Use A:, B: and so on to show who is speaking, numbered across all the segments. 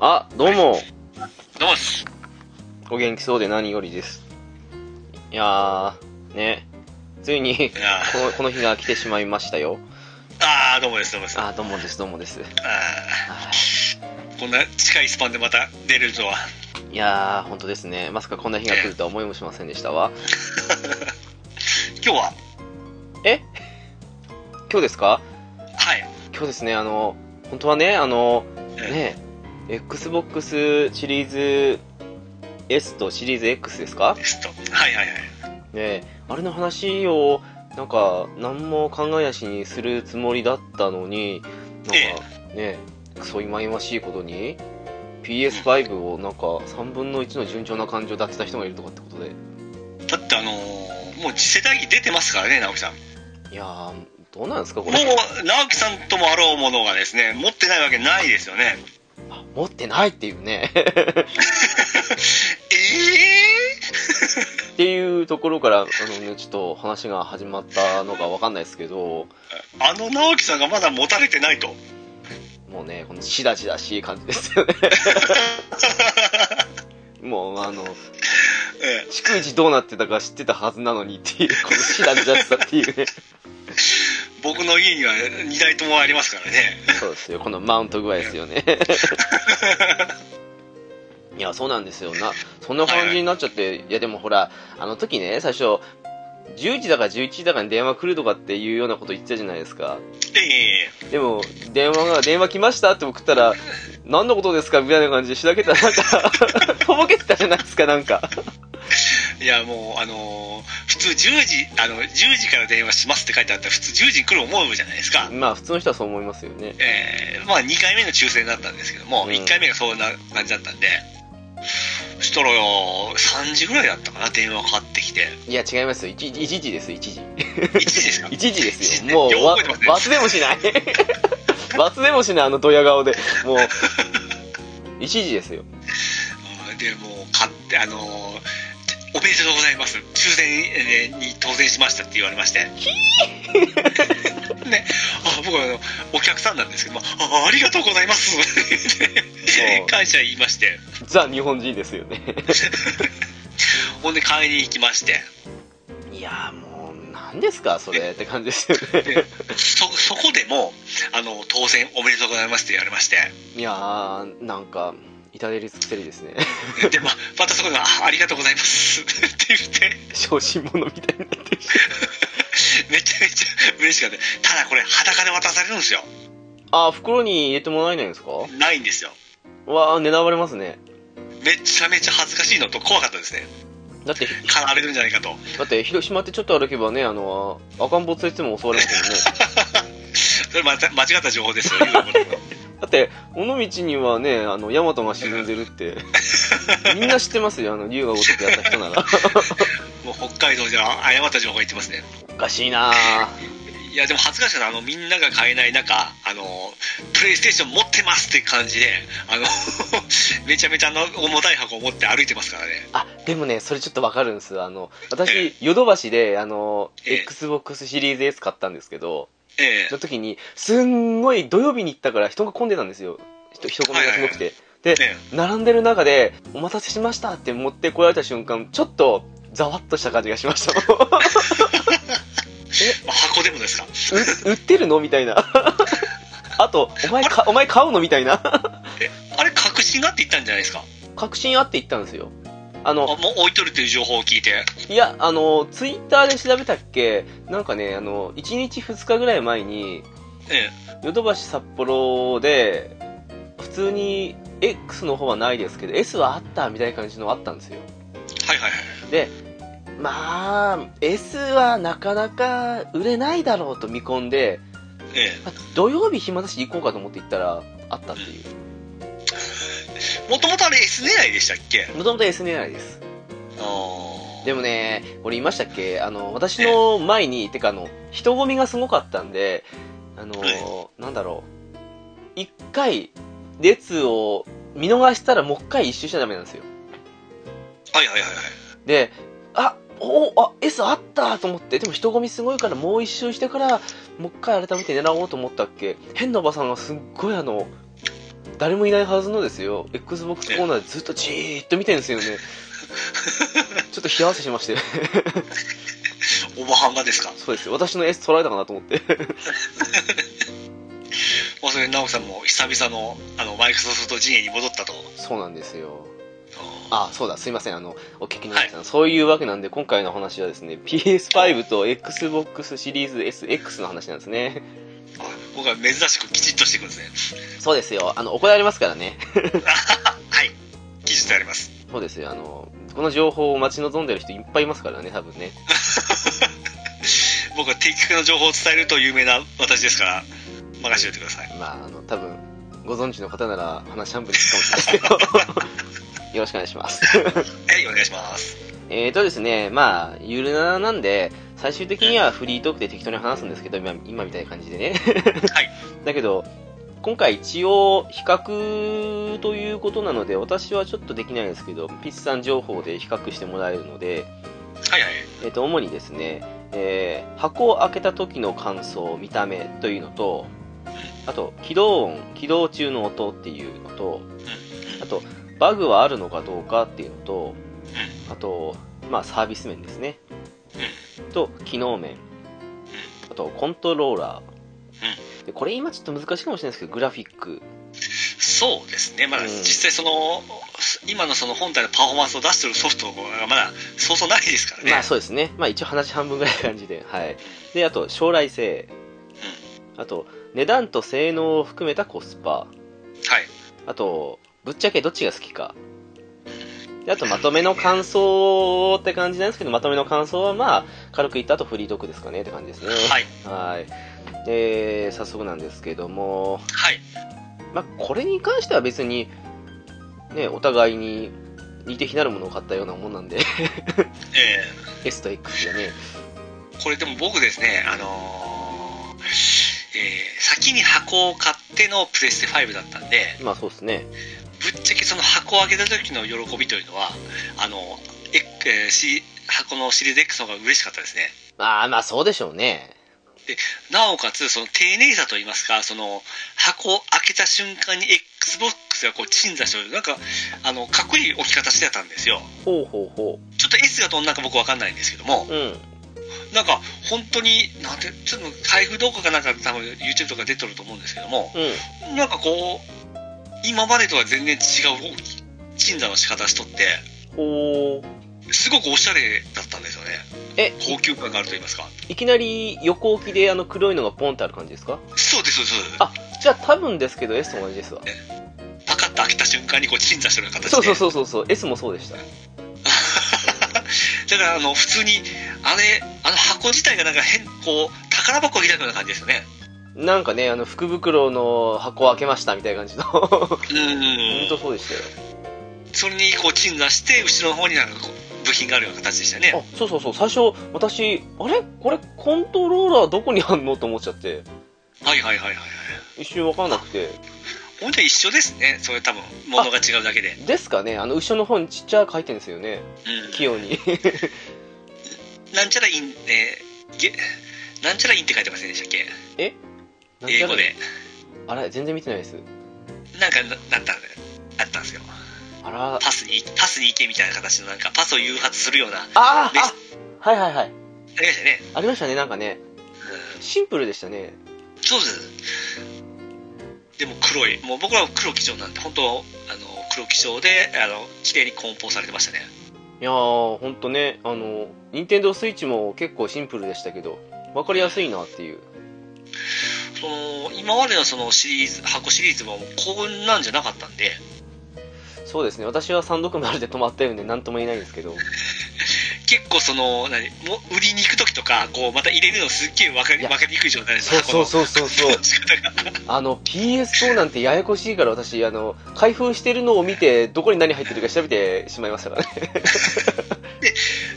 A: あ、どうも、
B: どうもっす。
A: お元気そうで何よりです。いやー、ね、ついに こ
B: あ
A: の、この日が来てしまいましたよ。
B: あー、どうもです、どうもです。あ
A: あ、どうもです、どうもです。
B: あ
A: は
B: ーこんな近いスパンでまた出るとは。
A: いいやー、本当ですね。まさかこんな日が来るとは思いもしませんでしたわ。
B: 今日は、
A: 今日ですか
B: はい。
A: 今日ですね、あの、本当はね、あの、
B: え
A: ね、Xbox シリーズ S とシリーズ X ですか
B: ですと。はいはいはい。
A: ねあれの話を、なんか、何も考えなしにするつもりだったのに、なんか、ねクソいまいましいことに、PS5 をなんか、3分の1の順調な感情で当てた人がいるとかってことで、
B: だってあのーもう次世代機出てますからね、直樹さん。も
A: いやー、どうなんですか、これ。
B: う、直樹さんともあろうものがですね、持ってないわけないですよね。
A: あ持ってないっていうね。
B: え
A: っていうところから、あのね、ちょっと話が始まったのかわかんないですけど、
B: えー、あの直樹さんがまだ持たれてないと。
A: もうね、このしだしだしい感じですよね。もう、あの、
B: え
A: 逐一どうなってたか知ってたはずなのにっていう、このしだしだしさっていうね。
B: ー僕の家には2台ともありますからね。
A: そうですよ、このマウント具合ですよ ね。いや、そうなんですよ。な、そんな感じになっちゃって、いや、でもほら、あの時ね、最初、10時だか11時だかに電話来るとかっていうようなこと言ってたじゃないですか。
B: ええ
A: でも、電話が、電話来ましたって送ったら、何のことですかみたいな感じでしらけたら、なんか、 とぼけてたじゃないですか、なんか。
B: いやもうあのー普通10時あの10時から電話しますって書いてあったら普通10時に来る思うじゃないですか、
A: まあ、普通の人はそう思いますよね。
B: えーまあ2回目の抽選だったんですけども、
A: うん
B: 1回目がそんな感じだったんでそしたらよ3時ぐらいだったかな電話かかってきて
A: いや、違いますよ。1時、1時ですよ、1時。
B: 1時です か
A: 1時ですよ。もう
B: よう、
A: わ
B: 覚えてます、
A: 忘
B: ね
A: れもしない。 忘れもしない、あのドヤ顔で。もう、1時ですよ。
B: うんでもう買ってあのーおめでとうございます抽選えーに当選しましたって言われましてね、あ僕はあのお客さんなんですけどもあありがとうございますって言っ
A: そう
B: て 感謝言いまして
A: ザ・日本人ですよね。
B: ほんで買いに行きまして
A: いやー、もう、何ですか、それって感じですよね。
B: そそこでもあの当選おめでとうございますって言われまして
A: いやー、なんか、至れり尽くせり ですね。
B: で、まあ、またそこであ「ありがとうございます」 って言って
A: 小心者みたいになってる。
B: めちゃめちゃ嬉しかったただこれ裸で渡されるんですよ
A: あー、袋に入れてもらえないんですか
B: ないんですよ
A: わー、狙われますね。
B: めちゃめちゃ恥ずかしいのと怖かったですね
A: だって、
B: 狩られるんじゃないかと
A: だって、広島ってちょっと歩けばね、あの、赤ん坊連れてても襲われますもんね。
B: それまた間違った情報ですよ言うことも
A: だって尾道にはねあのヤマトが沈んでるって みんな知ってますよあの竜が如くやった人 なら
B: もう北海道じゃ誤った情報言ってますね
A: おかしいなぁ
B: いやでも恥ずかしかったあのみんなが買えない中あのプレイステーション持ってますって感じであの めちゃめちゃあの重たい箱を持って歩いてますからね
A: あでもねそれちょっとわかるんですあの私
B: え
A: ヨドバシであの
B: ええ
A: XBOX シリーズ S 買ったんですけど
B: ええ
A: その時にすんごい土曜日に行ったから人が混んでたんですよ人人混みがすごくて、で、
B: ね
A: 並んでる中で、お待たせしましたって持ってこられた瞬間、ちょっと、ざわっとした感じがしました もん。
B: まあ箱でもですか
A: う売ってるのみたい な。あと、お前か、お前買うのみたいな。
B: あれ確信があって言ったんじゃないですか
A: 確信あって言ったんですよ。あ
B: あ
A: の、
B: もう置いとるという情報を聞いて
A: いや、あの、ツイッターで調べたっけ、なんかね、あの、1日2日ぐらい前に、
B: え
A: ヨドバシ札幌で、普通に X の方はないですけど、S はあったみたいな感じのあったんですよ。
B: はいはいはい
A: まあ、S はなかなか売れないだろうと見込んで、
B: え
A: まあ土曜日暇だし行こうかと思って行ったら、あったっていう。
B: えもともとあれ S 狙いでしたっけ
A: もともと S 狙いです。
B: ああ
A: でもね、これ言いましたっけあの、私の前に、てかあの、人混みがすごかったんで、あの、
B: はい
A: なんだろう。一回、列を見逃したらもう一回一周しちゃダメなんですよ。
B: はいはいはいはい
A: で、あおあ S あったと思って、でも人混みすごいからもう一周してから、もう一回改めて狙おうと思ったっけ、変なおばさんがすっごいあの、誰もいないはずのですよ、XBOX コーナーでずっとじーっと見てるんですよね。ちょっと冷や汗しまして、
B: おばはんがですか
A: そうですよ、私の S 取られたかなと思 って。
B: もうそれ直樹さんも久々のあのマイクロソフト陣営に戻ったと
A: そうなんですよ。
B: あ
A: あ、そうだ、すいません、あの、お聞きになった、そういうわけなんで、今回の話はですね、PS5 と Xbox シリーズ SX の話なんですね。
B: 僕は珍しくきちっとしていくんですね
A: そうですよ、あの、怒られますからね。
B: はいきちっとやります
A: そうですよ、あの、この情報を待ち望んでる人いっぱいいますからね、多分ね。
B: 僕は的確な情報を伝えると有名な私ですから任せておいてください
A: まあ、あの、多分、ご存知の方なら話半分に聞くかもしれないですけ ど、よろしくお願いします。
B: はいお願いします
A: えーとですね、まあ、ゆるななんで、最終的にはフリートークで適当に話すんですけど、今、今みたいな感じでね。
B: はい
A: だけど、今回一応、比較ということなので、私はちょっとできないですけど、ピッツさん情報で比較してもらえるので、
B: はいはい
A: えっと主にですね、えー箱を開けた時の感想、見た目というのと、あと、起動音、起動中の音っていうのと、あと、バグはあるのかどうかっていうのと、あと、まあ、サービス面ですね。と、機能面。あと、コントローラー。でこれ今ちょっと難しいかもしれないですけど、グラフィック。
B: そうですねまだ
A: うん
B: 実際その今のその本体のパフォーマンスを出してるソフトがまだそうそうないですからね、
A: まあそうですね。まあ一応話半分ぐらいな感じで。はい。で、あと、将来性。あと、値段と性能を含めたコスパ。
B: はい
A: あと、ぶっちゃけどっちが好きか。であと、まとめの感想って感じなんですけど、まとめの感想はまあ、軽く言った後フリートークですかねって感じですね。
B: はい
A: はい。で、早速なんですけども、
B: はい
A: まあ、これに関しては別に、ね、お互いに似て非なるものを買ったようなもんなんで、
B: えー
A: S と X じゃね。
B: これでも僕ですね、あのーえー先に箱を買ってのプレステ5だったんで、
A: まあそうですね。
B: ぶっちゃけその箱を開けた時の喜びというのは、あの、ええーし箱のシリーズ X の方が嬉しかったですね。
A: まあまあそうでしょうね。
B: なおかつ、その丁寧さといいますか、その箱を開けた瞬間に Xbox がこう鎮座してる、なんか、あの、かっこいい置き方してたんですよ。
A: ほうほうほ
B: ちょっと S がどんなんか僕わかんないんですけども、
A: う。うん。
B: なんか本当に、なんて、ちょっと開封動画かなんか多分 YouTube とか出てると思うんですけども、
A: うん。
B: なんかこう、今までとは全然違う鎮座の仕方しとって、
A: おー
B: すごくおしゃれだったんですよね。
A: え、
B: 高級感があると言いますか。
A: いきなり横置きであの黒いのがポンってある感じですか
B: そうです、そうです。
A: あじゃあ多分ですけど S と同じですわ。
B: パカッと開けた瞬間にこう鎮座してるような形で。
A: そうそうそうそうそう、S もそうでした。
B: だからあの、普通に、あれ、あの箱自体がなんか変、こう、宝箱を開くような感じですよね。
A: なんかね、あの福袋の箱を開けましたみたいな感じの。本
B: うーん
A: 当。そうでしたよ。
B: それにこう鎮座して、後ろの方になんかこう、部品があるような形でしたね。
A: あそうそうそう最初私あれこれコントローラーどこにあんのと思っちゃって
B: はいはいはいはいはい。
A: 一瞬分からなくて
B: ほんとは一緒ですね。それ多分、物が違うだけで。
A: ですかねあの後ろの方にちっちゃく書いてるんですよね
B: うん。
A: 器用に
B: なんちゃらイン、えーげなんちゃらインって書いてませんでしたっけ
A: なんて
B: 英
A: やる
B: 語で。
A: あれ全然見てないです
B: なんかな、なんだろうねあったん
A: あら
B: パスにパスに行けみたいな形のなんかパスを誘発するような
A: あ
B: あ
A: ー
B: で
A: あはいはいはい
B: りましたね、
A: ありましたねなんかね
B: う
A: シンプルでしたね
B: ん、そうですでも黒いもう僕らは黒基調なんで本当あの黒基調であの綺麗に梱包されてましたね
A: いやーほんとねあの任天堂スイッチも結構シンプルでしたけど分かりやすいなっていう
B: その今までのそのシリーズ箱シリーズはもうこんなんじゃなかったんで
A: そうですね私は360で止まったようで何とも言えないんですけど
B: 結構その何もう売りに行く時とかこうまた入れるのすっげえ分かり
A: いや
B: 分かりにくい状態です
A: そうそうそ
B: そ
A: うそうそう
B: う仕方が
A: あの PS4 なんてややこしいから私あの開封してるのを見てどこに何入ってるか調べてしまいましたからね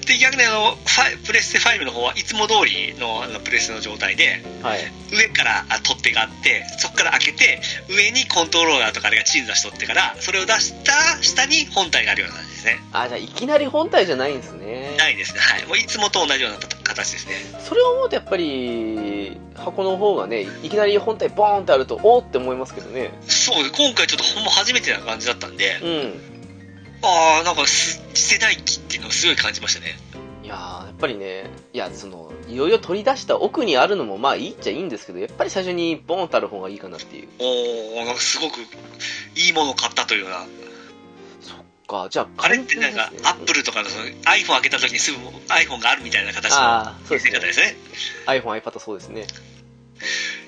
B: で逆にあのファイプレステ5の方はいつも通りのあのプレステの状態で
A: はい
B: 上からあ取っ手があってそこから開けて上にコントローラーとかあれが鎮座しとってからそれを出した下に本体があるような感じですね
A: あじゃあいきなり本体じゃないんですね
B: ないですねはいもういつもと同じような形ですね
A: それを思うとやっぱり箱の方がねいきなり本体ボーンってあるとおーって思いますけどね
B: そう今回ちょっとほんま初めてな感じだったんで
A: うん
B: ああなんかす次世代機っていうのをすごい感じましたね
A: いやーやっぱりねいやそのいろいろ取り出した奥にあるのもまあいいっちゃいいんですけどやっぱり最初にボーンってある方がいいかなっていう
B: おおなんかすごくいいものを買ったというような
A: そっかじゃあ
B: あれってなんか
A: 完全ですね
B: アップルとかのその iPhone 開けた時にすぐ iPhone があるみたいな形の
A: ああそう
B: 見
A: です
B: せ
A: ね
B: 方ですね
A: iPhoneiPad そうですね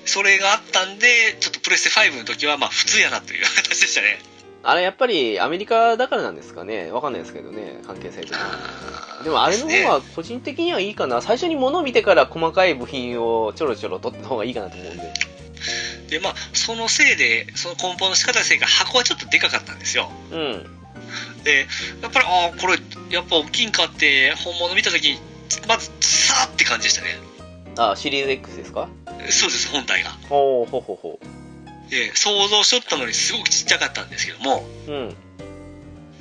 B: それがあったんでちょっとプレステ5の時はまあ普通やなという 形でしたね
A: あれやっぱりアメリカだからなんですかねわかんないですけどね関係性とかでもあれの方
B: ね
A: が個人的にはいいかな最初に物を見てから細かい部品をちょろちょろ取った方がいいかなと思うんで
B: でまあそのせいでその梱包の仕方のせいか箱はちょっとでかかったんですよ
A: うん
B: でやっぱりああこれやっぱ大きいんかって本物見た時まずさーって感じでしたね
A: あシリーズ X ですか
B: そうです本体が
A: ほうほうほうほ
B: で想像しとったのにすごくちっちゃかったんですけども
A: ううん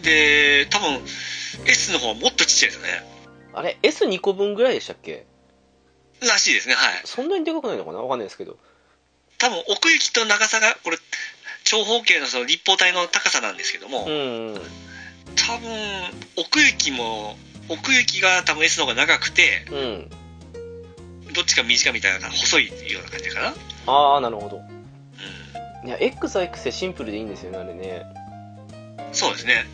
B: で多分 S の方はもっとちっちゃいですよね
A: あれ S2 個分ぐらいでしたっけ
B: らしいですねはい
A: そんなにでかくないのかなわかんないですけど
B: 多分奥行きと長さがこれ長方形のその立方体の高さなんですけども、
A: うんうん
B: 多分奥行きも奥行きが多分 S の方が長くて
A: うん
B: どっちか短いみたいな細いような感じかな、うん、
A: ああなるほどいや X は X でシンプルでいいんですよねあれね
B: そうですね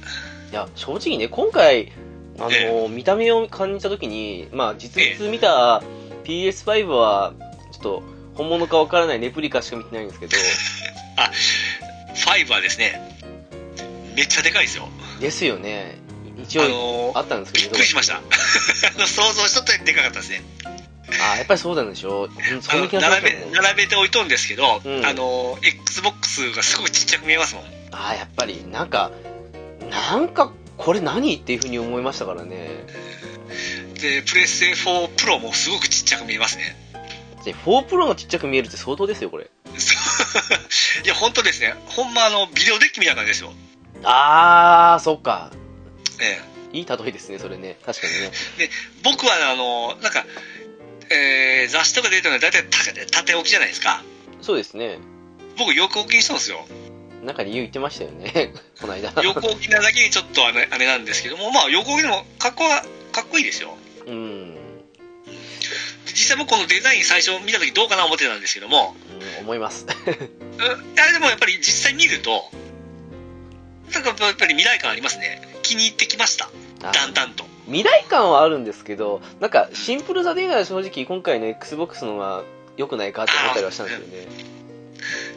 A: いや正直ね今回あの、
B: え
A: 見た目を感じた時にまあ実物見た PS5 はちょっと本物かわからないレプリカしか見てないんですけど
B: 5はですねめっちゃでかいですよ
A: ですよね一
B: あ
A: 応
B: の
A: あったんですけ
B: びっ
A: ど
B: くりしました あの想像しとったよりでかかったですね
A: あやっぱりそうなんでしょう、うん、
B: あ
A: そ
B: の
A: の気
B: 並
A: がする
B: べ並べておいとんですけど、
A: うん
B: あの XBOX がすごくちっちゃく見えますもん
A: あやっぱりなんかなんかこれ何っていうふうに思いましたからね
B: でプレステ4プロもすごくちっちゃく見えますね
A: で4プロがちっちゃく見えるって相当ですよこれ
B: そう いや本当ですねほんまあのビデオデッキみたいな感じですよ、
A: あーそっか
B: ええ
A: いい例えですねそれね確かにね
B: 僕はあのなんか、えー雑誌とか出てるのは大体た縦置きじゃないですか
A: そうですね
B: 僕横置きにした んですよ
A: なんか理由言ってましたよね この間
B: 横置きなだけにちょっとあれあれなんですけどもまあ横置きでもかっこはかっこいいですよ
A: うんうん
B: で実際僕このデザイン最初見た時どうかな思ってたんですけども
A: 思います
B: うんあれでもやっぱり実際見るとなんかやっぱり未来感ありますね気に入ってきました
A: あ
B: だんだんと
A: 未来感はあるんですけどなんかシンプルさで言うなら正直今回の XBOX の方が良くないかって思ったりはしたんですよね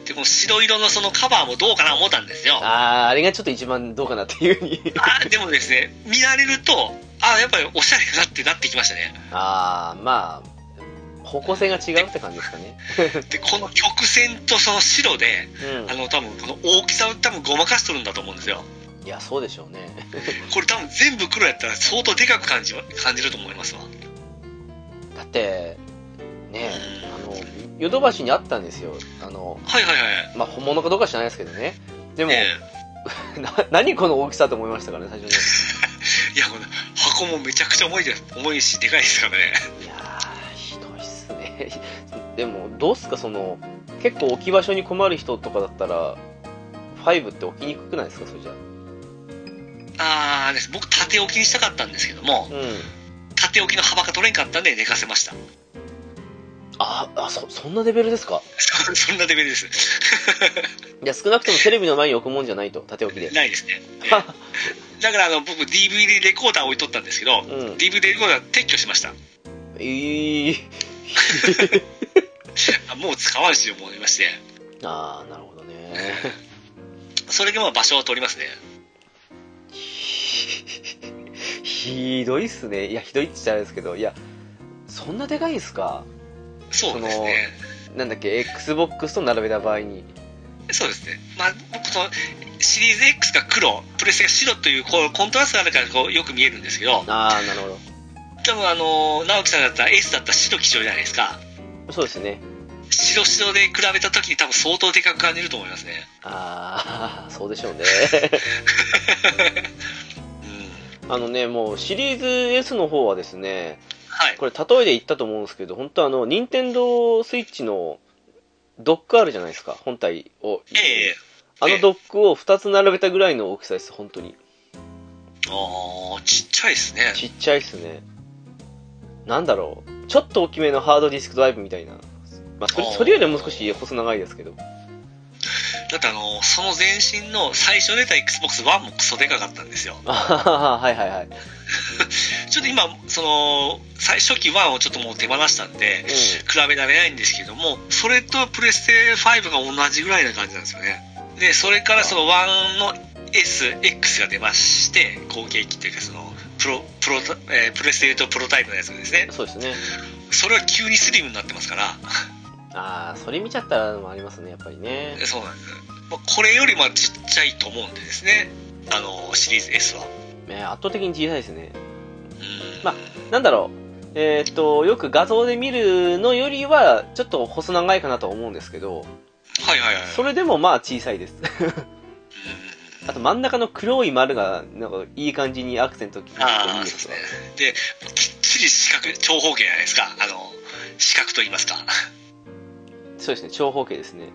B: でこの白色のそのカバーもどうかな思ったんですよ
A: ああーあれがちょっと一番どうかなっていうふうに
B: あでもですね見られるとあやっぱりおしゃれだなってなってきましたね
A: ああまあ方向性が違うって感じですかね
B: でこの曲線とその白であの多分この大きさを多分ごまかしとるんだと思うんですよ
A: うんいやそうでしょうね
B: これ多分全部黒やったら相当でかく感じ感じると思いますわ
A: だってね
B: うん
A: あのヨドバシにあったんですよあの
B: はいはいはい
A: まあ本物かどうかは知らないですけどねでも、
B: え
A: な何この大きさと思いましたからね最初ね
B: えいやこの箱もめちゃくちゃ重いです重いしでかいですからね
A: いやーひどいっすね でもどうっすかその結構置き場所に困る人とかだったら5って置きにくくないですかそれじゃ
B: あーです僕縦置きにしたかったんですけども
A: うん。
B: 縦置きの幅が取れんかったんで寝かせました
A: あ、あ、そ、そんなレベルですか
B: そんなレベルです
A: いや、少なくともテレビの前に置くもんじゃないと、縦置きで。
B: ないですねだからあの僕 DVD レコーダー置いとったんですけど、
A: うん
B: DVD レコーダー撤去しました
A: いい。
B: あもう使わんしよう思いまして
A: ああ、なるほどね。
B: それでまあ場所を取りますね
A: ひどいっすね。いや、ひどいって言っちゃあれですけど、いや、そんなでかいんすか
B: そうですね
A: なんだっけ、Xbox と並べた場合に。
B: そうですね、まあ、僕そのシリーズ X が黒プレステが白というこうコントラストがあるからこうよく見えるんですけど
A: ああ、なるほ
B: 多分あの直樹さんだったら S だったら白基調じゃないですか
A: ど。そうですね。
B: 白白で比べた時に多分相当でかく感じると思いますね
A: ああ、 そうでしょうね。
B: うん
A: あのね、もうシリーズ S の方はですね、
B: はい
A: これ例えで言ったと思うんですけど、本当あの、任天堂スイッチのドックあるじゃないですか、本体を。
B: ええ
A: あのドックを2つ並べたぐらいの大きさです、本当に。
B: ああちっちゃいですね
A: ちっちゃいっすね。なんだろう。ちょっと大きめのハードディスクドライブみたいな。まあ、それ
B: あー
A: それよりはもう少し細長いですけど。
B: だってあのその前身の最初出た XBOX1 もクソでかかったんですよ
A: あはははいはいはい。
B: ちょっと今その最初期1をちょっともう手放したんで、比べられないんですけどもそれとプレステ5が同じぐらいな感じなんですよねでそれからその1の SX が出まして後継機というかそのプロプロ、えープレステとプロタイプのやつですね
A: うん。そうですね。
B: それは急にスリムになってますから
A: ああ、それ見ちゃったらもありますね、やっぱりね。
B: そうなんですまあこれよりもちっちゃいと思うんでですねあのシリーズ S は
A: ね圧倒的に小さいですね。
B: うん
A: まあなんだろう。えーっと、よく画像で見るのよりは、ちょっと細長いかなとは思うんですけど、
B: はいはいはい
A: それでもまあ小さいです。
B: うん
A: あと真ん中の黒い丸が、なんかいい感じにアクセント効いててい
B: あ
A: い
B: あ
A: で
B: そ
A: す
B: う
A: わ
B: ですねできっちり四角長方形じゃないですかあの四角と言いますか
A: そうですね、長方形ですね。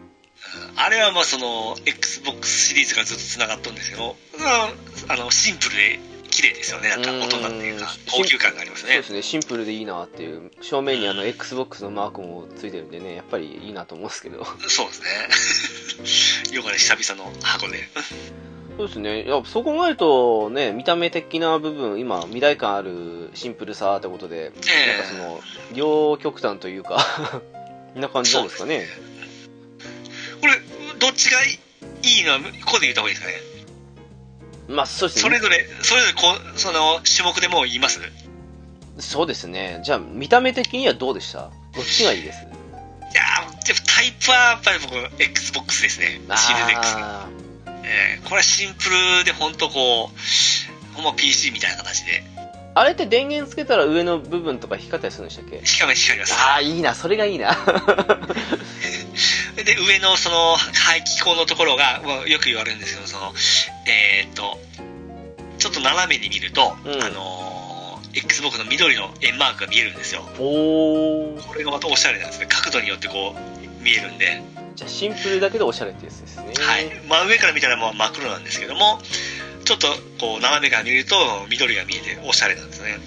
B: あれはまあその XBOX シリーズがずっと繋がっとるんですけど、うんあのシンプルで綺麗ですよねなんか
A: うん
B: 大人っていうか
A: シン
B: 高級感があります
A: そう
B: ね
A: ですね、シンプルでいいなっていう、正面にあの XBOX のマークもついてるんでね、やっぱりいいなと思うんですけど。
B: そうですね よかね久々の箱で
A: そうですね、いやそこまでとね、見た目的な部分、今、未来感あるシンプルさってことで、
B: え
A: なんかその、両極端というか、 こんな感じなんですかね。
B: これどっちがいいのはここで言った方がいいですかね
A: まあ、そうです
B: それ
A: ね。
B: ぞれそれぞれこうその種目でもう言います
A: そうですね。じゃあ、見た目的にはどうでしたどっちがいい です
B: いやーでもタイプはやっぱり僕 XBOX ですねシリーズ X
A: あー
B: えーこれはシンプルで本当こうほんま PC みたいな形で
A: あれって電源つけたら上の部分とか光ったりするんでしたっけ
B: しかも光ります
A: ああ、いいな、それがいいな。
B: で上のその排気口のところが、まあ、よく言われるんですけどそのえーっとちょっと斜めに見ると、
A: うん
B: あのー XBOX の緑の円マークが見えるんですよ
A: おー。
B: これがまたおしゃれなんですね角度によってこう見えるんで、
A: じゃあシンプルだけどおしゃれってやつですね。
B: はい真上から見たらもう真っ黒なんですけどもちょっとこう斜めから見ると緑が見えておしゃれなんですね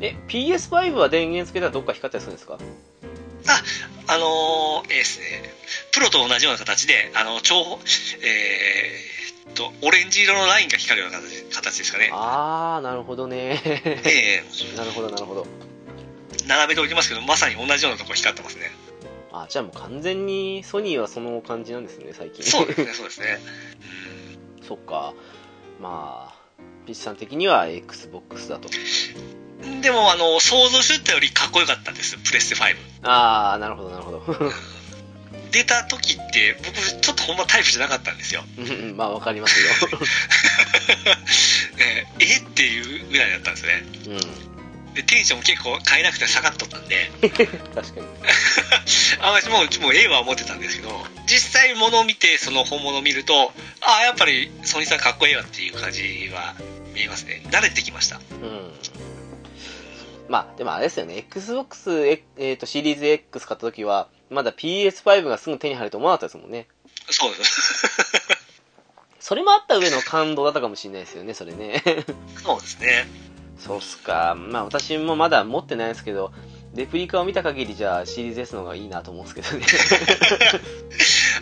A: え、PS5 は電源つけたらどっか光ったりするんですか
B: あのー、えーですね、プロと同じような形で、あの、長方、えーっと、オレンジ色のラインが光るような形形ですかね。
A: あー、なるほどね。
B: え
A: なるほど、なるほど。
B: ー並べておきますけど、まさに同じようなとこ光ってますね。
A: あ、じゃあもう完全にソニーはその感じなんですね、最近。
B: そうですね、そうですね。うん
A: そっか。まあ、ピッチさん的には Xbox だと。
B: でも、あの、想像してたよりかっこよかったんです、プレステ5。
A: あー、なるほど、なるほど。
B: 出た時って、僕、ちょっとほんまタイプじゃなかったんですよ。
A: うんうんまあ、わかります
B: えーえっていうぐらいだったんですね。
A: よ。
B: で、テンションも結構変えなくて下がっとったんで、
A: うん、確かに。
B: あ私もうもう A は思ってたんですけど実際物を見てその本物を見るとああやっぱりソニーさんかっこええわっていう感じは見えますね慣れてきました
A: うん。まあ、でもあれですよね、Xbox、ええーと、シリーズ X 買った時は、まだ PS5 がすぐ手に入ると思わなかったですもんね。
B: そうです
A: それもあった上の感動だったかもしれないですよね、それね。
B: そうですね。
A: そうっすか。まあ私もまだ持ってないですけど、レプリカを見た限りじゃあシリーズ S の方がいいなと思うんですけ どね。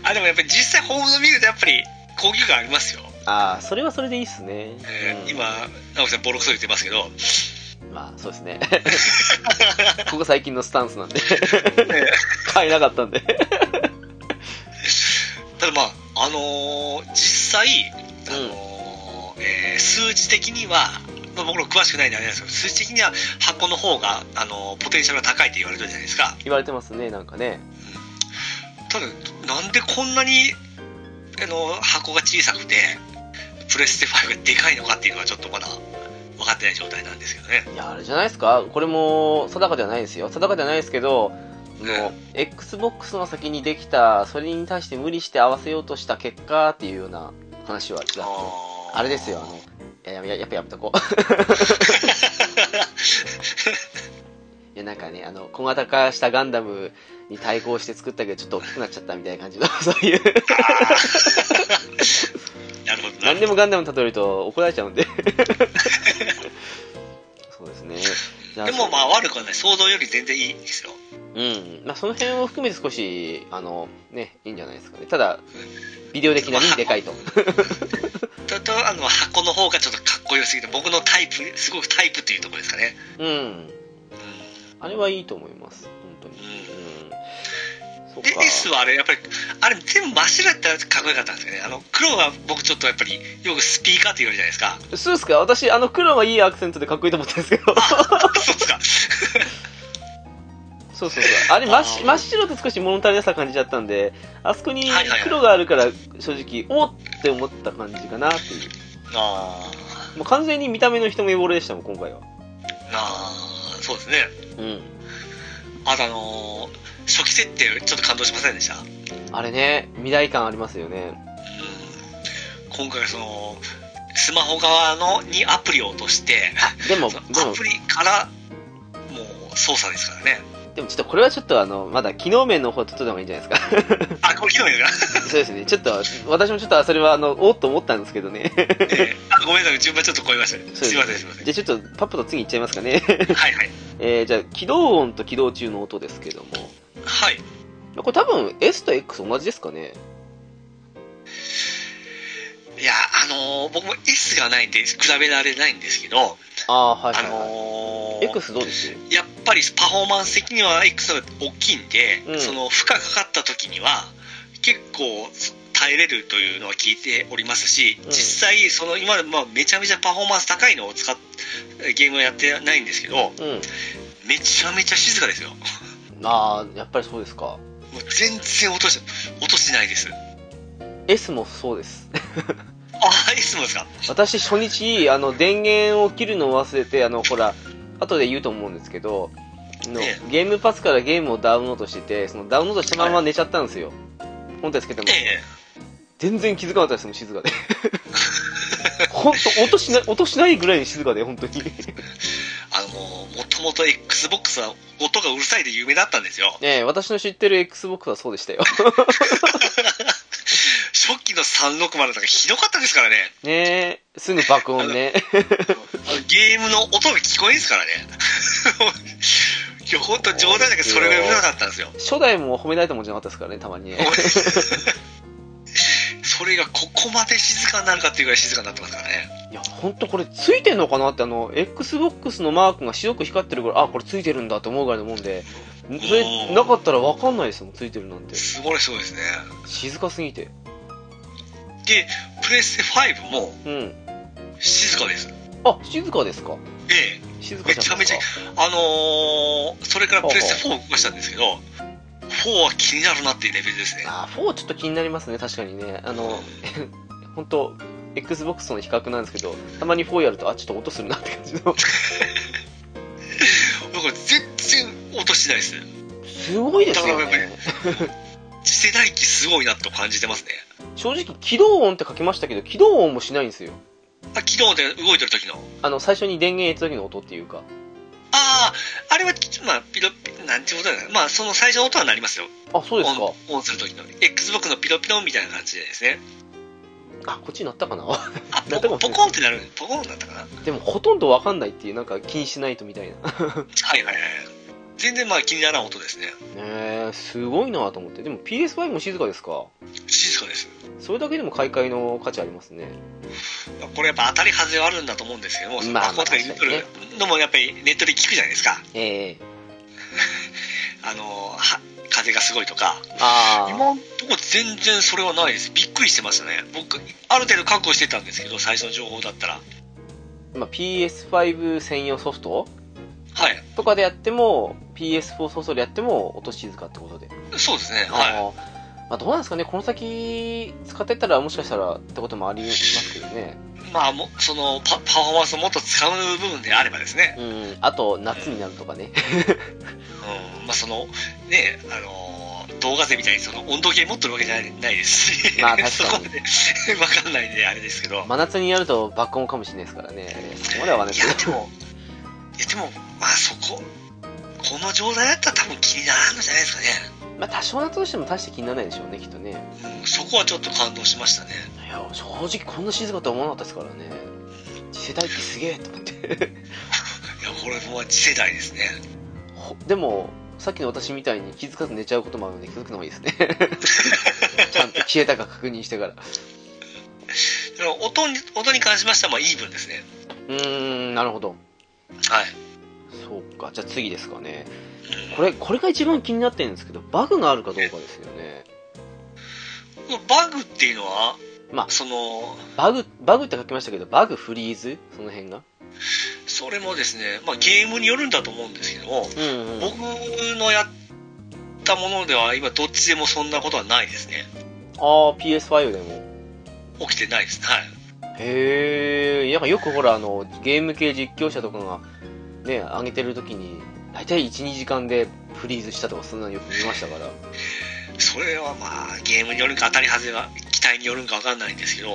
B: あ、でもやっぱり実際ホームの見るとやっぱり高級感ありますよ。
A: ああ、それはそれでいいっすね。
B: えー
A: うん
B: 今、直樹さんボロクソ言ってますけど、ね
A: まあそうですね。 ここ最近のスタンスなんで、買えなかったんで。
B: ただまあ、あのー実際、あのーえー数値的には、まあ、僕ら詳しくないんであれなんですけど、数値的には箱の方が、あのーポテンシャルが高いって言われてるじゃないですか。
A: 言われてますね、なんかね。
B: ただ、なんでこんなに、あのー箱が小さくて、プレステ5がでかいのかっていうのはちょっとまだ分かってない状態なんですけどね。
A: いや、あれじゃないですかこれも定かではないですよ。定かではないですけど、あの XBOX の先にできた、それに対して無理して合わせようとした結果っていうような話はちらっと
B: あー
A: あれですよ、あの、いややめややっぱやめとこう。 いや、なんかね、あの、小型化したガンダムに対抗して作ったけど、ちょっと大きくなっちゃったみたいな感じの、そういう、
B: なるほどな
A: 何でもガンダムに例えると怒られちゃ うんで。そうですね。じゃ
B: でもまあ悪くはない。想像より全然いいですよ。
A: うん。まあ、その辺を含めて少し、あの、ね、いいんじゃないですかね。ただ、ビデオ的なにでかいと。
B: ただ、あの、箱の方がちょっとかっこよすぎて、僕のタイプ、すごくタイプっていうところですかね。
A: うん。
B: うん
A: あれはいいと思います。本当に。うん。そっ
B: で、
A: か。
B: S はあれ、やっぱり、あれ全部真っ白だったらかっこよかったんですよね。あの、黒は僕ちょっとやっぱり、よくスピーカーって言われるじゃないですか。
A: そうですか私、あの黒がいいアクセントでかっこいいと思ったんですけど。
B: そうですか。
A: そうそうそう。あれ、真っ
B: あー
A: 真っ白って少し物足りなさ感じちゃったんで、あそこに
B: はいはいはい
A: 黒があるから、正直、おっって思った感じかなっていう。
B: あー
A: もう完全に見た目の一目惚れでしたもん、今回は。
B: あー、そうですね。
A: うん。
B: あとあのー初期設定ちょっと感動しませんでした。うん。
A: あれね、未来感ありますよね。
B: 今回はその、スマホ側のにアプリを落として、
A: でも、
B: そ
A: で
B: の
A: も、
B: アプリからもう操作ですから ね。
A: でもちょっとこれはちょっとあの、まだ機能面の方取っといた方がいいんじゃないですか。
B: あ、これひどい な。
A: そうですね。ちょっと、私もちょっとそれはあの、おっと思ったんですけどね。
B: えー あごめんなさい、順番ちょっと超えましたね。
A: そうです
B: すいません、すいません。
A: じゃあちょっと、パッパと次いっちゃいますかね。
B: はいはい。
A: えー、じゃあ、起動音と起動中の音ですけども。
B: はい。
A: まあこれ多分 S と X 同じですかね。
B: いや、あのー僕も S がないんで、比べられないんですけど、
A: ああー、はい、は
B: あ
A: いはい。
B: のー
A: X どうです
B: やっぱりパフォーマンス的には X が大きいんで、
A: うん
B: その負荷かかった時には、結構耐えれるというのは聞いておりますし、
A: うん
B: 実際、その今まで、まあ、めちゃめちゃパフォーマンス高いのを使っゲームはやってないんですけど、
A: うん。
B: めちゃめちゃ静かですよ。
A: ああ、やっぱりそうですか。
B: もう全然音し、音しないです。
A: S もそうです。
B: あ、S もですか
A: 私、初日、あの、電源を切るのを忘れて、あの、ほら、後で言うと思うんですけど、の
B: え
A: ゲームパスからゲームをダウンロードしてて、そのダウンロードしたまま寝ちゃったんですよ。本体つけても
B: え。え
A: 全然気づかなかったですもん、静 かで。ほんと、音しない、音しないぐらいに静かで、本当に。
B: あのもう、もともと XBOX は音がうるさいで有名だったんですよ。
A: ねえ、私の知ってる Xbox はそうでしたよ。
B: 初期の360とかひどかったですからね。
A: ねえ、すぐ爆音ね。
B: あのゲームの音が聞こえんですからね。 今日本当冗談だけどそれがうるさかったんですよ。
A: 初代も褒められたもんじゃなかったですからね、たまにね。
B: それがここまで静かになるかっていうぐらい静かになってますからね。
A: いや、ほんとこれついてんのかなって、あの、Xbox のマークが白く光ってるから、あ、これついてるんだと思うぐらいのもんで、それなかったらわかんないですもん、ついてるなんて。
B: すごいそうですね。
A: 静かすぎて。
B: で、プレステ5も
A: うん。
B: 静かです。
A: あ、静かですか
B: ええ。
A: 静かじゃない
B: め
A: で
B: ち
A: す
B: ゃ
A: か
B: め。あのーそれからプレステ4を動かしたんですけど、4は気になるなっていうレベルですね。
A: あー、4ちょっと気になりますね、確かにね。あの、 ほんと、Xbox との比較なんですけど、たまに4やると、あ、ちょっと音するなって感じの。
B: だから全然音しないです。
A: すごいですよ
B: だからやっ
A: ね。
B: 次世代機すごいなと感じてますね。
A: 正直、起動音って書きましたけど、起動音もしないんですよ。
B: あ、機動で動いてる時の。
A: あの、最初に電源入れた時の音っていうか。
B: ああ、あれは、まあ、ピロピロ、なんてことだよ。まあ、その最初の音はなりますよ。
A: あ、そうですか。
B: オンオンする時の。Xbox のピロピロみたいな感じでですね。
A: あこっちになったかな
B: あ
A: な
B: ポ
A: んとも
B: コンポコンってなるポコンだったかなは
A: でもほとんどわかんないっていうなんか気にしないとみたいな ね
B: いはいはい全然まあ気にならん音ですね
A: えすごいなと思ってでも PS5 も静かですか
B: 静かです
A: それだけでも買い替えの価値ありますね
B: まあこれやっぱ当たり外れはあるんだと思うんですけども、
A: まあ
B: 学校とかに
A: まあ
B: 来るのもやっぱりネットで聞くじゃないですか
A: ええ
B: あのは風がすごいとか
A: ああ
B: 今んとこ全然それはないですびっくりしてましたね僕ある程度覚悟してたんですけど最初の情報だったら
A: まあ、PS5 専用ソフト
B: はい
A: とかでやっても PS4 ソフトでやっても音静かってことで、
B: そうですねはい
A: あーまあ、どうなんですかねこの先使ってったらもしかしたらってこともありますけどね
B: まあもそのパパフォーマンスをもっと使う部分であればですね、
A: うんあと夏になるとか ね
B: うんまあそのねあのー動画勢みたいにその温度計持ってるわけじゃないないですし、
A: まあ確かに
B: そこまで分かんないんであれですけど
A: 真夏にやると爆音かもしれないですからねそこまではわかんないです
B: いや
A: け
B: で
A: ど
B: もいやでもまあそここの状態だったら多分気にならんのじゃないですかね、
A: まあ多少夏としても大して気にならないでしょうねきっとね
B: うん、そこはちょっと感動しましたね
A: いや正直こんな静かとは思わなかったですからね次世代機すげえと思って
B: いやこれもう次世代ですね
A: ほでもさっきの私みたいに気づかず寝ちゃうこともあるので気づくのがいいですね ちゃんと消えたか確認してから
B: でも音に音に関しましてはまあイーブンですね
A: うーんなるほど
B: はい、
A: そうかじゃあ次ですかね
B: うん
A: これこれが一番気になってるんですけどバグがあるかどうかですよね
B: バグっていうのは、
A: まあ
B: その
A: バグバグって書きましたけどバグフリーズその辺が
B: それもですね、まあ、ゲームによるんだと思うんですけども、
A: うんうん
B: 僕のやったものでは今どっちでもそんなことはないですね
A: ああ PS5 でも
B: 起きてないですねはい
A: へえ、なんかよくほら、あの、ゲーム系実況者とかが、ね、上げてる時に、大体1、2時間でフリーズしたとか、そんなのよく見ましたから。
B: それはまあゲームによるんか当たり外れは期待によるんか分かんないんですけ
A: う
B: ど、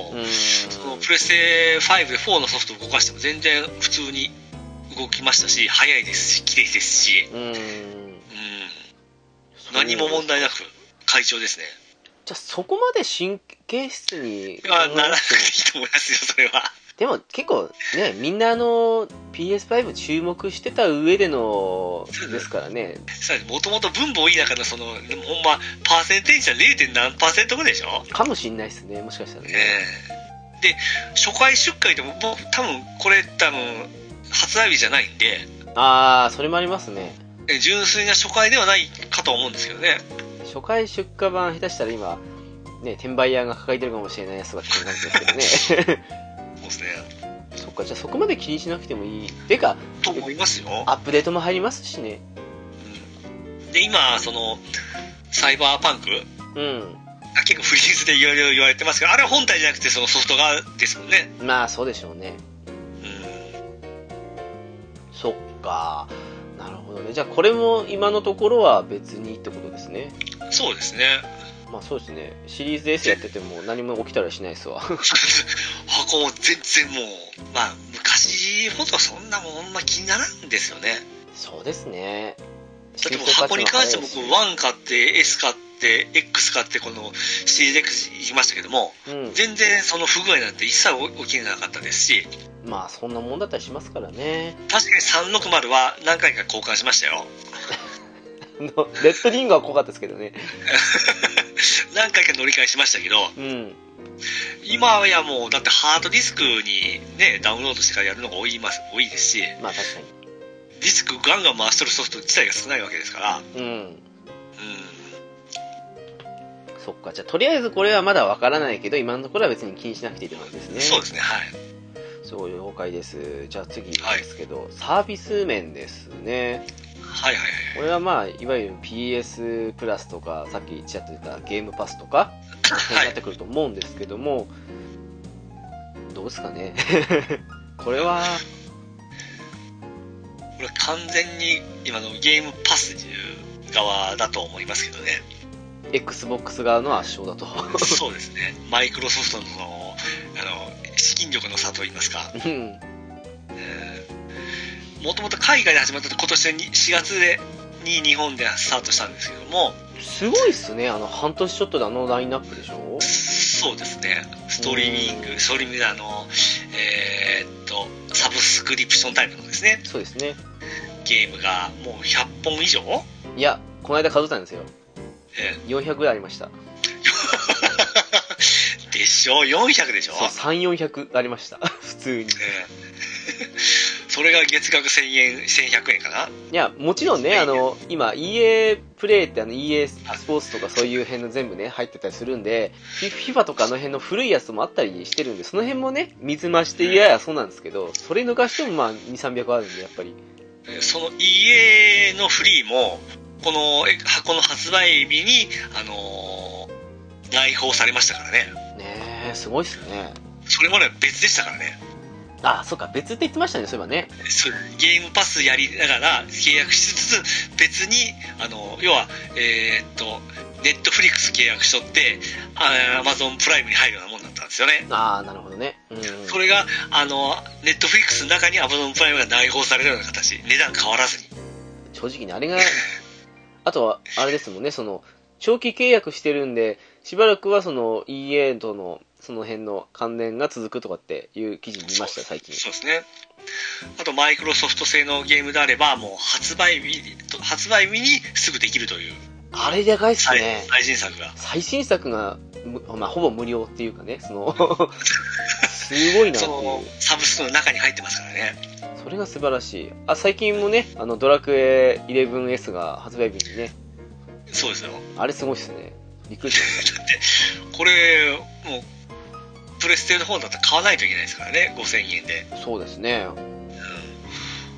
B: その
A: ー
B: プレステ5で4のソフトを動かしても全然普通に動きましたし速いですし綺麗ですし、
A: ん。うーん。
B: うん、何も問題なく快調ですね
A: じゃあ、そこまで神経質に考え
B: あ
A: なくても。
B: ならなくていいと思いますよそれは
A: でも結構ね、みんなあの、PS5 注目してた上での
B: そう、で
A: ですすからね。
B: もともと分母多い中のそのほんまパーセンテージは 0. 何パーセントぐらいでしょ
A: かもしんないですね、もしかしたら
B: ね
A: ね。
B: えで初回出荷でも僕多分これ多分発売日じゃないんで
A: ああ、それもありますね。
B: え純粋な初回ではないかと思うんですけどね
A: 初回出荷版下手したら今、ね、転売屋が抱えてるかもしれないやつとかって感じですけど ね
B: そうですね
A: そっかじゃあそこまで気にしなくてもいいてか
B: と思いますよ
A: アップデートも入りますしね
B: うんで今そのサイバーパンク
A: うん
B: あ結構フリーズでいろいろ言われてますけどあれは本体じゃなくてそのソフト側ですもんね
A: まあそうでしょうね
B: うん
A: そっかなるほどねじゃあこれも今のところは別にってことですね
B: そうですね
A: まあそうですねシリーズ S やってても何も起きたりはしないですわ
B: 箱も全然もうまあ昔ほどそんなもんほんま気にならんですよね
A: そうですね
B: だってもう箱に関しても僕1買って S 買って X 買ってこのシリーズ X 行きましたけども
A: うん
B: 全然その不具合なんて一切起きなかったですし
A: まあそんなもんだったりしますからね
B: 確かに360は何回か交換しましたよ
A: あのレッドリングは怖かったですけどね
B: 何回か乗り換えしましたけど
A: うん
B: 今はやもうだってハードディスクにねダウンロードしてからやるのが多います多いですしデ
A: まあ確か
B: ィスクガンガン回してるソフト自体が少ないわけですから
A: にうん
B: うん
A: そっかじゃあとりあえずこれはまだわからないけど今のところは別に気にしなくていいって感じですね
B: そうですねはい
A: そう了解ですじゃあ次ですけど、サービス面ですね
B: はいはいはい
A: これはまあいわゆる PS プラスとかさっきちらっと言ったゲームパスとかになってくると思うんですけども、どうですかね これは
B: これは完全に今のゲームパスっていう側だと思いますけ どね
A: XBOX 側の圧勝だと
B: そうですねマイクロソフトのそのあの資金力の差といいますか
A: うん
B: もともと海外で始まったと今年の4月でに日本でスタートしたんですけども
A: すごいっすねあの半年ちょっとであのラインナップでしょ
B: そそうですねストリーミングストリーミングであのえーっとサブスクリプションタイプのですね
A: そうですね。
B: ゲームがもう100本以上、
A: いや、この間数えたんですよ。
B: え
A: 400ぐらいありました。
B: えでしょ400でしょ
A: そう、3、400ありました。 普通に。い
B: ええ それが月額1000円1100円かな
A: や、もちろんね、あの、今、EA プレイってあの EA スポーツとかそういう辺の全部ね、入ってたりするんで、フィ FIFA とかあの辺の古いやつもあったりしてるんで、その辺もね、水増していややそうなんですけど、それ抜かしてもまあ、2、300あるんで、やっぱり。
B: えその EA のフリーもこのえ箱の発売日にあのー内包されましたからね
A: ねえ、すごいっすね。
B: それまでは別でしたからね
A: あ、そっか、別って言ってましたね、そういえばね。
B: そうゲームパスやりながら契約しつつ別にあの要はえーっとネットフリックス契約しとってアマゾンプライムに入るようなもんだったんですよね
A: ああ、なるほどね。うん。
B: それがあのネットフリックスの中にアマゾンプライムが内包されるような形値段変わらずに
A: 正直にあれが、あとは、あれですもんね、その、長期契約してるんで、しばらくはその EA との、その辺の関連が続くとかっていう記事見ました、最近。
B: そうですねあとマイクロソフト製のゲームであればもう発売日発売日にすぐできるという
A: あれでかいっす
B: 最
A: ね。
B: 最新作が
A: 最新作が、むまあ、ほぼ無料っていうかね、そ の、すごいなって
B: そ
A: いう
B: の。サブスクの中に入ってますからね
A: それが素晴らしい。あ、最近もね、あの、ドラクエ 11S が発売日にね、
B: そうですよ
A: あれすごいっすね。びっくりしました。
B: これもうプレステの方だったら買わないといけないですからね5000円 で
A: そうですね。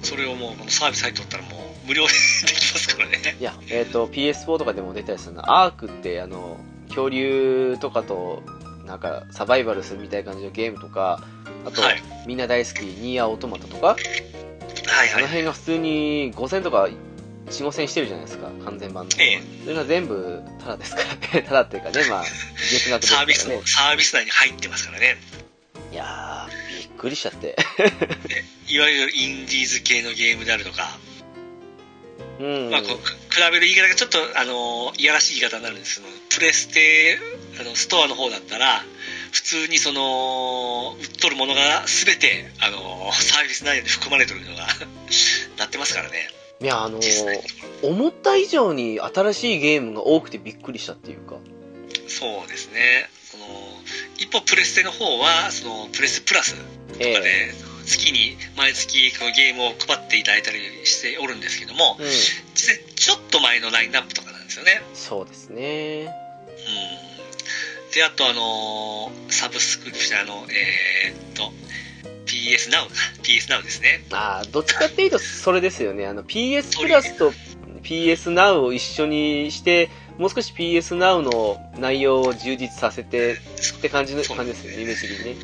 B: それをもうこのサービス入っとったらもう無料でできますからね
A: いや、えっ、と、PS4 とかでも出たりするの、アークって、あの、恐竜とかと、なんか、サバイバルするみたいな感じのゲームとか、あと、
B: はい
A: みんな大好き、ニーヤオートマトとか、
B: はい
A: あ
B: は
A: の
B: い
A: 辺が普通に5000とか4、5000してるじゃないですか、完全版の。
B: ええ
A: それが全部、ただですからね、 ただっていうかね、まあ、月額です
B: サ
A: か
B: ービス
A: らね
B: の。サービス内に入ってますからね
A: いやー、びっくりしちゃって。
B: いわゆるインディーズ系のゲームであるとか、
A: うん。
B: まあ、こうく比べる言い方がちょっと、あのいやらしい言い方になるんですけどプレステあのストアの方だったら普通にその売っとるものが全て、あのサービス内容に含まれてるのが なってますからね
A: いや、あの
B: 実際
A: 思った以上に新しいゲームが多くてびっくりしたっていうか。
B: そうですねその一方プレステの方はそのプレステプラス
A: え
B: とかで月に毎月このゲームを配っていただいたりしておるんですけども
A: うん。
B: 実際ちょっと前のラインナップとかなんですよね
A: そうですね。
B: うんであとあのーサブスクリプションあのえーっと PS Now か PS Now ですね
A: ああ、どっちかっていうと、それですよね。あの、PS プラスと PS Now を一緒にして、もう少し PS Now の内容を充実させてって感じの
B: そう
A: 感じですよね、イメージ的にね。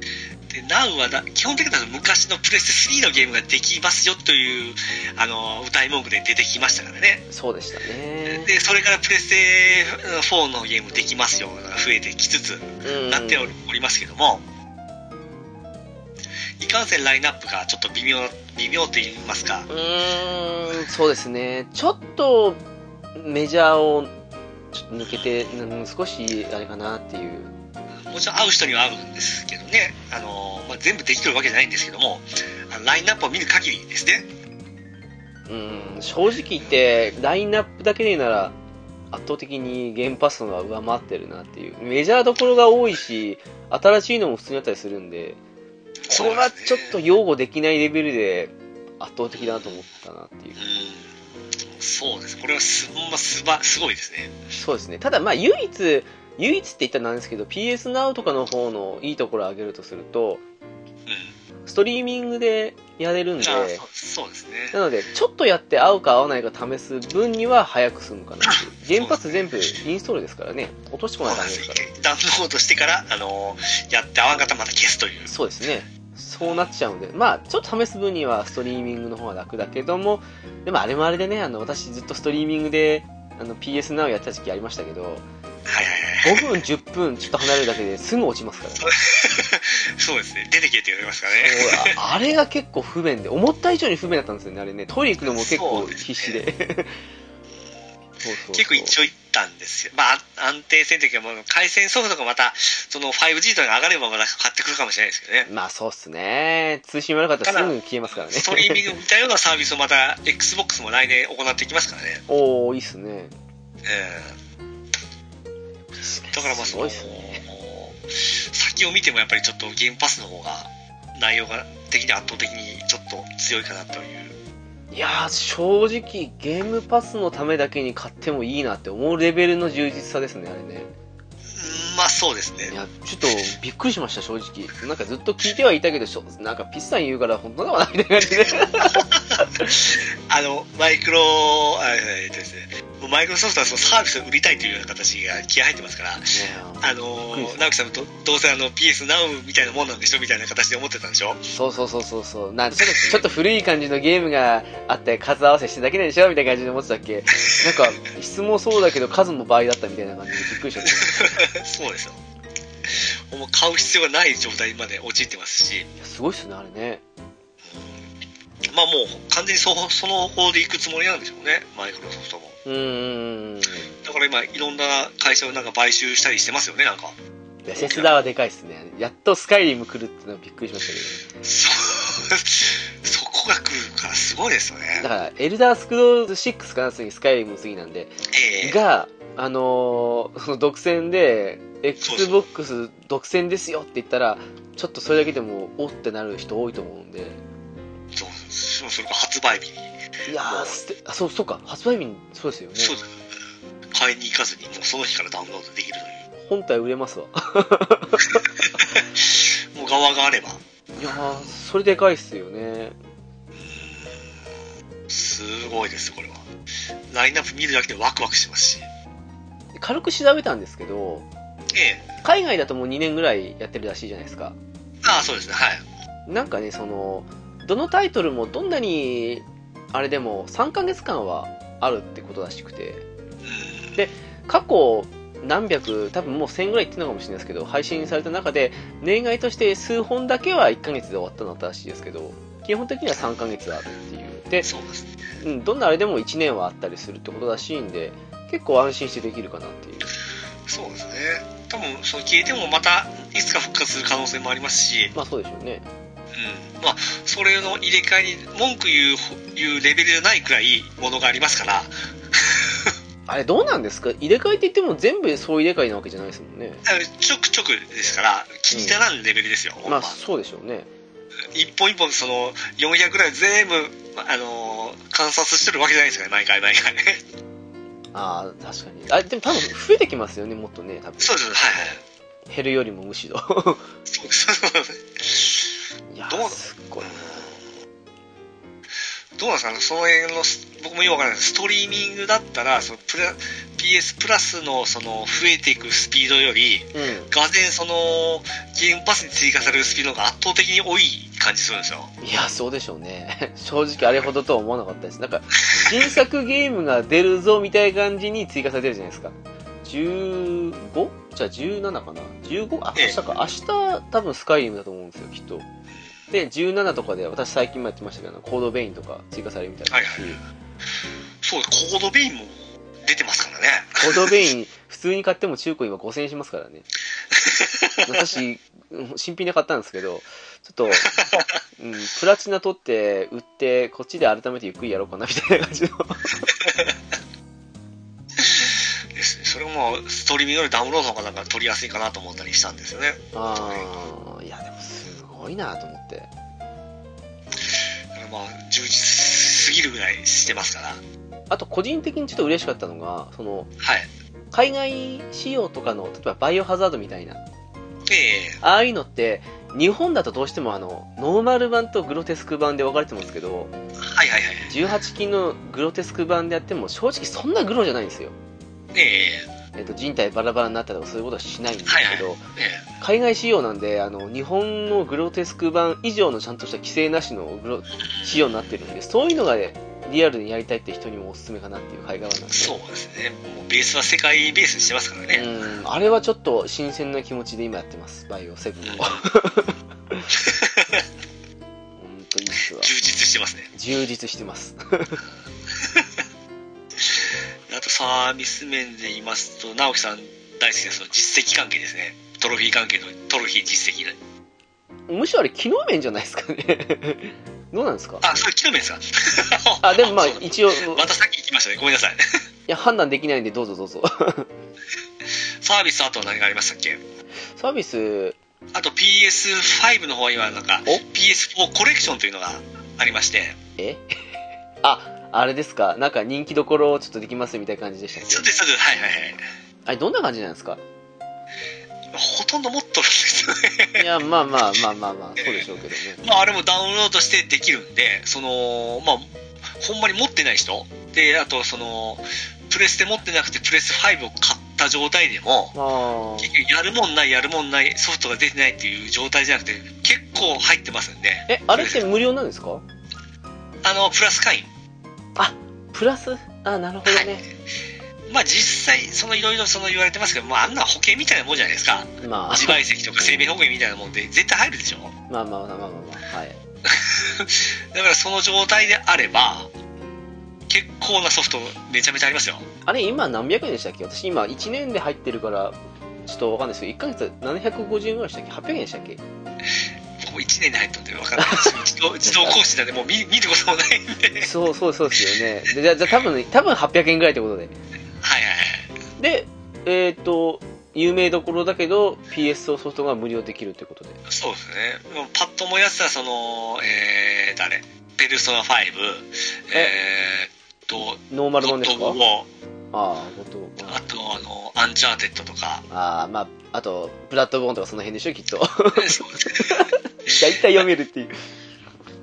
B: で Now はな基本的には昔のプレステ3のゲームができますよというあのー歌い文句で出てきましたからね
A: そうでしたね。
B: でそれからプレステ4のゲームできますよが増えてきつつ
A: うん
B: なっておりおりますけどもいかんせんラインナップがちょっと微妙微妙と言いますか
A: うーん、そうですね。ちょっと、メジャーをちょっと抜けて、うん少し、あれかなっていう。
B: もちろん会う人には会うんですけどね、あのまあ、全部できてるわけじゃないんですけども、あのラインナップを見る限りですね、
A: うん、正直言って、ラインナップだけで言うなら、圧倒的にゲームパスの方が上回ってるなっていう。メジャーどころが多いし、新しいのも普通にあったりするんで、これはちょっと
B: うん、
A: 擁護できないレベルで圧倒的だなと思ったなっていう。
B: そうです、これはすほんますばすごいですね、
A: そうですね。ただまあ唯一、唯一って言ったらなんですけど、PS Now とかの方のいいところを挙げるとすると、
B: うん、
A: ストリーミングでやれるんで、
B: あそうそうですね、
A: なので、ちょっとやって合うか合わないか試す分には早く済むかなっていう。ゲームパス全部インストールですからね。落としてこ
B: そう
A: ない
B: な
A: と
B: ん
A: ダメですす
B: でよ
A: から。
B: ダウンロードしてから、あのやって合わんかったらまた消すという、
A: そうですね。そうなっちゃうので、まあ、ちょっと試す分にはストリーミングの方が楽だけども、でもあれもあれでね、あの、私ずっとストリーミングで、あの、PS Now やってた時期ありましたけど、
B: はいはいはい、
A: 5分、10分ちょっと離れるだけですぐ落ちますからね。
B: そうですね、出てけって言われますからね、
A: そうああれが結構不便で、思った以上に不便だったんですよね、あれね。トイレ行くのも結構必死で。 そうそう
B: 結構一応いったんですよ。まあ、あ安定性というか、もう回線ソフトがまた、その 5G とかが上がればまだ買ってくるかもしれないですけどね。
A: まあそうっすね通信悪かったらすぐ消えますからね
B: ストリーミングみたいなサービスをまた XBOX も来年行っていきますからね。
A: おおいいっすね
B: うん。だからまあ
A: す
B: そ
A: ご
B: の、
A: いっすね
B: 先を見てもやっぱりちょっとゲームパスの方が内容が的に圧倒的にちょっと強いかなという。
A: いやー正直ゲームパスのためだけに買ってもいいなって思うレベルの充実さですねあれね
B: うんまあそうですね
A: い。やちょっとびっくりしました正直なんかずっと聞いてはいたけどしょなんかピッさん言うから本当だわなみたいな感じで
B: あの、マイクロ、あえっとですね、もうマイクロソフトはそのサービスを売りたいというような形が気合入ってますから、あ
A: び
B: の
A: っくりし、た
B: 直樹さんもどどうせあの PS Now みたいなもんなんでしょみたいな形で思ってたんでしょ
A: そうそうそうそうそうなんかちょっとちょっと古い感じのゲームがあって数合わせしてだけなんでしょみたいな感じで思ってたっけなんか質もそうだけど数も倍だったみたいな感じでびっくりしちゃった
B: そうですよ。もう買う必要がない状態まで陥ってますし、
A: いやすごいっすねあれね
B: まあもう完全にそその方向で行くつもりなんでしょうね、マイクロソフトも。
A: うーん
B: だから今、いろんな会社をなんか買収したりしてますよね、な んか。
A: いやセスダはでかいっすねやっとスカイリム来るってのはびっくりしましたけど
B: そうそこが来るからすごいですよね
A: だ。から、エルダースクロール6かな、次、スカイリムも次なんで、
B: ええ
A: が、あのーその独占で、
B: そうそう
A: Xbox 独占ですよって言ったら、ちょっとそれだけでも、おってなる人多いと思うんで、
B: そうしかもそれが発売日に、
A: いやー、すてあそうそうか、発売日に、そうですよね、
B: そう買いに行かずにもうその日からダウンロードできる
A: 本体売れますわ。
B: というもう側があれば
A: いやー、それでかいっすよね。
B: すごいですこれはラインナップ見るだけでワクワクしますし
A: 軽く調べたんですけど、
B: ええ
A: 海外だともう2年ぐらいやってるらしいじゃないですか。
B: ああそうですねはい
A: なんかね、その、どのタイトルもどんなに、あれでも3ヶ月間はあるってことらしくて、
B: うん
A: で過去何百、多分もう1000ぐらいいってるのかもしれないですけど、配信された中で、例外として数本だけは1ヶ月で終わったのだったらしいですけど、基本的には3ヶ月あるっていう。で、
B: そうですね
A: うん、どんなあれでも1年はあったりするってことらしいんで、結構安心してできるかなっていう。
B: そうですね多分その消えてもまたいつか復活する可能性もありますし、
A: まあそうでしょうね。
B: うんまあ、それの入れ替えに文句言う言うレベルじゃないくらいものがありますから
A: あれどうなんですか入れ替えって言っても全部そう入れ替えなわけじゃないですもんね。
B: あのちょくちょくですから気にならんレベルですよ、ほん
A: ま
B: ま
A: あそうでしょうね。
B: 一本一本その400ぐらい全部、あのー観察してるわけじゃないですから毎回毎回
A: ああ、確かに。あ、でも多分増えてきますよね、もっとね、多分。
B: そうですはいはい
A: 減るよりもむしろ。
B: そうそう
A: いやー
B: どうなの
A: すっごいな。
B: どうなんですかねその辺のす僕もよくわからないストリーミングだったらそのプラ PS プラスのその増えていくスピードより
A: う
B: がぜんそのゲームパスに追加されるスピードの方が圧倒的に多い感じするんですよ
A: ん。いや、そうでしょうね。 正直あれほどとは思わなかったです。なんか、新作ゲームが出るぞみたいな感じに追加されてるじゃないですか。15? じゃあ17かな ?15? あ、
B: え
A: 明
B: え
A: 日か。明日多分スカイリムだと思うんですよ、きっと。で、17とかで、私最近もやってましたけど、コードベインとか追加されるみたいですし、
B: はいはそうコードベインも出てますからね
A: コードベイン、普通に買っても中古今5000円しますからね。私、新品で買ったんですけど、ちょっと、うん、プラチナ取って、売って、こっちで改めてゆっくりやろうかな、みたいな感じの。
B: ですねそれもストリーミングよりダウンロードの方がなんか取りやすいかなと思ったりしたんですよね
A: ああ、いや、でもすごいなと思って。
B: まあ、充実すぎるぐらいしてますから、はい、
A: あと、個人的にちょっと嬉しかったのが、その、海外仕様とかの、例えばバイオハザードみたいな、
B: ええ
A: ああいうのって、日本だとどうしてもあの、ノーマル版とグロテスク版で分かれてますけど、
B: はいはいはい、
A: 18禁のグロテスク版でやっても、正直そんなグロじゃないんですよ。
B: ええ
A: えっと、人体バラバラになったとかそういうことはしないんです
B: はい
A: け
B: は
A: ど、
B: ええ
A: 海外仕様なんであの日本のグロテスク版以上のちゃんとした規制なしのグロ仕様になってるんでそういうのが、ね、リアルにやりたいって人にもおすすめかなっていう海外はなんで
B: そうですね、もうベースは世界ベースにしてますからね、
A: うんあれはちょっと新鮮な気持ちで今やってますバイオセブンを本当いいっすわ
B: 充実してますね、
A: 充実してます
B: あとササービス面で言いますと直樹さん大好きなその実績関係ですねトロフィー関係のトロフィー実績
A: むしろあれ機能面じゃないですかねどうなんですか
B: あそれ木の面ですか
A: あでもまあ
B: そうだ
A: 一応い
B: またさっき行きましたねごめんなさい
A: や判断できないんでどうぞどうぞ
B: サービスあとは何がありましたっけ
A: サービス
B: あと PS5 の方は今なんか
A: お
B: PS4 コレクションというのがありまして
A: え ああれですかなんか人気どころをちょっとできますみたいな感じでしたっ
B: そう
A: け
B: ですそうですはいはいはい
A: あれどんな感じなんですか
B: ほとんど持っとるんですよね
A: い やまあまあまあまあまあそうでしょうけどね
B: まあ、あれもダウンロードしてできるんで、その、まあ、ほんまに持ってない人で、あと、その、プレステ持ってなくて、プレステ5を買った状態でも、
A: あ
B: 結局やるもんない、やるもんない、ソフトが出てないっていう状態じゃなくて、結構入ってますん
A: あ
B: で、
A: えあれって無料なんですか
B: あの、プラス会員。
A: プラスあなるほどね、
B: まあ、実際、そのいろいろその言われてますけど、まあ、あんな保険みたいなもんじゃないですか。
A: まあ
B: 自賠責とか生命保険みたいなもんで、絶対入るでしょ。
A: まあまあまあまあまあ、まあ、はい
B: だから、その状態であれば、結構なソフトめちゃめちゃありますよ。
A: あれ今何百円でしたっけ私今1年で入ってるからちょっとわかんないですけど1ヶ月750円ぐらいでしたっけ800円でしたっけ
B: もう1年に入ったんで分かんない 自動自動更新なんでもう見見ることもないんで
A: そうそうそうですよねでじゃあじゃあ多分多分800円ぐらいってことで
B: はいはい
A: でえっ、と有名どころだけど PS ソフトが無料できるってことで
B: はいそうですねもうパッと思い出したそのえー、誰ペルソナ5えー、っと
A: ノーマルもんですか
B: ゴッドウォ
A: ああ本当
B: ーあとあのアンチャーテッドと か
A: ああまああとプラットボーンとかその辺でしょきっと
B: そう
A: 大体読めるっていう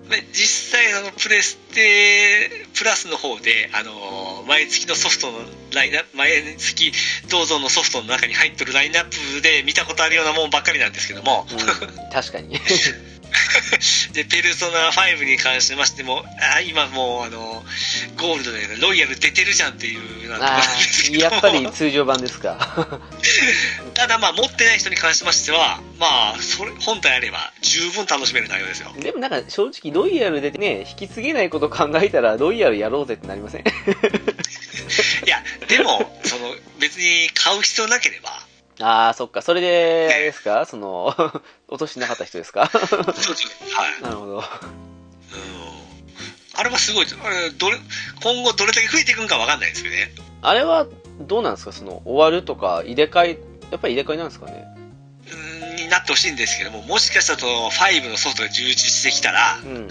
B: で実際そのプレステプラスの方であの毎月のソフトのラインナップ毎月どうぞのソフトの中に入ってるラインナップで見たことあるようなもんばっかりなんですけども、
A: うん確かに
B: で、ペルソナ5に関しましても、あ今もう、あの、ゴールドでロイヤル出てるじゃんっていうなんとかなん
A: あ
B: です
A: あ
B: けど
A: やっぱり通常版ですか
B: ただまあ、持ってない人に関しましては、まあ、それ、本体あれば十分楽しめる内容ですよ。
A: でもなんか正直ロイヤルでね引き継げないこと考えたらロイヤルやろうぜってなりません
B: いや、でも、その、別に買う必要なけ れば、
A: ああそっかそれであれですかその 落としてなかった人ですか
B: そうですねはい。うん
A: なるほど
B: あれはすごいです、あれどれ、今後どれだけ増えていくんかわかんないですけどね。
A: あれはどうなんですかその終わるとか入れ替えやっぱり入れ替えなんですかね
B: うんになってほしいんですけども、もしかしたらその5のソフトが充実してきたら、
A: うん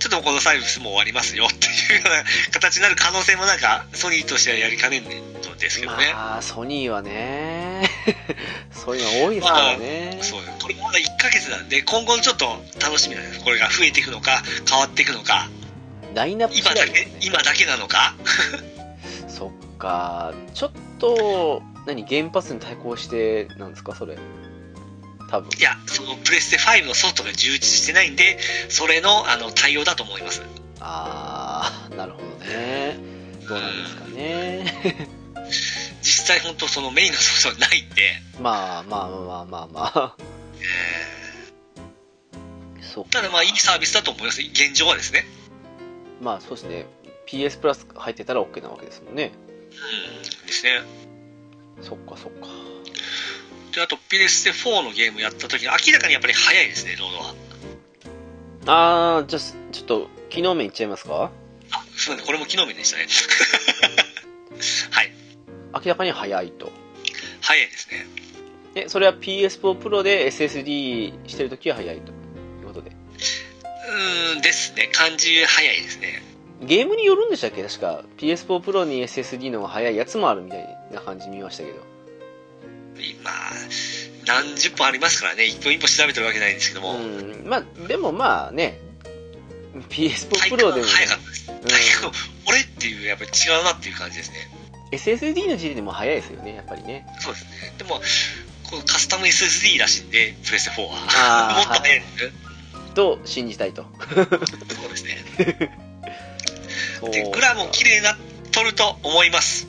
B: ちょっとこのサービスもう終わりますよっていうような形になる可能性もなんかソニーとしてはやりかねんのですけどね。
A: まあソニーはね そういうの多いですからね、
B: そうこれまだ1ヶ月なんで今後ちょっと楽しみなんですこれが増えていくのか変わっていくのか
A: ラインナップ次
B: 今
A: 第
B: だ
A: です
B: け
A: ね
B: 今だけなのか
A: そっかちょっと何原発に対抗してなんですかそれ多分
B: いやそのプレステ5のソフトが充実してないんでそれのあの対応だと思います
A: あーなるほどねどうなんですかね
B: 実際本当そのメインのソフトはないんで、
A: まあまあまあまあまあそっか
B: ただまあいいサービスだと思います現状はですね
A: まあそうですね PS プラス入ってたら OK なわけですもんね
B: うんですね
A: そっかそっか
B: であとプレステ4のゲームやった時に明らかにやっぱり早いですねロードは
A: あーじゃあすちょっと機能面いっちゃいますか
B: あ、すみません、これも昨日面でしたね。 はい、
A: 明らかに早いと
B: 早いですね。
A: えそれは PS4 Pro で SSD してるときは早いということで
B: うーんですね、感じ早いですね。
A: ゲームによるんでしたっけ確か PS4 Pro に SSD の方が早いやつもあるみたいな感じ見ましたけど
B: 今、何十本ありますからね、一本一本調べてるわけないんですけども、
A: うんまあでもまあね PS4
B: 体
A: Pro
B: 感
A: でも、
B: 早かったです。
A: うん
B: 体 感、俺っていう、やっぱり違うなっていう感じですね。
A: SSD の時点でも早いですよねやっぱりね
B: そうですね。でも、このカスタム SSD らしいんで、プレステ4は。
A: あー
B: もっと早いですね。
A: と信じたいと
B: そうですね。
A: そ
B: で、
A: う
B: グラも綺麗な、撮ると思います。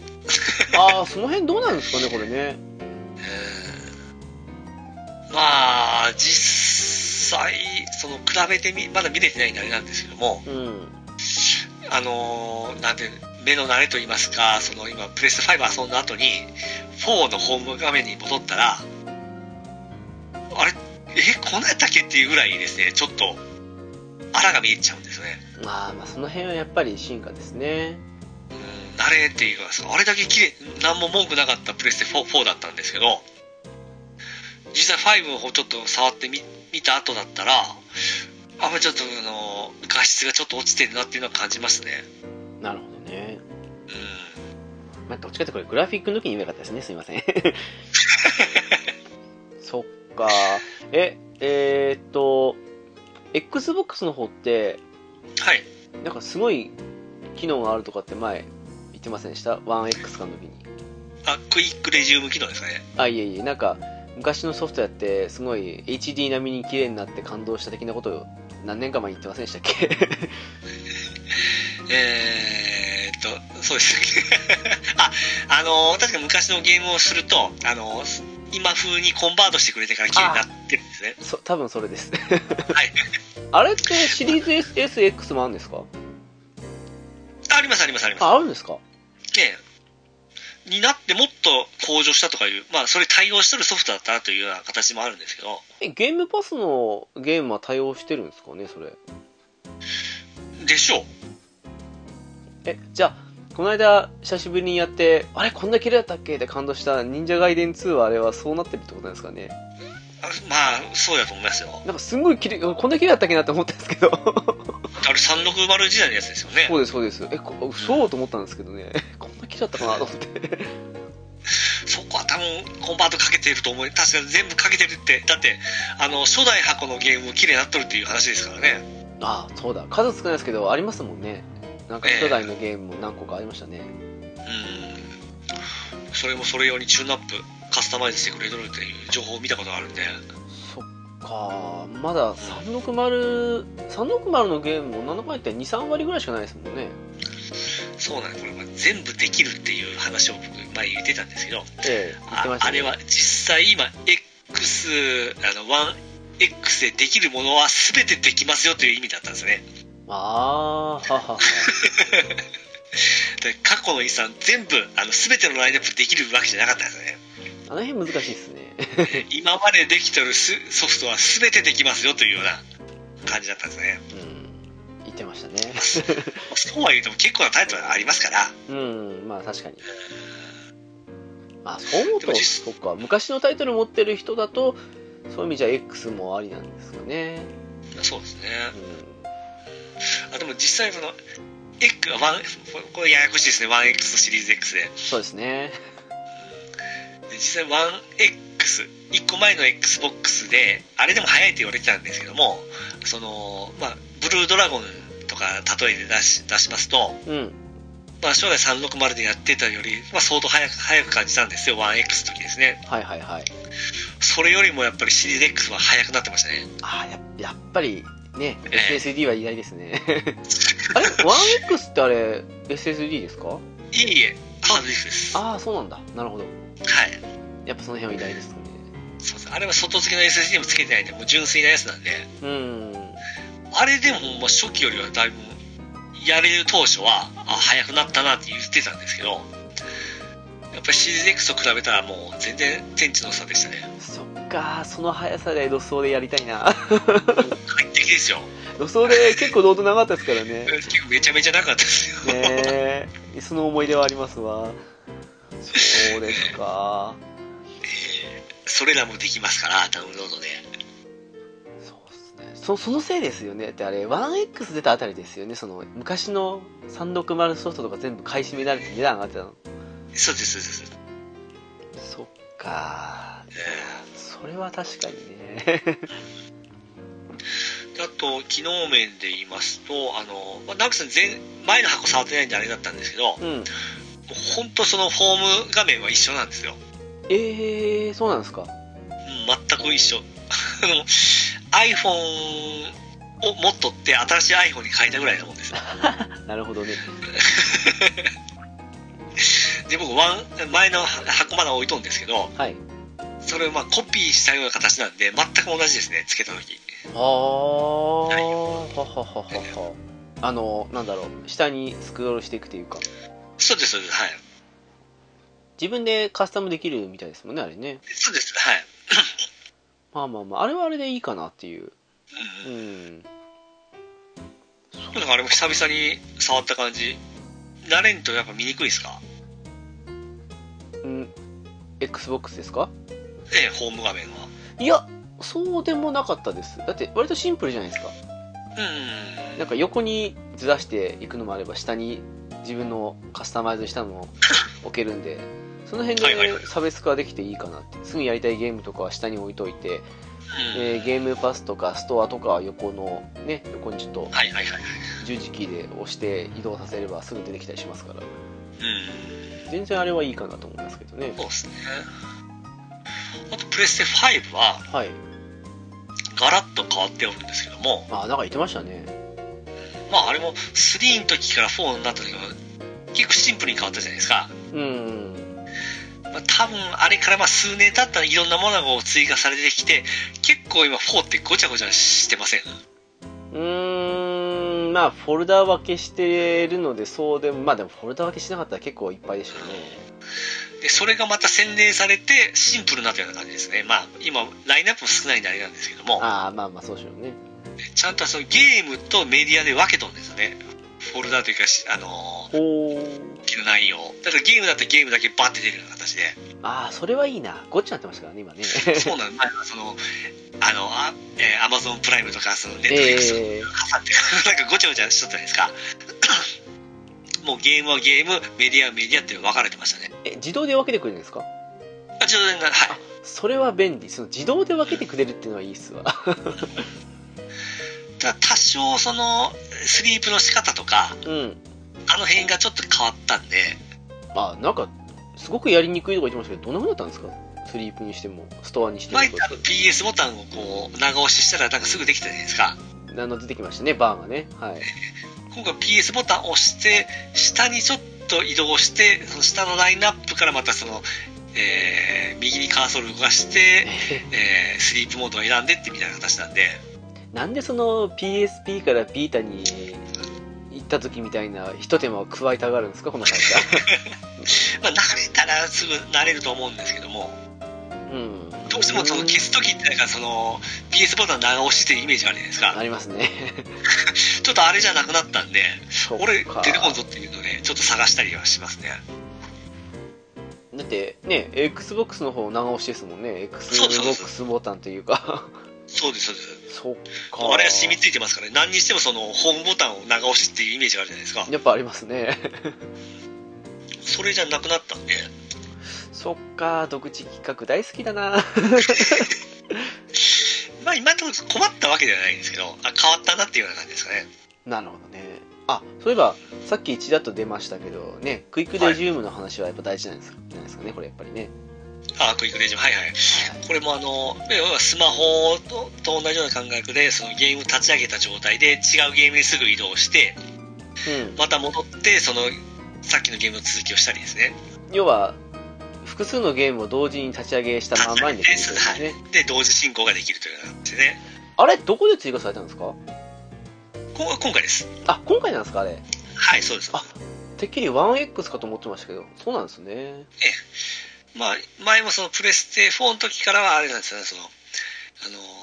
A: ああその辺どうなんですかねこれね
B: まあ実際その比べてみまだ見れてないんであれなんですけども
A: うん
B: あのーなんて目の慣れと言いますかその今プレステ5遊んだ後に4のホーム画面に戻ったらあれえこんなんやったっけっていうぐらいですねちょっとあらが見えちゃうんですよね
A: まあまあその辺はやっぱり進化ですね
B: うん慣れっていうかあれだけ綺麗何も文句なかったプレステ 4, 4だったんですけど実際5をちょっと触ってみ見た後だったらあまあちょっとあの画質がちょっと落ちてるなっていうのは感じますね
A: なるほどね
B: うん
A: まあ、どっちかってこれグラフィックの時に言えばよかったですねすいま せんそっかええーっと XBOX の方って
B: はい
A: なんかすごい機能があるとかって前言ってませんでした 1X かの時に
B: あクイックレジウム機能ですかね
A: あいえいえなんか昔のソフトやってすごい HD 並みに綺麗になって感動した的なことを何年か前に言ってませんでしたっけ
B: えー、っと、そうですね。 あ、あのー確か昔のゲームをすると、あのー今風にコンバートしてくれてから綺麗になってるんですね。
A: そ多分それです
B: はい。
A: あれってシリーズ SSX もあるんですか
B: あありますありますありま
A: ああるんですか
B: す。ねえになってもっと向上したとかいう、まあ、それ対応してるソフトだったなというような形もあるんですけど、
A: えゲームパスのゲームは対応してるんですかねそれ
B: でしょう。
A: えじゃあこの間久しぶりにやってあれこんな綺麗だったっけって感動した忍者ガイデン2はあれはそうなってるってことなんですかね
B: あまあ、そうだと思いますよ。
A: なんかすんごい綺麗こんな綺麗だったっけなって思ったんです けど
B: あれ360時代のやつですよね
A: そ。うですそうですえこそうと思ったんですけどねこんな綺麗だったかなと思って
B: そこは多分コンバートかけてると思い確かに全部かけてるってだってあの初代箱のゲーム綺麗になっとるっていう話ですからね
A: ああそうだ数少ないですけどありますもんねなんか初代のゲームも何個かありましたね、
B: うんそれもそれ用にチューンアップカスタマイズしてくれとるっていう情報を見たことがあるんで
A: そっかまだ360 360のゲームも7回って23割ぐらいしかないですもんね
B: そうなんですこれまあ全部できるっていう話を僕前言ってたんですけど
A: ええ言って
B: あ
A: ました
B: あ
A: ね
B: れは実際今 X あの 1X でできるものは全てできますよという意味だったんですね
A: ああははは
B: で過去の遺産全部あの全てのラインナップできるわけじゃなかったんですよね
A: あの辺難しいですね
B: 今までできてるすソフトは全てできますよというような感じだったんで すね。
A: うん言ってましたね
B: そうは言うても結構なタイトルがありますから、
A: うんまあ確かにまあそう思う
B: で
A: と
B: も実
A: そっか昔のタイトル持ってる人だとそういう意味じゃ X もありなんですよね
B: そうですね。
A: うん
B: あでも実際その、エッグワンこれややこしいですね、1X とシリーズ X で。で
A: そうですね
B: 実際 1X、1個前の XBOX で、あれでも早いって言われてたんですけども、その、まあ、ブルードラゴンとか例えで出し出しますと、
A: うん
B: まあ、将来360でやってたより、まあ、相当早く早く感じたんですよ、1X の時ですね。
A: はいはいはい
B: それよりもやっぱりシリーズ X は速くなってましたね。
A: ああややっぱりね
B: ええ
A: SSD は偉大ですね あれ 1X ってあれ SSD ですか
B: いえいえ、ハードディスクです。はい。
A: ああそうなんだなるほどやっぱその辺は偉大ですね
B: そうです。あれは外付けの SSD も付けてないんで、もう純粋なやつなんで、
A: うん
B: あれでもまあ初期よりはだいぶ、やれる当初は、あ、速くなったなって言ってたんですけど、やっぱりシリーズ X と比べたらもう全然天地の差でしたね。
A: そっかその速さでロスでやりたいな
B: 快適ですよ。
A: 予想で結構同等長かったですからね。
B: 結構めちゃめちゃなかったですよ。
A: ねえ、その思い出はありますわ。そうですか。
B: それらもできますから、ダウンロードで。
A: そうですね。そそのせいですよね。ってあれ、1X 出たあたりですよね。その昔の360ソフトとか全部買い占められて値段上がってたの。
B: そうです、そうです。
A: そっか。
B: えー
A: それは確かにね。
B: あと、機能面で言いますと、あの、まあ、ナグさん前、前の箱触ってないんであれだったんですけど、も
A: うん。
B: う本当そのフォーム画面は一緒なんですよ。
A: えー、そうなんですか。
B: うん全く一緒。あの iPhone を持っとって新しい iPhone に変えたぐらいなもんですよ。
A: なるほどね。
B: で、僕、ワン、前の箱まだ置いとんですけど、
A: はい。
B: それをまあコピーしたような形なんで、全く同じですね、つけた時。
A: はあ。ははははは。あのなんだろう下にスクロールしていくというか
B: そうです、そうです。はい。
A: 自分でカスタムできるみたいですもんねあれね
B: そうです。はい。
A: まあまあまああれはあれでいいかなっていう
B: うん
A: う
B: うん
A: ん
B: でもなんかあれも久々に触った感じ。慣れんとやっぱ見にくいですか
A: うん XBOX ですか
B: ええ、ホーム画面は。
A: いやそうでもなかったですだって割とシンプルじゃないですか
B: うん。
A: なんか横にずらしていくのもあれば下に自分のカスタマイズしたの を置けるんでその辺
B: はいはいは
A: で差別化できていいかなってすぐやりたいゲームとかは下に置いといて、
B: うん
A: えーゲームパスとかストアとかは横のね横にちょっと
B: はいはいはい。
A: 十字キーで押して移動させればすぐ出てきたりしますから
B: うん。
A: 全然あれはいいかなと思いますけどね
B: そうですね。あと、プレステ5は、
A: はい
B: ガラッと変わっておるんですけども、
A: あなんか言ってましたね
B: まあ、あれも3の時から4になった時は、結構シンプルに変わったじゃないですか。
A: うん
B: まあ、多分、あれからまあ数年経ったらいろんなものが追加されてきて、結構今4ってごちゃごちゃしてません。
A: うーんまあフォルダ分けしてるのでそうでもまあでもフォルダ分けしなかったら結構いっぱいでしょうね
B: で、それがまた洗練されてシンプルになったような感じですね。まあ、今、ラインナップも少ないんであれなんですけども、
A: ああまあまあそうでしょうね
B: ちゃんとそのゲームとメディアで分けとるんですよね。フォルダというかし、あの
A: ほう
B: ー、機能内容。だからゲームだったらゲームだけバッて出るような形で。
A: ああそれはいいなごっちゃになってましたからね今ね
B: そうなんです。まあその、あの、あえー、アマゾンプライムとか、その、ネットフリックス
A: ええ
B: 挟んで、 なんかごちゃごちゃしとったじゃないですか。 もうゲームはゲーム、メディアはメディアって分かれてましたね。
A: え自動で分けてくれるんですか
B: あ、ちょうどね、はい。
A: それは便利その自動で分けてくれるっていうのはいいっすわ
B: ただ、多少、その、スリープの仕方とか、
A: うん
B: あの辺がちょっと変わったんで、
A: あなんかすごくやりにくいとか言ってましたけどどんな風だったんですかスリープにしてもストアにしても
B: 前多分 PS ボタンをこう、長押ししたらなんかすぐできたじゃないですか。
A: あの出てきましたねバーンがね はい
B: 今回 PS ボタンを押して、下にちょっと移動して、その下のラインナップからまたその、えー、右にカーソル動かして、えースリープモードを選んでってみたいな形なんで、
A: なんでその PSP からビータに行った時みたいな一手間を加えたがるんですかこの会 社
B: まあ、慣れたらすぐ慣れると思うんですけども、
A: うん
B: どうしてもその消すときってなんかその PS ボタン長押しっていうイメージがあるじゃないです
A: あ
B: か。
A: りますね
B: ちょっとあれじゃなくなったんで、
A: そっか
B: 俺出てこんぞっていうので、ちょっと探したりはしますね。
A: だってね XBOX の方長押しですもんね
B: そうそうそう
A: XBOX ボタンというか
B: そうです、そうです。
A: そっか
B: あれは染みついてますからね。何にしてもそのホームボタンを長押しっていうイメージがあるじゃないですか。
A: やっぱありますね
B: それじゃなくなったんで、
A: そっか独自企画大好きだな
B: まあ今のところ困ったわけではないんですけど、あ変わったなっていうような感じですかね。
A: なるほどねあそういえばさっき1だと出ましたけどねクイックデジウムの話はやっぱ大事なんです,、じゃないですかねこれやっぱりね
B: あクイックレジム、はいはい。これもあの、要はスマホとと同じような感覚で、そのゲーム立ち上げた状態で違うゲームにすぐ移動して、
A: うん
B: また戻って、その、さっきのゲームの続きをしたりですね。
A: 要は複数のゲームを同時に立ち上げしたまんまにできるということですね
B: で、同時進行ができるというような感じでね。
A: あれどこで追加されたんですか
B: こ今回です。
A: あ今回なんですかあれ
B: はい、そうです。
A: あてっきり 1X かと思ってましたけどそうなんですね
B: まあ、前もそのプレステ4の時からはあれなんですよね、その、あ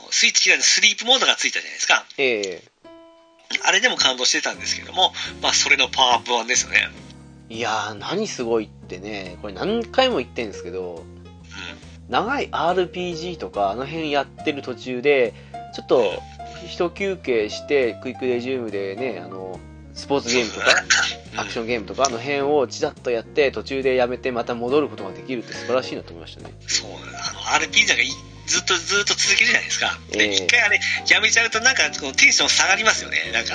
B: の、スイッチ嫌いのスリープモードがついたじゃないですか。
A: ええ
B: あれでも感動してたんですけども、まあ、それのパワーアップ版ですよね。
A: いやー何すごいってねこれ何回も言ってんですけど
B: う
A: 長い RPG とかあの辺やってる途中でちょっと一休憩してクイックレジウムでねあのスポーツゲームとか
B: ん。
A: アクションゲームとかあの辺をチラッとやって途中でやめてまた戻ることができるって素晴らしいなと思いましたね
B: そう、あの、RPG なんかいずっとずっと続けるじゃないですか。
A: ええ
B: で、一回あれ、やめちゃうとなんか、このテンション下がりますよね。なんか、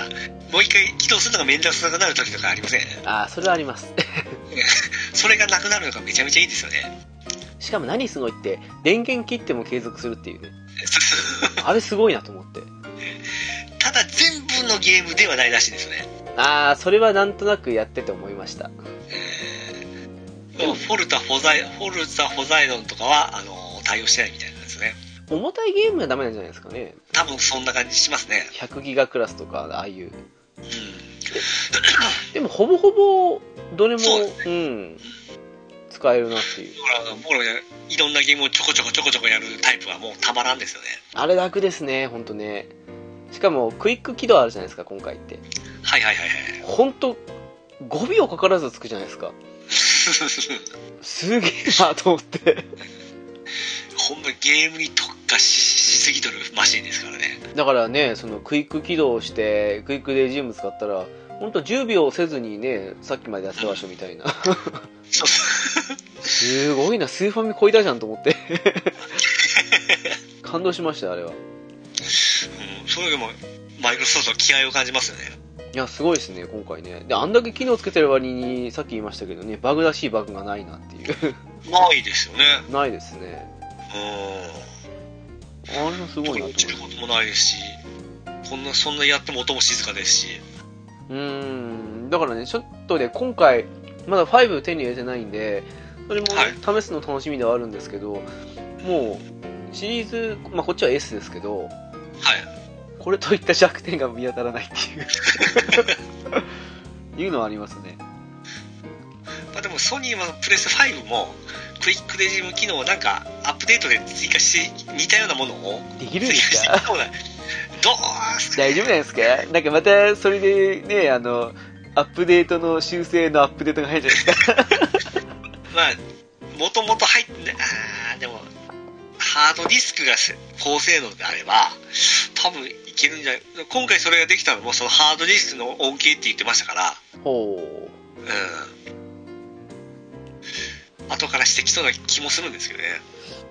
B: もう一回起動するのが面倒くさくなる時とかありません
A: ああそれはあります
B: それがなくなるのがめちゃめちゃいいですよね。
A: しかも何すごいって電源切っても継続するっていうねあれすごいなと思って
B: ただ、全部のゲームではないらしいですよね。
A: ああそれはなんとなくやってて思いました
B: でもフォルタフォザイ、フォルザフォザイドンとかは、あの、対応してないみたいなんですね。
A: 重たいゲームはダメなんじゃないですかね
B: 多分そんな感じしますね。
A: 100ギガクラスとかああいう
B: うん。
A: でもほぼほぼどれも
B: そうで
A: うん使えるなっていう
B: 僕ら僕らねいろんなゲームをちょこちょこちょこちょこやるタイプはもうたまらんですよね
A: あれ楽ですねほんとねしかもクイック起動あるじゃないですか今回って
B: はいはいはいはい
A: ほんと5秒かからずつくじゃないですかすげえなと思って
B: ほんまゲームに特化ししすぎとるマシンですからね
A: だからねそのクイック起動してクイックでジム使ったらほんと10秒せずにねさっきまでやってましたみたいな
B: そうそう
A: すごいなスーファミ超えたじゃんと 思って感動しましたあれは
B: うんそれでもマイクロソフトの気合を感じますよね
A: いや、すごいですね、今回ね。で、あんだけ機能つけてる割に、さっき言いましたけどね、バグらしいバグがないなっていう。
B: ないですよね
A: ないですね。
B: う
A: あれもす
B: ん
A: ごいなと思
B: 落ちることもないですしこんなそんなやっても音も静かですし
A: う。うーん。だからね、ちょっとね、今回、まだ5手に入れてないんで、それもね、試すの楽しみではあるんですけど、もう、シリーズ、まあ、こっちは S ですけど、
B: はい
A: これといった弱点が見当たらないっていう。いうのはありますね。
B: まあ、でもソニーはプレステ5もクイックデジム機能をなんかアップデートで追加して似たようなものを
A: できるん
B: 追
A: で
B: 加
A: す
B: し
A: か
B: ていったようなどうすか
A: 大丈夫なんですかなんかまたそれでねあのアップデートの修正のアップデートが入るじゃないですか
B: まあもともと入ってあーでもハードディスクがせ高性能であれば多分いけるんじゃない今回それができたのもそのハードディスクの OK って言ってましたから
A: ほ
B: うん後からしてきそうな気もするんですけどね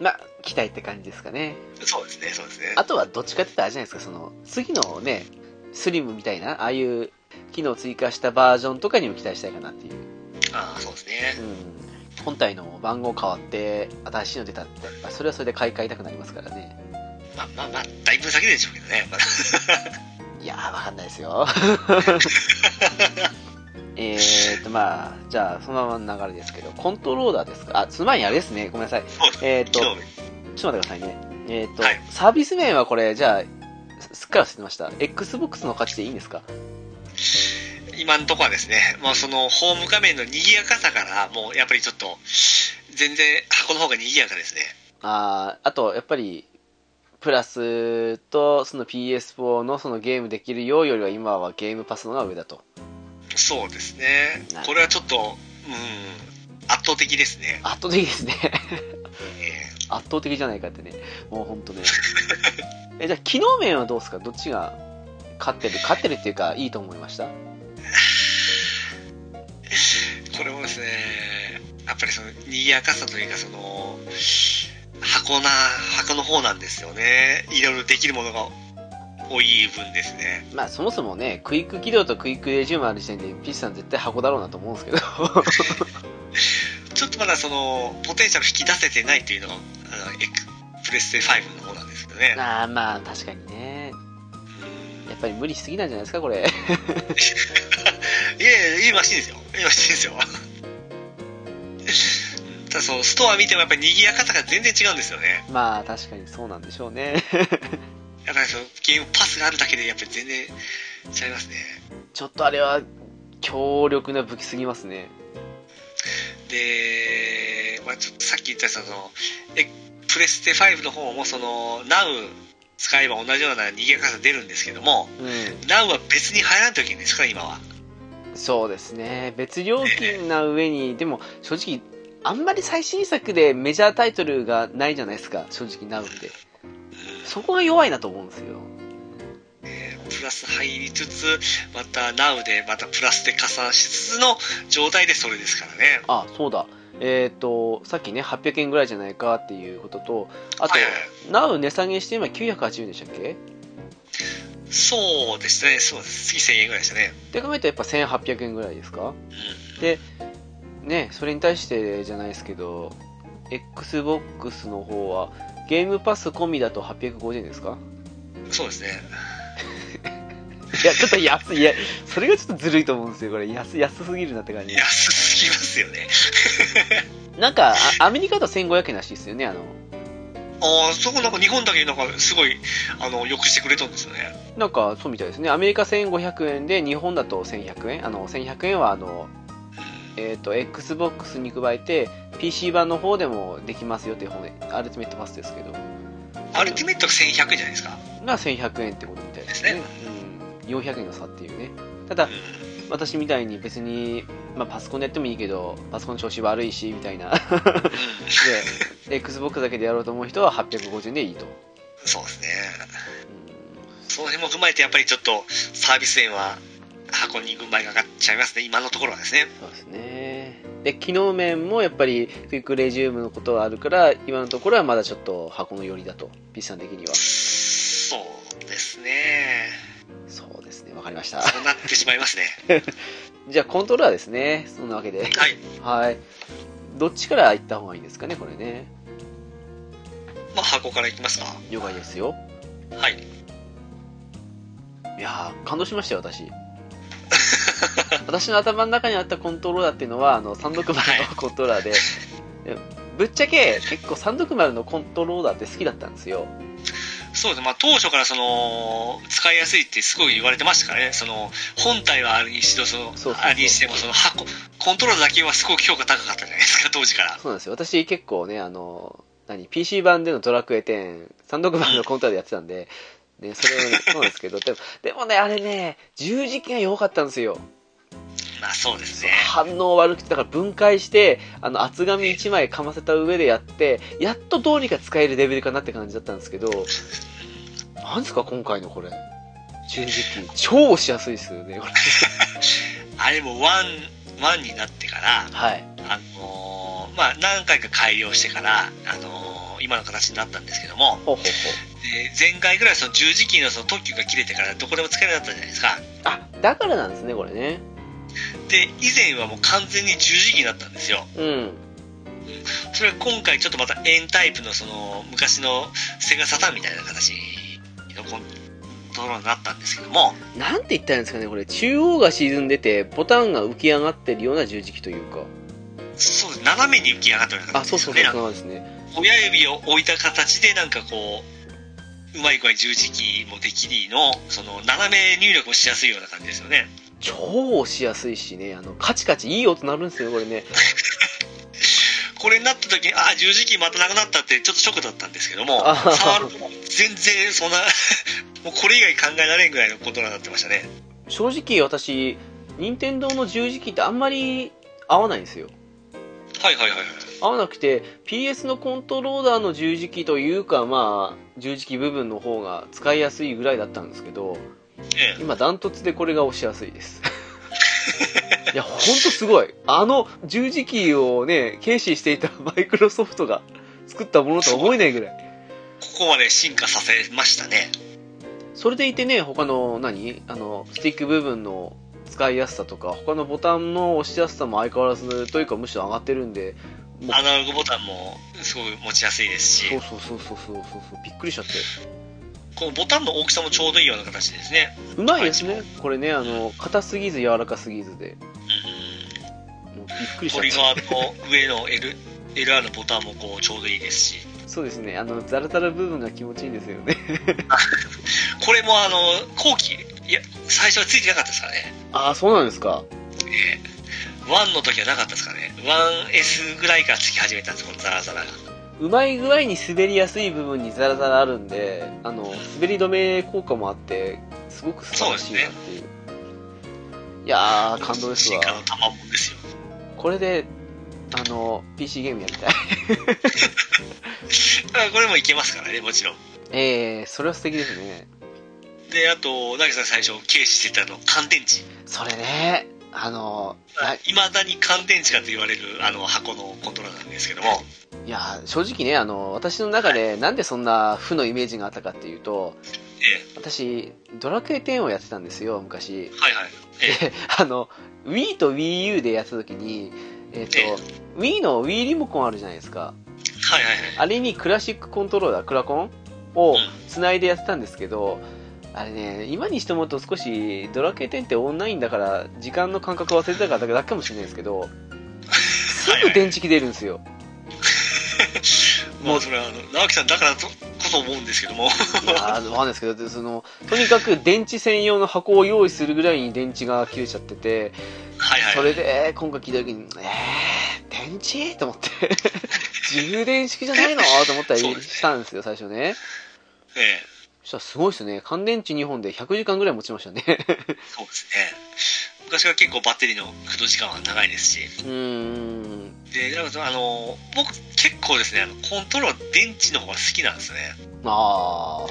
A: うまあ期待って感じですかね
B: そうですねそうですね
A: あとはどっちかって言ったらあれじゃないですかその次のねスリムみたいなああいう機能追加したバージョンとかにも期待したいかなっていう、
B: ああそうですね
A: うん、本体の番号変わって新しいの出たってやっぱそれはそれで買い替えたくなりますからね
B: まあまあまあだいぶ先でしょうけどねまだ
A: いやーわかんないです よえーっとまあじゃあそのままの流れですけどコントローラーですかあその前にあれですねごめんなさい
B: そうですね
A: えーっと
B: 昨日
A: ちょっと待ってくださいね。えっ、と、
B: はい
A: サービス面はこれ、じゃあ、すすっかり忘れてました。Xbox の価値でいいんですか
B: 今のところはですね、まあ、そのホーム画面の賑やかさからもうやっぱりちょっと全然箱の方が賑やかですね
A: あーあと、やっぱり、プラスと、その PS4 のそのゲームできるようよりは今はゲームパスの方が上だと。
B: そうですね
A: なるほど
B: これはちょっとうん圧倒的ですね、
A: 圧倒的ですね。
B: えー
A: 圧倒的じゃないかってね。もうほんとね。 え、じゃあ、機能面はどうですかどっちが勝ってる勝ってるっていうか、いいと思いました
B: これもですねやっぱりその賑やかさというかその箱な箱の方なんですよねいろいろできるものが多い分ですね
A: まあ、そもそもね、クイック起動とクイックレジュームある時点で、ピッチさん絶対箱だろうなと思うんですけ ど。
B: ちょっとまだそのポテンシャル引き出せてないというのがあのエクプレステ5の方なんですけどね
A: ああまあ確かにね
B: うん
A: やっぱり無理しすぎなんじゃないですかこ れ
B: いやいやいいマシンですよいいマシン ですよただそのストア見てもやっぱり賑やかさが全然違うんですよね
A: まあ確かにそうなんでしょうね
B: やっぱりそのゲームパスがあるだけでやっぱり全然違いますね
A: ちょっとあれは強力な武器すぎますね
B: で、まあ、ちょっとさっき言ったそのえプレステ5の方もその NOW 使えば同じような賑やかさ出るんですけども
A: うん
B: NOW は別に入らんといけないんですから今は
A: そうですね別料金な上にでも正直あんまり最新作でメジャータイトルがないじゃないですか正直なうってそこが弱いなと思うんですよ
B: えープラス入りつつまた NOW でまたプラスで加算しつつの状態でそれですからね
A: あそうだえっ、とさっきね800円ぐらいじゃないかっていうこととあと
B: はいはいはい
A: NOW 値下げして今980円でしたっけ
B: そうですねそうです次1000円ぐらいでしたね
A: って考えたらやっぱ1800円ぐらいですか
B: うん
A: でねそれに対してじゃないですけど XBOX の方はゲームパス込みだと850円ですか
B: そうですね
A: いやちょっと安いいやそれがちょっとずるいと思うんですよこれ安安すぎるなって感じ
B: 安すぎますよね
A: なんかあアメリカだと1500円らしいですよねあの
B: ああそこなんか日本だけなんかすごいあのよくしてくれたんですよね
A: なんかそうみたいですねアメリカ1500円で日本だと1100円あの1100円はあのえっ、と XBOX に加えて PC 版の方でもできますよっていう方でアルティメットパスですけど
B: アルティメットが1100円じゃないですか
A: が1100円ってことみたいですね
B: ですね
A: うん、400円の差っていうねただ
B: うん
A: 私みたいに別に、まあ、パソコンでやってもいいけどパソコンの調子悪いしみたいなで XBOX だけでやろうと思う人は850円でいいと、
B: そうですね
A: うん
B: その辺も踏まえてやっぱりちょっとサービス面は箱に軍配が上がっちゃいますね今のところはですね
A: そうですねで機能面もやっぱりクイックレジウムのことはあるから今のところはまだちょっと箱の寄りだと P さん的には
B: そうですね
A: そうですねわかりました
B: そうなってしまいますね
A: じゃあコントローラーですねそんなわけで
B: はい、
A: はいどっちから行った方がいいですかねこれね
B: まあ、箱からいきますか
A: 了解ですよ
B: はい
A: いやー感動しましたよ私 私の頭の中にあったコントローラーっていうのはあの360のコントローラーででぶっちゃけ結構360のコントローラーって好きだったんですよ
B: そうですね、まあ、当初からその使いやすいってすごい言われてましたからねその本体はあれにしろその
A: そうそうそう
B: あれにしてもその箱コントロールだけはすごく評価高かったじゃないですか 当時から
A: そうなんですよ私結構ねあの何 PC 版でのドラクエ10 360のコントローラーでやってたんでね、それをねそうなんですけどでもでもねあれね十字キーが弱かったんですよ
B: まあそうです
A: そう
B: ね
A: 反応悪くてだから分解してあの厚紙1枚かませた上でやってやっとどうにか使えるレベルかなって感じだったんですけどなんですか今回のこれ十字キー超押しやすいですよねこれ
B: あれもワンワンになってから
A: はい
B: あのーまあ何回か改良してからあのー今の形になったんですけども
A: ほうほうほう
B: で前回ぐらいその十字キーのその特許が切れてからどこでも使えなかったじゃないですか
A: あだからなんですねこれね
B: で以前はもう完全に十字キーだったんですよ
A: うん
B: それが今回ちょっとまた円タイプのその昔のセガサターンみたいな形のコントローラーになったんですけども
A: なんて言ったらいいんですかねこれ中央が沈んでてボタンが浮き上がってるような十字キーというか
B: そうです斜めに浮き上がったような
A: あ
B: 形
A: そう
B: で
A: そうそう
B: すよね
A: そうなんですね
B: なんか親指を置いた形でなんかこううまい具合に十字キーもできりのその斜め入力もしやすいような感じですよね
A: 超押しやすいしねあのカチカチいい音鳴るんですよこれね
B: これになった時にあ十字キーまたなくなったってちょっとショックだったんですけども
A: あはは
B: 触ると全然そんな もうこれ以外考えられんぐらいのコントローラーになってましたね
A: 正直私任天堂の十字キーってあんまり合わないんですよ
B: はいはいはいはい
A: 合わなくて PS のコントローラーの十字キーというかまあ十字キー部分の方が使いやすいぐらいだったんですけど
B: ええ
A: 今ダントツでこれが押しやすいですいやほんとすごいあの十字キーをね軽視していた マイクロソフトが作ったものとは思えないぐらい
B: ここまで進化させましたね。
A: それでいてね他の何あのスティック部分の使いやすさとか他のボタンの押しやすさも相変わらずというかむしろ上がってるんでもう
B: アナログボタンもすごい持ちやすいです
A: そ
B: し
A: う、そうそうそうそうそうそうびっくりしちゃって
B: このボタンの大きさもちょうどいいような形ですね。
A: うまいですねこれねあの硬すぎず柔らかすぎずで
B: うん
A: もうびっくりし
B: ト
A: ち
B: リ
A: ゃった
B: ガーの上の L LR のボタンもこうちょうどいいですし、
A: そうですねあのザラザラ部分が気持ちいいんですよね
B: これもあの後期いや最初はついてなかったですからね。
A: ああそうなんですか
B: ええ1の時はなかったですからね。1S ぐらいからつき始めたんですこのザラザラが。
A: うまい具合に滑りやすい部分にザラザラあるんであの滑り止め効果もあってすごく素晴らしいなっていういやー感動ですわ
B: 進化の賜物ですよ。
A: これであの PC ゲームやりたい
B: だからこれもいけますからね、もちろん。
A: ええー、それは素敵ですね
B: で、あと、なぎさん最初軽視してたあの乾電池。
A: それねあのない
B: まだに乾電池かと言われるあの箱のコントローラーなんですけども、
A: いやー正直ねあの私の中でなんでそんな負のイメージがあったかっていうと
B: え
A: 私ドラクエ10をやってたんですよ昔
B: え、はいはい、
A: であの Wii と WiiU でやった時にえっ、
B: え
A: と Wii の Wii リモコンあるじゃないですか
B: はいはいはい、
A: あれにクラシックコントローラークラコンを
B: うん
A: つないでやってたんですけどあれね今にして思うと少しドラクエ10ってオンラインだから時間の感覚忘れてたからだけかもしれないですけどす
B: はい
A: ぐ電池切れるんですよ
B: もうそれはあの直樹さんだからこそ思うんですけ ど
A: い
B: も
A: やー、わかんないですけど、だってその、とにかく電池専用の箱を用意するぐらいに電池が切れちゃってて、
B: はいはい
A: それで、今回聞いた時に、えー、電池と思って、 自由電式じゃないのと思ったり
B: そうですね
A: したんですよ、最初ね。
B: ええ
A: そしたらすごいですね。乾電池2本で100時間ぐらい持ちま したね。
B: そうですね昔は結構バッテリーの駆動時間は長いですし
A: うーん。
B: でなんかあの僕結構ですねあのコントローラー電池の方が好きなんですね
A: あ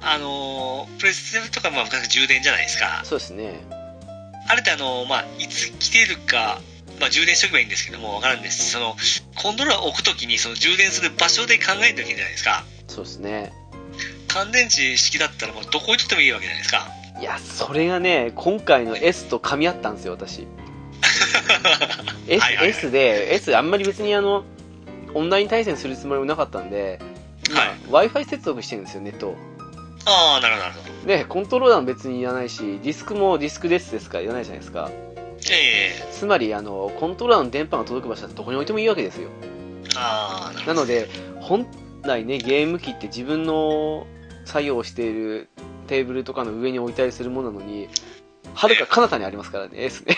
B: あのプレステとかまあ昔充電じゃないですか
A: ー、そうですね。
B: あれってあの、まあ、いつ来てるか、まあ、充電しとけばいいんですけども、わからんですし、その、コントローラーを置くときに、その充電する場所で考えなきゃいけないじゃないですか。
A: そうですね。
B: 乾電池式だったら、まあ、どこにとってもいいわけじゃないですか。
A: いや、それがね、今回の S と噛み合ったんですよ、 私。S,
B: はいはい
A: S で、S あんまり別にあの、オンライン対戦するつもりもなかったんで、はい、Wi-Fi 接続してるんですよ、ネットを。
B: ああ、なるほど、なるほど。
A: で、コントローラーも別にいらないし、ディスクもディスクですですからいらないじゃないですか。
B: ええ
A: つまり、あの、コントローラーの電波が届く場所はどこに置いてもいいわけですよ。
B: ああ、なるほ
A: な
B: ど。
A: ので、本来ね、ゲーム機って自分の作業をしているテーブルとかの上に置いたりするものなのに、はるか彼方にありますからね、S ね。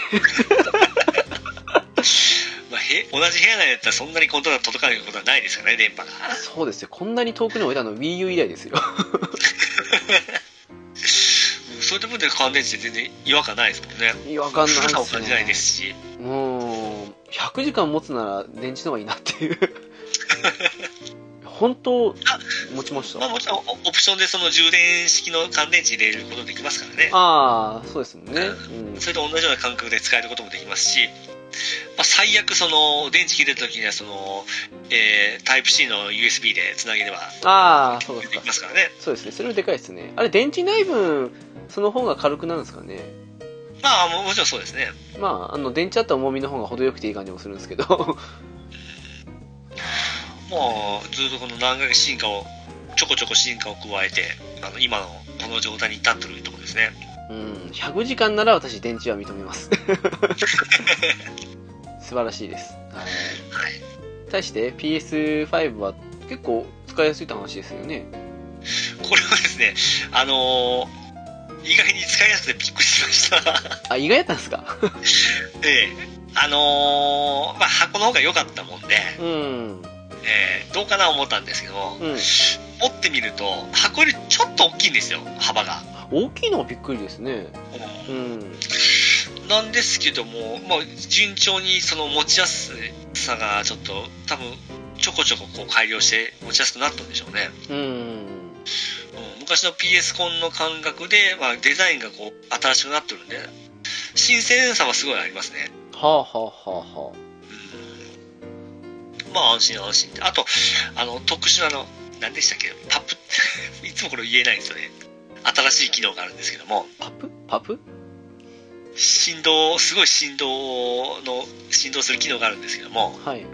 B: まあ、へ同じ部屋内だったら、そんなにコントローラー届かないことはないですよね、電波が。
A: そうですよ、こんなに遠くに置いたの Wii U 以来ですよ。
B: うんそういった部分で乾電池って全然違和感ないですもんね。
A: いやわかんない
B: 古さを
A: です
B: 感じない
A: ね
B: で。すし。
A: もう100時間持つなら電池の方がいいなって いう本当持ちまし
B: まあ、
A: た
B: もちろん、オオプションでその充電式の乾電池入れることできますからね。
A: ああそうですね、うん、
B: それと同じような感覚で使えることもできますし、まあ、最悪その電池切れた時にはその、えー、タイプ C の USB でつなげれば
A: ああそうです
B: で
A: か
B: きますからね
A: そうですねそれもでかいですねあれ電池ない分その方が軽くなるんですかね
B: まあももちろんそうですね
A: まああの電池あった重みの方が程よくていい感じもするんですけど
B: もうずっとこの何回か進化をちょこちょこ進化を加えてあの今のこの状態に至ってるところですね
A: うん100時間なら私電池は認めます 素晴らしいです、はい、
B: はい
A: 対して PS5 は結構使いやすいって話ですよね
B: これはですねあのー意外に使いやすくてびっくりしました
A: あ意外やったんですか
B: ええあのーまあ箱の方が良かったもんで、
A: うん
B: ええどうかな思ったんですけども、
A: うん、
B: 持ってみると箱よりちょっと大きいんですよ幅が、
A: 大きいのはびっくりですね。うん。
B: なんですけども、まあ、順調にその持ちやすさがちょっと多分ちょこちょここう改良して持ちやすくなったんでしょうね、
A: うん。
B: うん、昔の PS コンの感覚で、まあ、デザインがこう新しくなってるんで新鮮さはすごいありますね
A: はあ、はあはあは
B: うんまあ安心安心あとあの特殊なあの何でしたっけパップ いつもこれ言えないんですよね新しい機能があるんですけども
A: あ、パプパプ
B: 振動すごい振動の振動する機能があるんですけども
A: はい。
B: 例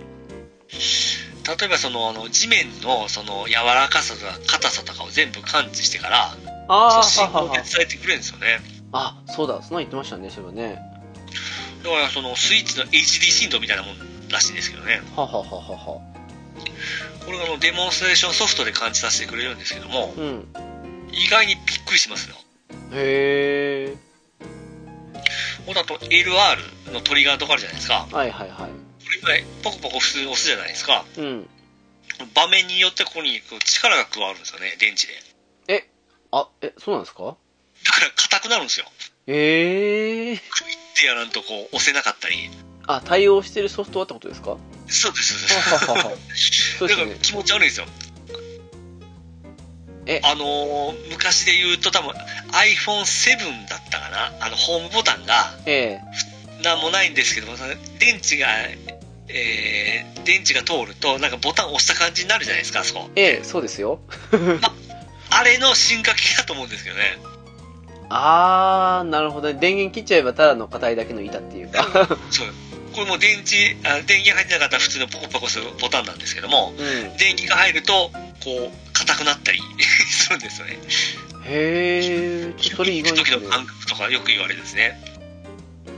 B: えばそのあの地面のその柔らかさとか硬さとかを全部感知してから
A: あ
B: そ
A: あ、
B: の振
A: は
B: 動
A: は
B: で伝えてくれるんですよね
A: あ、そうだ、そんなん言ってましたね、それはね。
B: だからそのスイッチの HD 振動みたいなもんらしいんですけどね
A: はあ、はあはあはあ
B: これがあのデモンストレーションソフトで感じさせてくれるんですけども
A: うん。
B: 意外にびっくりしますよ
A: へえ。
B: ほんとあと LR のトリガーとかあるじゃないですか
A: はいはいはい。
B: これぐらいポコポコ普通に押すじゃないですか
A: うん。
B: 場面によってここにこう力が加わるんですよね電池で
A: あ、え、そうなんですか
B: だから硬くなるんですよ
A: ええ
B: ってやらんとこう押せなかったり
A: あ、対応してるソフトはってことですかは
B: そうですそうです
A: あ、はあはあ、そうで
B: だ
A: す
B: か
A: ね
B: ら気持ち悪いんですよ
A: え
B: あのー昔で言うと多分 iPhone7 だったかなあのホームボタンが
A: ええ
B: なんもないんですけどもその電池がえー電池が通るとなんかボタン押した感じになるじゃないですかあそこ
A: ええそうですよ。
B: あれの進化系だと思うんですけどね
A: あー、なるほどね。電源切っちゃえばただの硬いだけの板っていうか。
B: そうこれもう電池あ電源入ってなかったら普通のポコポコするボタンなんですけども
A: うん。
B: 電気が入るとこう硬くなったり するんですよね
A: へえ、ちょっとそれ意
B: 行
A: 外
B: く
A: です
B: 時
A: ね
B: の。感覚とかよく言われるんですね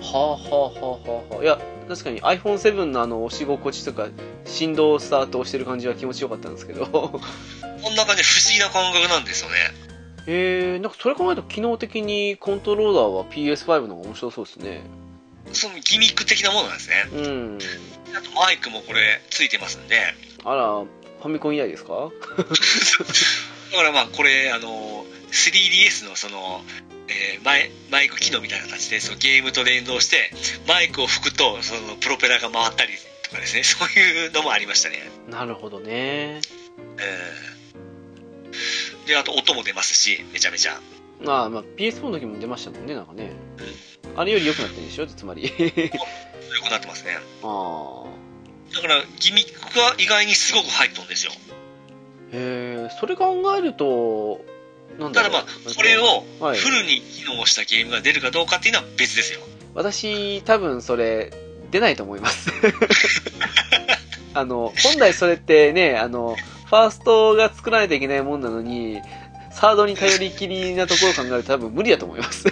A: ははあはあはあはあはあいや確かに iPhone7 のあの押し心地とか振動スタートをしてる感じは気持ちよかったんですけど
B: こんな感じで不思議な感覚なんですよね
A: えー、なんかそれ考えると機能的にコントローラーは PS5 の方が面白そうですね
B: そのギミック的なものなんですね
A: うん
B: あとマイクもこれついてますんで
A: あらファミコン以来ですか
B: だからまあこれあの 3DS のその、えーマイマイク機能みたいな形でそのゲームと連動してマイクを吹くとそのプロペラが回ったりとかですね そういうのもありましたね、
A: なるほどね
B: えーであと音も出ますしめちゃめちゃ
A: まあまあ PS4 の時も出ましたもんねなんかねあれより良くなってるんでしょつまり
B: 良くなってますね
A: ああ
B: だからギミックが意外にすごく入っとんですよ
A: へえそれ考えるとなん
B: た
A: だ
B: だ
A: ろう
B: まあこれを
A: はい
B: フルに機能したゲームが出るかどうかっていうのは別ですよ
A: 私多分それ出ないと思います あの本来それってねあのファーストが作らないといけないもんなのにサードに頼りきりなところを考えると多分無理だと思います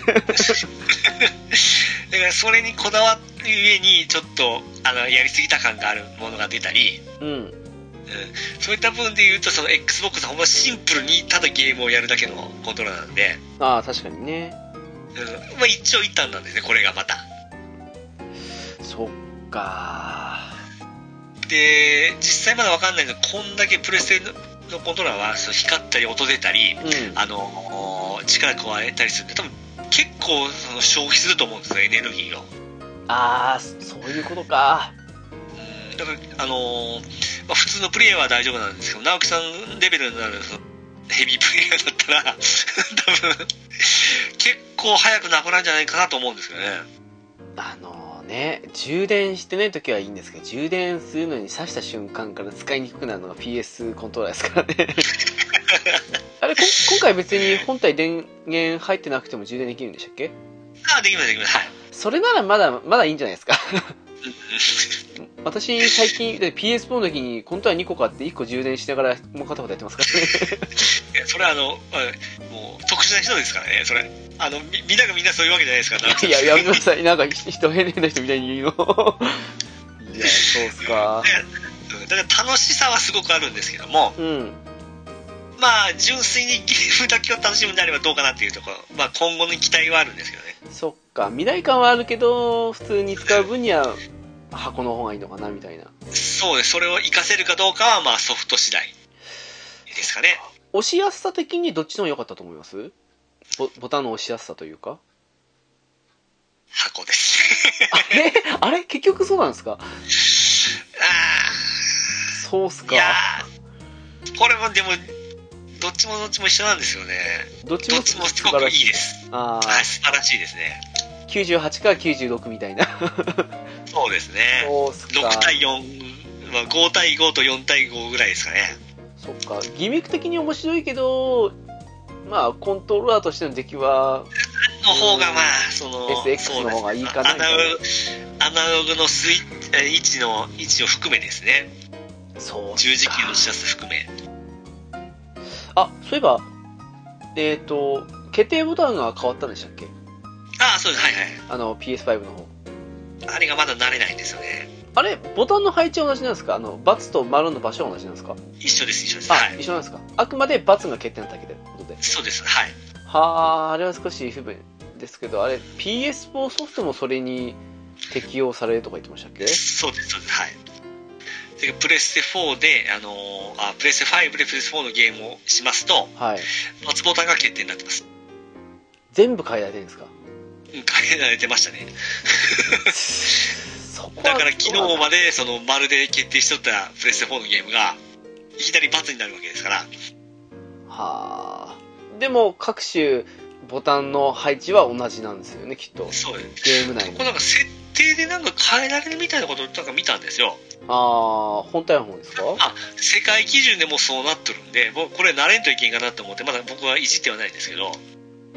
B: だからそれにこだわって上にちょっとあのやりすぎた感があるものが出たり、
A: うん
B: うん、そういった部分で言うとその XBOX はほんまシンプルにただゲームをやるだけのコントローラーなんで、
A: ああ確かにね
B: うんまあ、一長一短なんですねこれがまた
A: そっか
B: で実際まだわかんないのはこんだけプレステのコントローラーはその光ったり音出たり
A: うん
B: あの力加えたりするんで多分結構その消費すると思うんですよエネルギーを。
A: ああそういうことか
B: だから、あのーまあ、普通のプレイヤーは大丈夫なんですけど、直樹さんレベルになるそのヘビープレイヤーだったら、 多分結構早くなくなるんじゃないかなと思うんですよね。
A: あのね充電してない時はいいんですけど充電するのに挿した瞬間から使いにくくなるのが PS コントローラーですからね あれこ今回別に本体電源入ってなくても充電できるんでしたっけ
B: ああ、できます、できます。はい。
A: それならまだまだいいんじゃないです か私最近で PS4 の時にコントローラー2個買って1個充電しながらもう片方やってますからね
B: いやそれはあの、あもう特殊な人ですからね、それ。あの、みみんながみんなそういうわけじゃないですから、
A: い
B: 直樹
A: や
B: さん
A: やめなさいなんか人変な人みたいに言うのいやそうっすか
B: うんだから楽しさはすごくあるんですけども、
A: うん
B: まあ、純粋に ゲームだけを楽しむんであればどうかなっていうところ、まあ、今後の期待はあるんですけどね。
A: そっか未来感はあるけど普通に使う分には箱の方がいいのかなみたいな
B: そうです。それを活かせるかどうかは、まあ、ソフト次第ですかね。
A: 押しやすさ的にどっちの方が良かったと思いますボボタンの押しやすさという か
B: 箱です。
A: あれあれ結局そうなんですか
B: あ
A: そうっす
B: ーい
A: か
B: やーこれもでも、どっちもどっちも一緒なんですよね。
A: どっち
B: ど
A: も
B: っちもすごくいいです。
A: あ
B: はい、素晴らしいですね。
A: ー98から96みたい な
B: そうですね。
A: そうっすか
B: 6対4、まあ、5対5と4対5ぐらいですかね。
A: そっかギミック的に面白いけどまあコントローラーとしての出来は
B: の方が、まあ、その、
A: SX の方がいいかな
B: そうですねアナログ、アナログのスイッえ位置の、位置を含めですね。
A: そうっすか
B: 十字キーの視察含め。
A: あそういえばえっ、と決定ボタンが変わったんでしたっけ
B: ああ、そうです。はいはい。
A: あの PS5 の方
B: あれがまだ慣れないんですよね。
A: あれボタンの配置は同じなんですかあの×と丸の場所は同じなんですか
B: 一緒です、一緒です。
A: あ、
B: はい。
A: 一緒なんですかあくまで×が欠点なだけということで
B: そうです、はい。
A: はああれは少し不便ですけどあれ PS4 ソフトもそれに適用されるとか言ってましたっけ
B: そうです、そうです、はい。でプレステ4で、あのーあ、プレステ5でプレステ4のゲームをしますと、
A: はい
B: 松ボタンが欠点になってます。
A: 全部変えられてるんです か
B: うん変えられてましたね。
A: そこは
B: だから昨日
A: どうなんだ
B: まで、その、丸で決定しとったプレステ4のゲームが、いきなり罰になるわけですから、
A: はあでも各種ボタンの配置は同じなんですよねきっと
B: そうです。
A: ゲーム内
B: こ
A: の
B: こなんか設定でなんか変えられるみたいなことなんか見たんですよ。
A: ああ本体の方ですか
B: あ、世界基準でもうそうなってるんで、僕これ慣れんといけんかなと思って、まだ僕はいじってはないんですけど、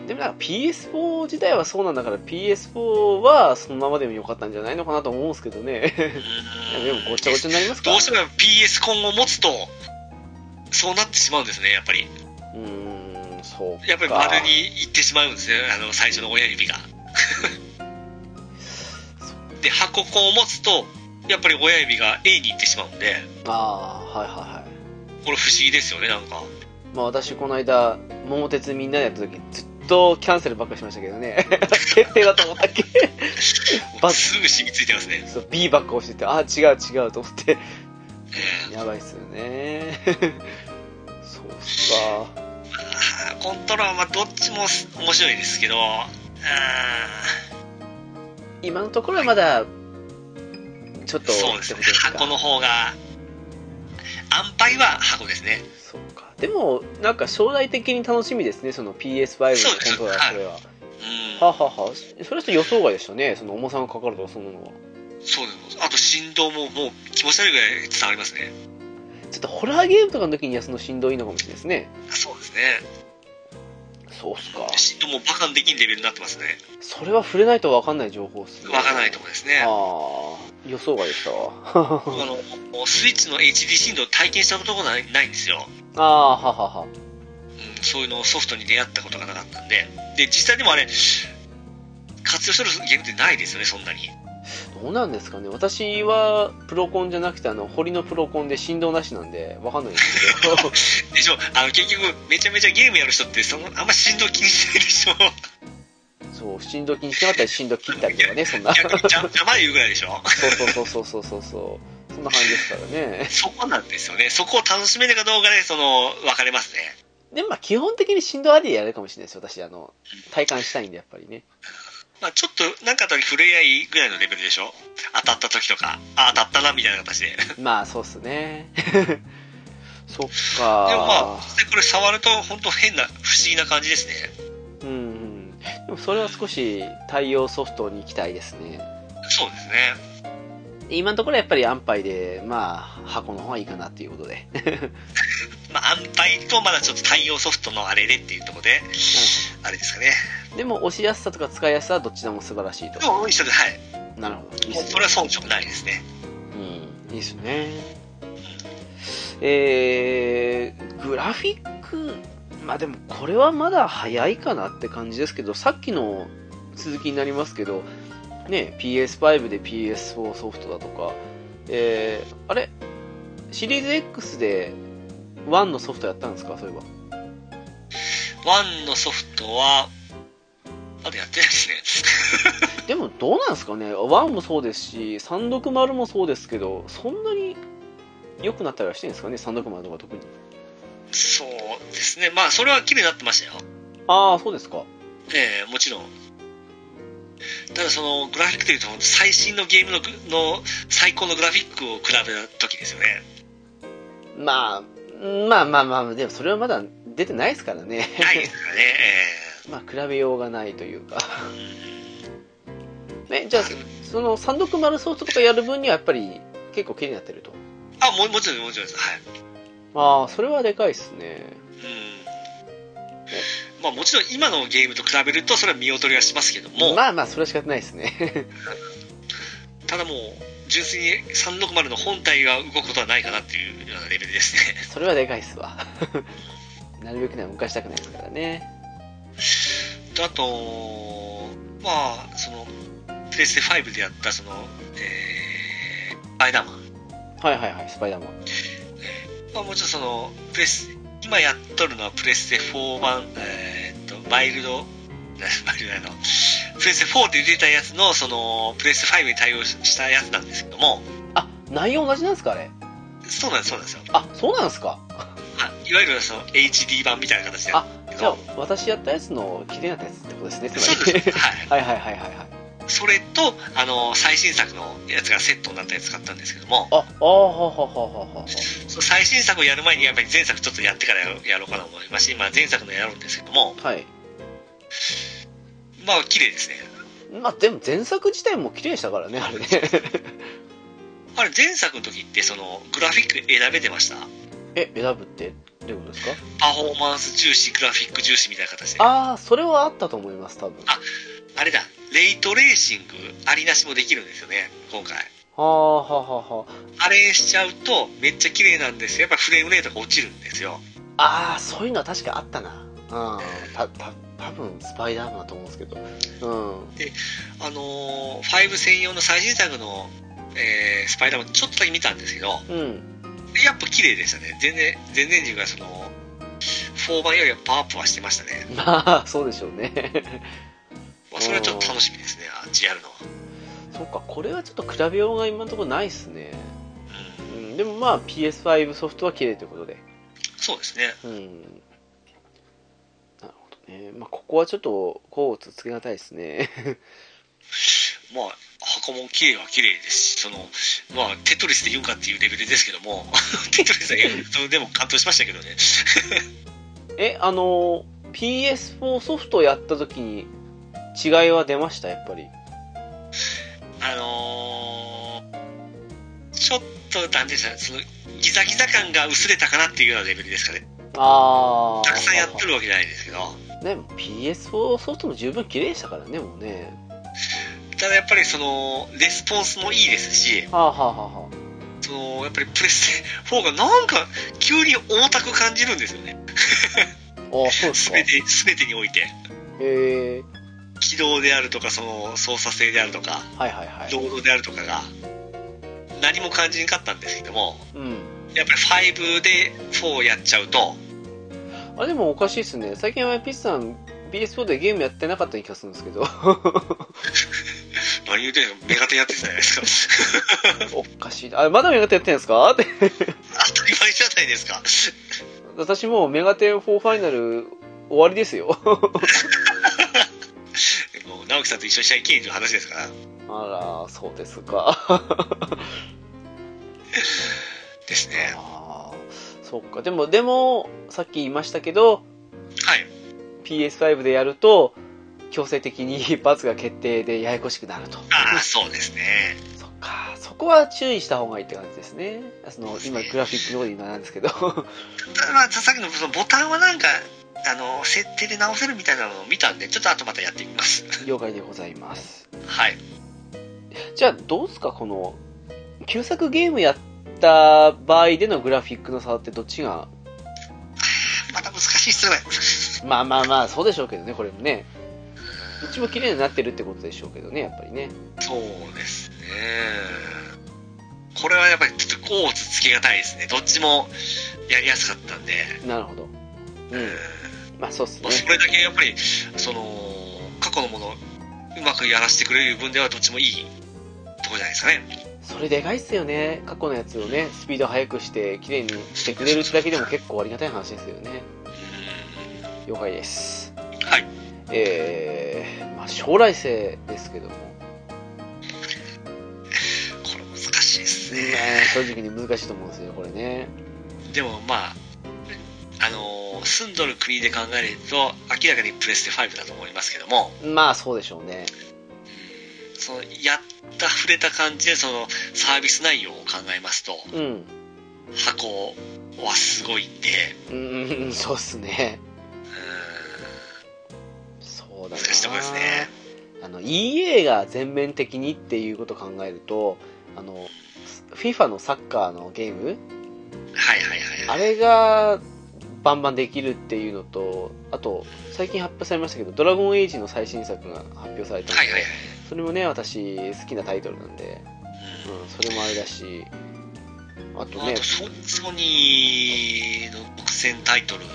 A: でもなんか PS4 自体はそうなんだから PS4 はそのままでもよかったんじゃないのかなと思うんですけど ねでもごちゃごちゃになりますか
B: どうしても PS 今後持つとそうなってしまうんですねやっぱり
A: うーんそうか
B: やっぱり丸にいってしまうんですねあの最初の親指が で箱コンを持つとやっぱり親指が A に行ってしまうんで
A: ああはいはいはい
B: これ不思議ですよね なんか
A: まあ私この間桃鉄みんなでやった時ずっとキャンセルばっかりしましたけど ね決定だと思ったっけバズ
B: すぐ染みついてますね、
A: そう B ばっか押しててああ違う違うと思って
B: え
A: やばいっすよね そうっすか
B: ーコントロールはどっちもす面白いですけどうー
A: 今のところはまだちょっ
B: ん
A: と
B: そうです
A: っ
B: ね
A: てことか
B: 箱の方が安牌は箱ですね
A: そうかでもなんか将来的に楽しみですねその PS5 のコントローラー
B: そう
A: それはは
B: うん
A: あはあはあそれはちょっと予想外でしたねその重さがかかるとかそんなのは
B: そうですあと振動ももう気持ち悪いぐらい伝わりますね
A: ちょっとホラーゲームとかの時にはその振動いいのかもしれないですね
B: そうですね
A: そうっすか
B: 振動もバカにできるレベルになってますね
A: それは触れないと分かんない情報っすね
B: わからないところですね
A: ああ予想外でしたわ
B: あのスイッチの HD 振動体験したことがないないんですよ、
A: ああははは
B: うん、そういうのをソフトに出会ったことがなかったんでで実際でもあれ活用してるゲームってないですよねそんなに
A: どうなんですかね私はプロコンじゃなくてあの堀のプロコンで振動なしなんで分かんないんですけど
B: でしょあの結局めちゃめちゃゲームやる人ってそのあんま振動気にしないでしょ
A: そう振動気にしなかったり振動切ったりとかねそん な
B: 逆に邪邪魔言うぐらいでしょ
A: そうそうそうそうそうそうそうそんな感じですからね
B: そこなんですよねそこを楽しめるかどうかでその分かれますね
A: でもまあ基本的に振動ありでやるかもしれないです私あの体感したいんでやっぱりね
B: まあ、ちょっとなんかあった時触れ合いぐらいのレベルでしょ当たった時とかあ当たったなみたいな形 でで
A: まあそうっすね そっ
B: も
A: か
B: まあ実際これ触ると本当変な不思議な感じですね
A: うんうんでもそれは少し対応ソフトに行きたいですね
B: そうですね
A: で今のところやっぱり安牌でまあ箱の方がいいかなっていうことで
B: まあ安牌とまだちょっと対応ソフトのあれでっていうところであれですかね
A: でも押しやすさとか使いやすさはどっちでも素晴らしいと
B: でも一緒ではい
A: なるほどいいっ
B: もう
A: すね
B: これは遜色ないですね
A: うんいいっすねえー、グラフィックまあでもこれはまだ早いかなって感じですけどさっきの続きになりますけどね PS5 で PS4 ソフトだとかえー、あれシリーズ X で1のソフトやったんですかそういえば
B: ワンのソフトはまだやってないですね
A: でもどうなんですかね1もそうですし360もそうですけどそんなに良くなったりはしてるんですかね360とか特に
B: そうですねまあそれは綺麗になってましたよ
A: ああそうですか
B: ええもちろん。ただそのグラフィックというと最新のゲームのグの最高のグラフィックを比べた時です よね。
A: まあまあまあまあでもそれはまだ出てないですからね
B: ないですからね。
A: まあ比べようがないというか
B: ええ
A: ねじゃあその360ソフトとかやる分にはやっぱり結構気になってると
B: あももちろんもちろんです。はい。
A: ああそれはでかいっすね
B: うん。まあもちろん今のゲームと比べるとそれは見劣りはしますけども、
A: まあまあそれは仕方ないですね
B: ただもう純粋に360の本体が動くことはないかなっていうようなレベルですね。
A: それはでかいっすわ なるべくね動かしたくないですからね
B: あと、まあ、その、プレステ5でやった、その、えー、スパイダーマン。
A: はいはいはいスパイダーマン
B: まあ、もちろんその、プレス、今やっとるのはプレステ4版、えーっと、マイルド、 なマイルドやの、プレステ4で出たやつの、その、プレステ5に対応したやつなんですけども、
A: あ内容同じなんですかあれ
B: そうなんです、そうなんですよ。
A: あそうなんですか
B: あいわゆるその、HD 版みたいな形でや
A: あ
B: るんですけ
A: じゃあ
B: ど、
A: 私やったやつの綺麗なやつってことですねつまり
B: そうです。は い。
A: はいはいはいはいはい
B: それと、あの、最新作のやつがセットになったやつ買ったんですけども、
A: ああはははははは
B: その最新作をやる前にやっぱり前作ちょっとやってからやろうやろうかなと思いますし、まあ、前作のやるんですけども
A: はい
B: まあ綺麗ですね
A: まあでも前作自体も綺麗でしたからねあ れね
B: あれ前作の時ってそのグラフィック選べてました
A: え選ぶってどういうことですか
B: パフォーマンス重視グラフィック重視みたいな形であ
A: ああそれはあったと思います多分
B: あれだレイトレーシングありなしもできるんですよね今回
A: はあはあはあは
B: あれしちゃうとめっちゃ綺麗なんですよやっぱフレームレートが落ちるんですよ
A: ああーそういうのは確かあったなあーたた多分スパイダーマンだと思うんですけどうん
B: あのー、5専用の最新作の、えースパイダーマンちょっとだけ見たんですけど、
A: うん
B: やっぱ綺麗でしたね。全然、全然自分はその、4版よりはパワーアップはしてましたね。
A: まあそうでしょうね
B: まあ、それはちょっと楽しみですね、あ GR のは。
A: そっかこれはちょっと比べようが今のところないっすね、
B: う、
A: うんん、でもまあ PS5 ソフトは綺麗ということで
B: そうですね。
A: うんなるほどねまあここはちょっと甲をつつけがたいですね
B: まあ、箱も綺麗は綺麗ですし、その、まあ、テトリスで言うかっていうレベルですけども、 テトリスはエフェクトでも完登しましたけどね。
A: えあの PS4 ソフトやった時に違いは出ましたやっぱり
B: あのー、ちょっと、なんていうんですか、その、ギザギザ感が薄れたかなっていうようなレベルですかね。
A: ああ
B: たくさんやってるわけじゃないですけど。
A: ね PS4 ソフトも十分綺麗でしたからねもうね
B: ただやっぱりその、レスポンスもいいですし、
A: はあはあはあはあ
B: その、やっぱりプレステ4がなんか、急に重たく感じるんですよね。
A: ああそうです
B: す
A: か
B: べ
A: へ
B: て、すべてにおいて。
A: え
B: 起動であるとか、その、操作性であるとか。
A: はいはいはい
B: ロードであるとかが何も感じなかったんですけども
A: うん
B: やっぱり5で4やっちゃうと
A: あでもおかしいっすね最近はピッツさん PS4 でゲームやってなかったような気がするんです けど
B: 何言うてんのメガテンやってたじゃないですか
A: おかしいあまだメガテンやってんですかって
B: 当たり前じゃないですか
A: 私もうメガテン4ファイナル終わりですよ
B: でも直樹さんと一緒にしちゃいけんという話ですから
A: あらそうですか
B: ですね
A: あーそっかでもでもさっき言いましたけど
B: はい
A: PS5 でやると強制的に パーツが決定でややこしくなると
B: ああそうですね
A: そっかそこは注意した方がいいって感じですねその今グラフィックのことになんですけど
B: ただまあさっきのそのボタンはなんかあの設定で直せるみたいなのを見たんでちょっと後またやってみます
A: 了解でございます
B: はい
A: じゃあどうですかこの旧作ゲームやった場合でのグラフィックの差ってどっちが
B: また難しいっすね
A: まあまあまあそうでしょうけどねこれもねどっちも綺麗になってるってことでしょうけどねやっぱりね
B: そうですね。これはやっぱりちょっとこうつつけがたいですね。どっちもやりやすかったんで。
A: なるほどうん
B: う
A: まあそうっす
B: ん。ま
A: ね
B: あ、それだけやっぱり、その、過去のもの、うまくやらせてくれる分ではどっちもいいとこじゃないですかね。
A: それでかいっすよね過去のやつをねスピード速くして綺麗にしてくれるだけでも結構ありがたい話ですよね
B: うん。
A: 了解です
B: はい。
A: えー、まあ将来性ですけども
B: これ難しいです
A: ま
B: ね。
A: あ正直に難しいと思うんですよこれね
B: でもまあ、あのー住んどる国で考えると、明らかにプレステ5だと思いますけども、
A: まあそうでしょうね
B: その、やった、触れた感じで、その、サービス内容を考えますと、
A: うん
B: 箱はすごいんで、
A: うんうんそうっすね
B: うーん、
A: そうだな
B: 難しいとこですね。
A: あの EA が全面的にっていうことを考えるとあの FIFA のサッカーのゲーム
B: はいはいはいは
A: あ
B: い。
A: れがバンバンできるっていうのとあと最近発表されましたけど「ドラゴンエイジ」の最新作が発表されたので、
B: はいはいはい。
A: それもね私好きなタイトルなんで、
B: うん
A: うん、それもあれだしあと
B: あ
A: ね
B: とソ、ソニーの独占タイトル。うー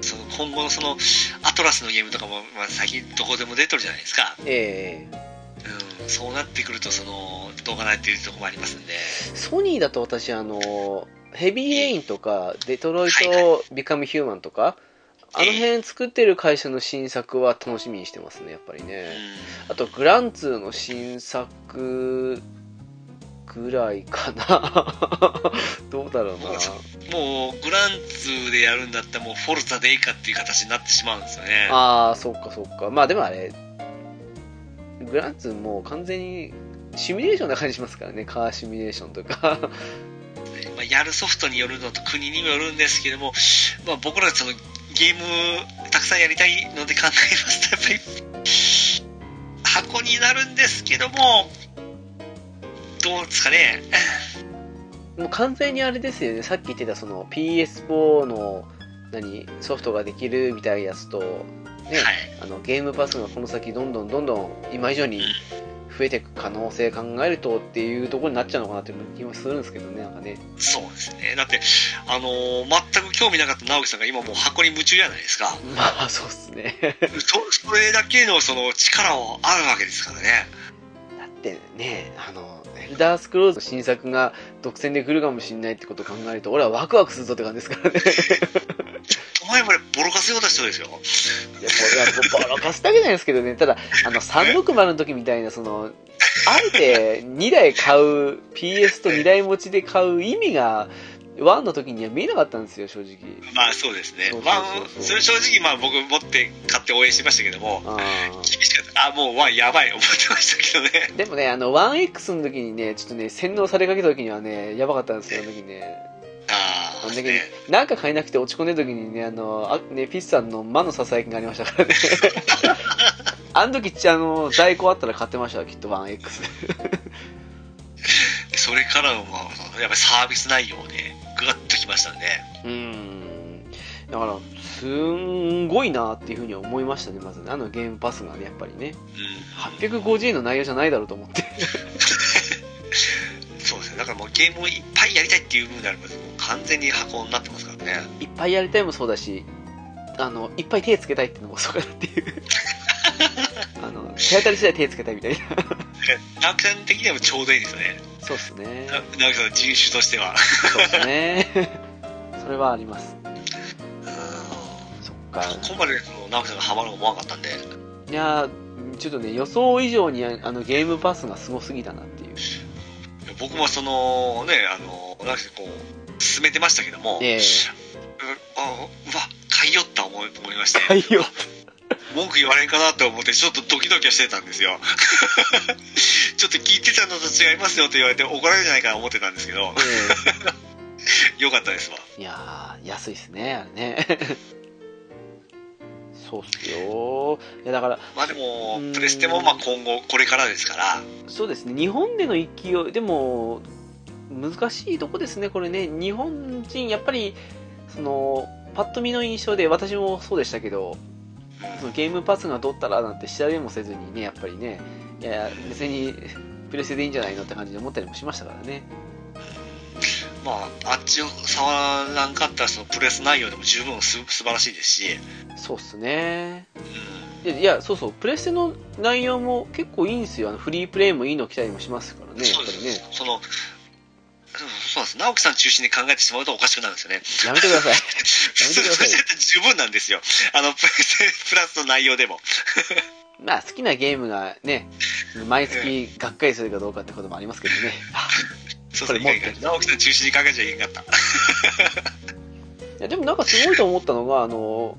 B: ん。その今後のその、アトラスのゲームとかも、まあ、最近どこでも出てるじゃないですか。
A: ええ
B: うん。そうなってくると、その、どうかなっていうところもありますんで。
A: ソニーだと私あのヘビーレインとかデトロイト・ビカム・ヒューマンとかあの辺作ってる会社の新作は楽しみにしてますねやっぱり
B: うん。
A: ねあとグランツーの新作ぐらいかな どうだろうな
B: もう、グランツーでやるんだったら、もう、フォルザでいいかっていう形になってしまうんですよね。
A: ああそっかそっかまあでもあれグランツーもう完全にシミュレーションな感じしますからねカーシミュレーションとか
B: まあ、やるソフトによるのと国にもよるんですけども、まあ、僕らそのゲームたくさんやりたいので考えますとやっぱり箱になるんですけどもどうですかね
A: もう完全にあれですよねさっき言ってたその PS4 の何ソフトができるみたいなやつと、ね
B: はい
A: あのゲームパスがこの先どんどんどんどん今以上に増えていく可能性考えるとっていうところになっちゃうのかなって気もするんですけどねなんかね
B: そうですねだってあのー全く興味なかった直樹さんが今もう箱に夢中じゃないです か
A: まあそうっすね
B: そそれだけのその力をあるわけですからね
A: だってねあのエルダースクロールの新作が独占で来るかもしれないってことを考えると俺はワクワクするぞって感じです からね
B: お前までボロカスような人ですよ
A: いやこれはボロカスだけじゃないですけどねただあの360の時みたいなそのあえて2台買う PS と2台持ちで買う意味が1の時には見えなかったんですよ正直
B: まあそうですね
A: そうそうそうそう
B: まあそれ正直まあ僕持って買って応援しましたけども
A: あー
B: 厳しかったあもうワンやばい思ってましたけどね
A: でもね、あの、1X の時にね、ちょっとね、洗脳されかけた時にはね、やばかったんですよ、あの時ね。
B: あ
A: あ
B: あ
A: の
B: ね
A: 時に、なんか買えなくて落ち込んでる時にね、あの、あね、ピッチさんの魔のささやきがありました からね。あの時、あの、在庫あったら買ってましたわ、きっと 1X。
B: それからのまあやっぱりサービス内容ねグワッときましたね
A: うーん。だから、すんごいなっていうふうには思いましたね、まずね。あのゲームパスがね、やっぱりね。
B: うん
A: 850円の内容じゃないだろうと思って。
B: そうですねだからもうゲームをいっぱいやりたいっていう風になるともう完全に箱になってますからね
A: いっぱいやりたいもそうだし、あの、いっぱい手つけたいっていうのもそうだっていう。 あの、手当たり次第手つけたいみたいな。
B: 直樹さん的にはもうちょうどいいですよね
A: そうっすね。
B: な直樹さんの人種としては
A: そうっすね。それはあります。
B: うん
A: そっか。
B: ここまでその直樹さんがハマるの思わなかったんで
A: いやーちょっとね、予想以上にああのゲームパスがすごすぎたなっていう。
B: 僕もそのねあの直樹さんこう進めてましたけども、
A: ええ
B: うんあうわ買いよった思い思いまして
A: はいよ。
B: 文句言われんかなと思ってちょっとドキドキはしてたんですよ ちょっと聞いてたのと違いますよって言われて怒られるんじゃないかな思ってたんですけど
A: え
B: よかったですわ
A: えいやー安いっすね、あれね。そうっすよいやだから、
B: まあでも
A: うん
B: プレステもまあ今後これからですから
A: そうですね、日本での勢い、でも、難しいとこですね、これね、日本人、やっぱり、その、パッと見の印象で、私もそうでしたけど、そのゲームパスが取ったらなんて調べもせずにね、やっぱりね、いやいや、別に、プレステでいいんじゃないのって感じで思ったりもしましたからね。
B: まああっちを触らんかったらそのプレス内容でも十分す素晴らしいですし、
A: そうっすね。
B: う
A: いや、いやそうそう、プレステの内容も結構いいんですよ。あのフリープレイもいいの来たりもしますから
B: ん
A: ね、やっ
B: そう
A: ぱ
B: で
A: り
B: す
A: ね。
B: そのそうそうなんです直樹さん中心に考えてしまうとおかしくなるんですよね
A: やめてください。
B: そ
A: てください
B: れだって十分なんですよあのプレステプラスの内容でも
A: まあ好きなゲームがね、毎月がっかりするかどうかってこともありますけどね。
B: そう
A: こ
B: そう
A: れ
B: い
A: 持
B: や
A: って
B: いや直樹さん中心に考えちゃいけなかった
A: いやでもなんかすごいと思ったのが、あの、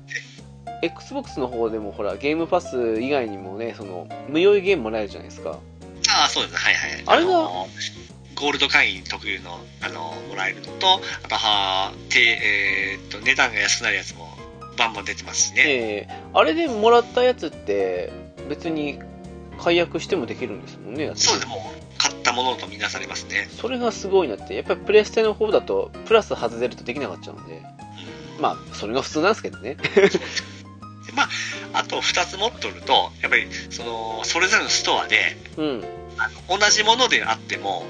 A: Xbox の方でもほら、ゲームパス以外にもね、その、無料ゲームもらえるじゃないですか。
B: ああそうですねはいはい
A: あれが
B: のゴールド会員特有のあのもらえるのとあとはて、えーっと値段が安くなるやつもバンバン出てますしね、
A: ええあれでもらったやつって、別に解約してもできるんですもんね。
B: そうですねもう買ったものとみなされますね、
A: それがすごいなって、やっぱりプレステの方だと、プラス外れるとできなかったんで、
B: うん
A: まあ、それが普通なんですけど ね。
B: でまああと2つ持っとるとやっぱりそのそれぞれのストアで
A: うん。
B: 同じものであっても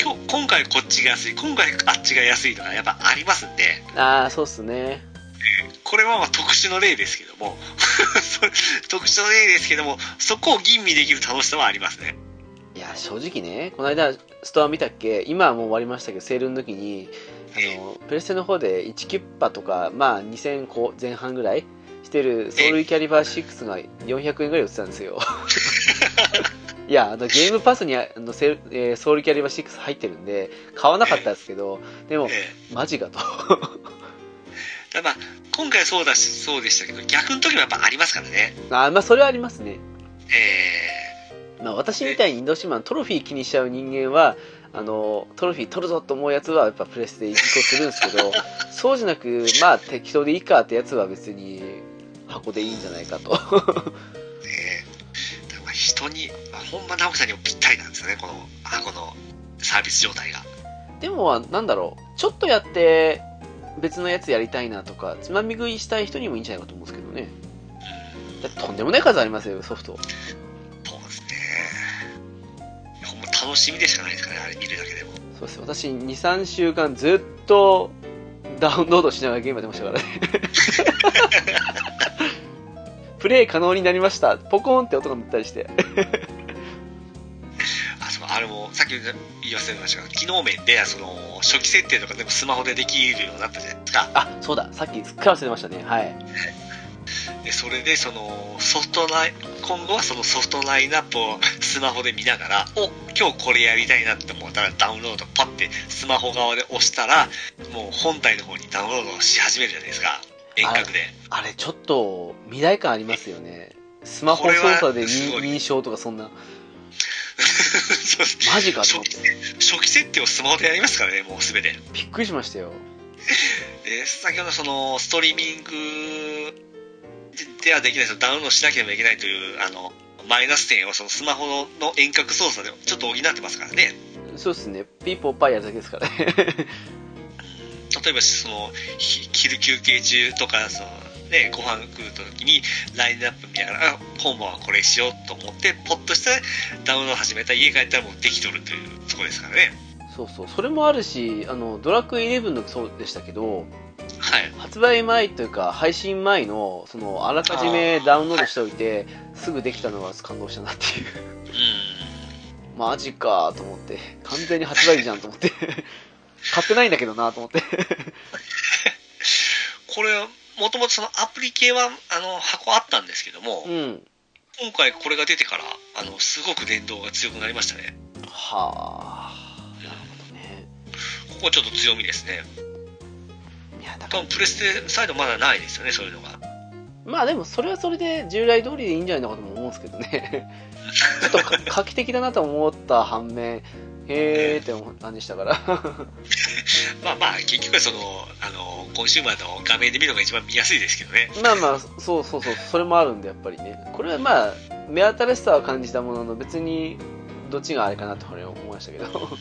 B: 今日今回こっちが安い今回あっちが安いのがやっぱありますんで
A: ああ、そうっすね。
B: これはまあ特殊の例ですけども それ特殊の例ですけどもそこを吟味できる楽しさはありますね
A: いや正直ねこの間ストア見たっけ今はもう終わりましたけどセールの時にあのプレステの方で1キュッパとかまあ2000個前半ぐらいしてるソウルキャリバー6が400円ぐらい売ってたんです よいやあのゲームパスにあのセール、えーソウルキャリバー6入ってるんで買わなかったんですけどでも
B: え
A: マジかと
B: えただまあ今回そうだしそうでしたけど逆の時もやっぱありますからね
A: あまあそれはありますね
B: え
A: まあ、私みたいにインドシマントロフィー気にしちゃう人間はあのトロフィー取るぞと思うやつはやっぱプレスで移行するんですけど そうじゃなくまあ適当でいいかってやつは別に箱でいいんじゃないかと
B: えええだからまあ人にまあほんま直樹さんにもぴったりなんですよねこの箱のサービス状態が
A: でもなんだろうちょっとやって別のやつやりたいなとか、つまみ食いしたい人にもいいんじゃないかと思うんですけどね。だってとんでもない数ありますよ、ソフト。
B: そうですねほんま楽しみでしかないですからねあれ見るだけでも
A: そうですよ私、2、3週間ずっとダウンロードしながらゲームやってましたからね。 プレイ可能になりました。ポコーンって音が鳴ったりして。
B: あそうあれもさっき言い忘れましたが機能面でその初期設定とかでもスマホでできるようになったじゃないですか
A: あ、そうだ、さっきすっかり忘れましたね。はい。
B: でそれでそのソフトライ今後はそのソフトラインナップを スマホで見ながらお今日これやりたいなって思ったらダウンロードパッてスマホ側で押したらもう本体の方にダウンロードし始めるじゃないですか遠隔で
A: あれ、ちょっと未来感ありますよね。スマホ操作で認認証とかそんな。
B: そうです
A: マジかと
B: 初
A: 思っ
B: 期
A: て。
B: 初期設定をスマホでやりますからねもう全て
A: びっくりしましたよ。
B: で先ほどそのストリーミングではできないそのダウンロードしなければいけないというあのマイナス点をそのスマホの遠隔操作でちょっと補ってますからね
A: そうですね。ピーポーパイやるだけですからね。
B: 例えばそのひ昼休憩中とかその、ね、ご飯食う時にラインナップ見ながらあ今晩はこれしようと思ってポッとしてダウンロード始めたら家帰ったらもうできとるというところですからね
A: そうそう。それもあるし、あの、ドラクエイレブンのそうでしたけど、
B: はい
A: 発売前というか、配信前の、その、あらかじめダウンロードしておいて、すぐできたのは感動したなっていう。
B: うん
A: マジかと思って。完全に発売日じゃんと思って。 買ってないんだけどなと思って。
B: これもともとそのアプリ系はあの箱あったんですけども、
A: うん。
B: 今回これが出てからあのすごく電動が強くなりましたね
A: はあ。なるほどね。
B: ここはちょっと強みですね
A: いや、だか
B: 多
A: ら
B: 分。プレステサイドまだないですよねそういうのが
A: まあでも、それはそれで従来通りでいいんじゃないのかとも思うんですけど ね。ちょっとか画期的だなと思った反面、へーって思ったんでしたから。
B: まあまあ結局はそのあのコンシューマーの画面で見るのが一番見やすいですけどね
A: まあまあ、そうそうそう、それもあるんで、やっぱりね。これはまあ、目新しさは感じたものの、別に、どっちがあれかなと俺は思いましたけど。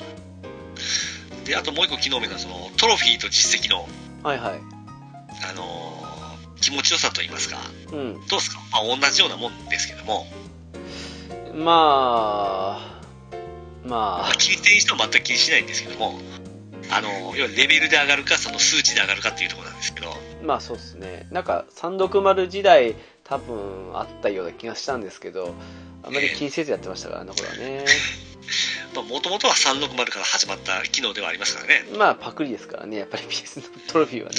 B: であともう一個機能面がそのトロフィーと実績の
A: はいはい。
B: あのー気持ちよさといいますか
A: うん。
B: どうですか、まあ、同じようなもんですけども、
A: まあ、ま
B: ま
A: あ
B: あ、、切り点にしても全く気にしないんですけどもあのー要はレベルで上がるかその数値で上がるかっていうところなんですけど
A: まあそうですね。なんか、360時代、多分、あったような気がしたんですけど、あまり気にせずやってましたからね、これはね。
B: もともとは360から始まった機能ではありますからね
A: まあパクリですからね、やっぱり PS のトロフィーはね。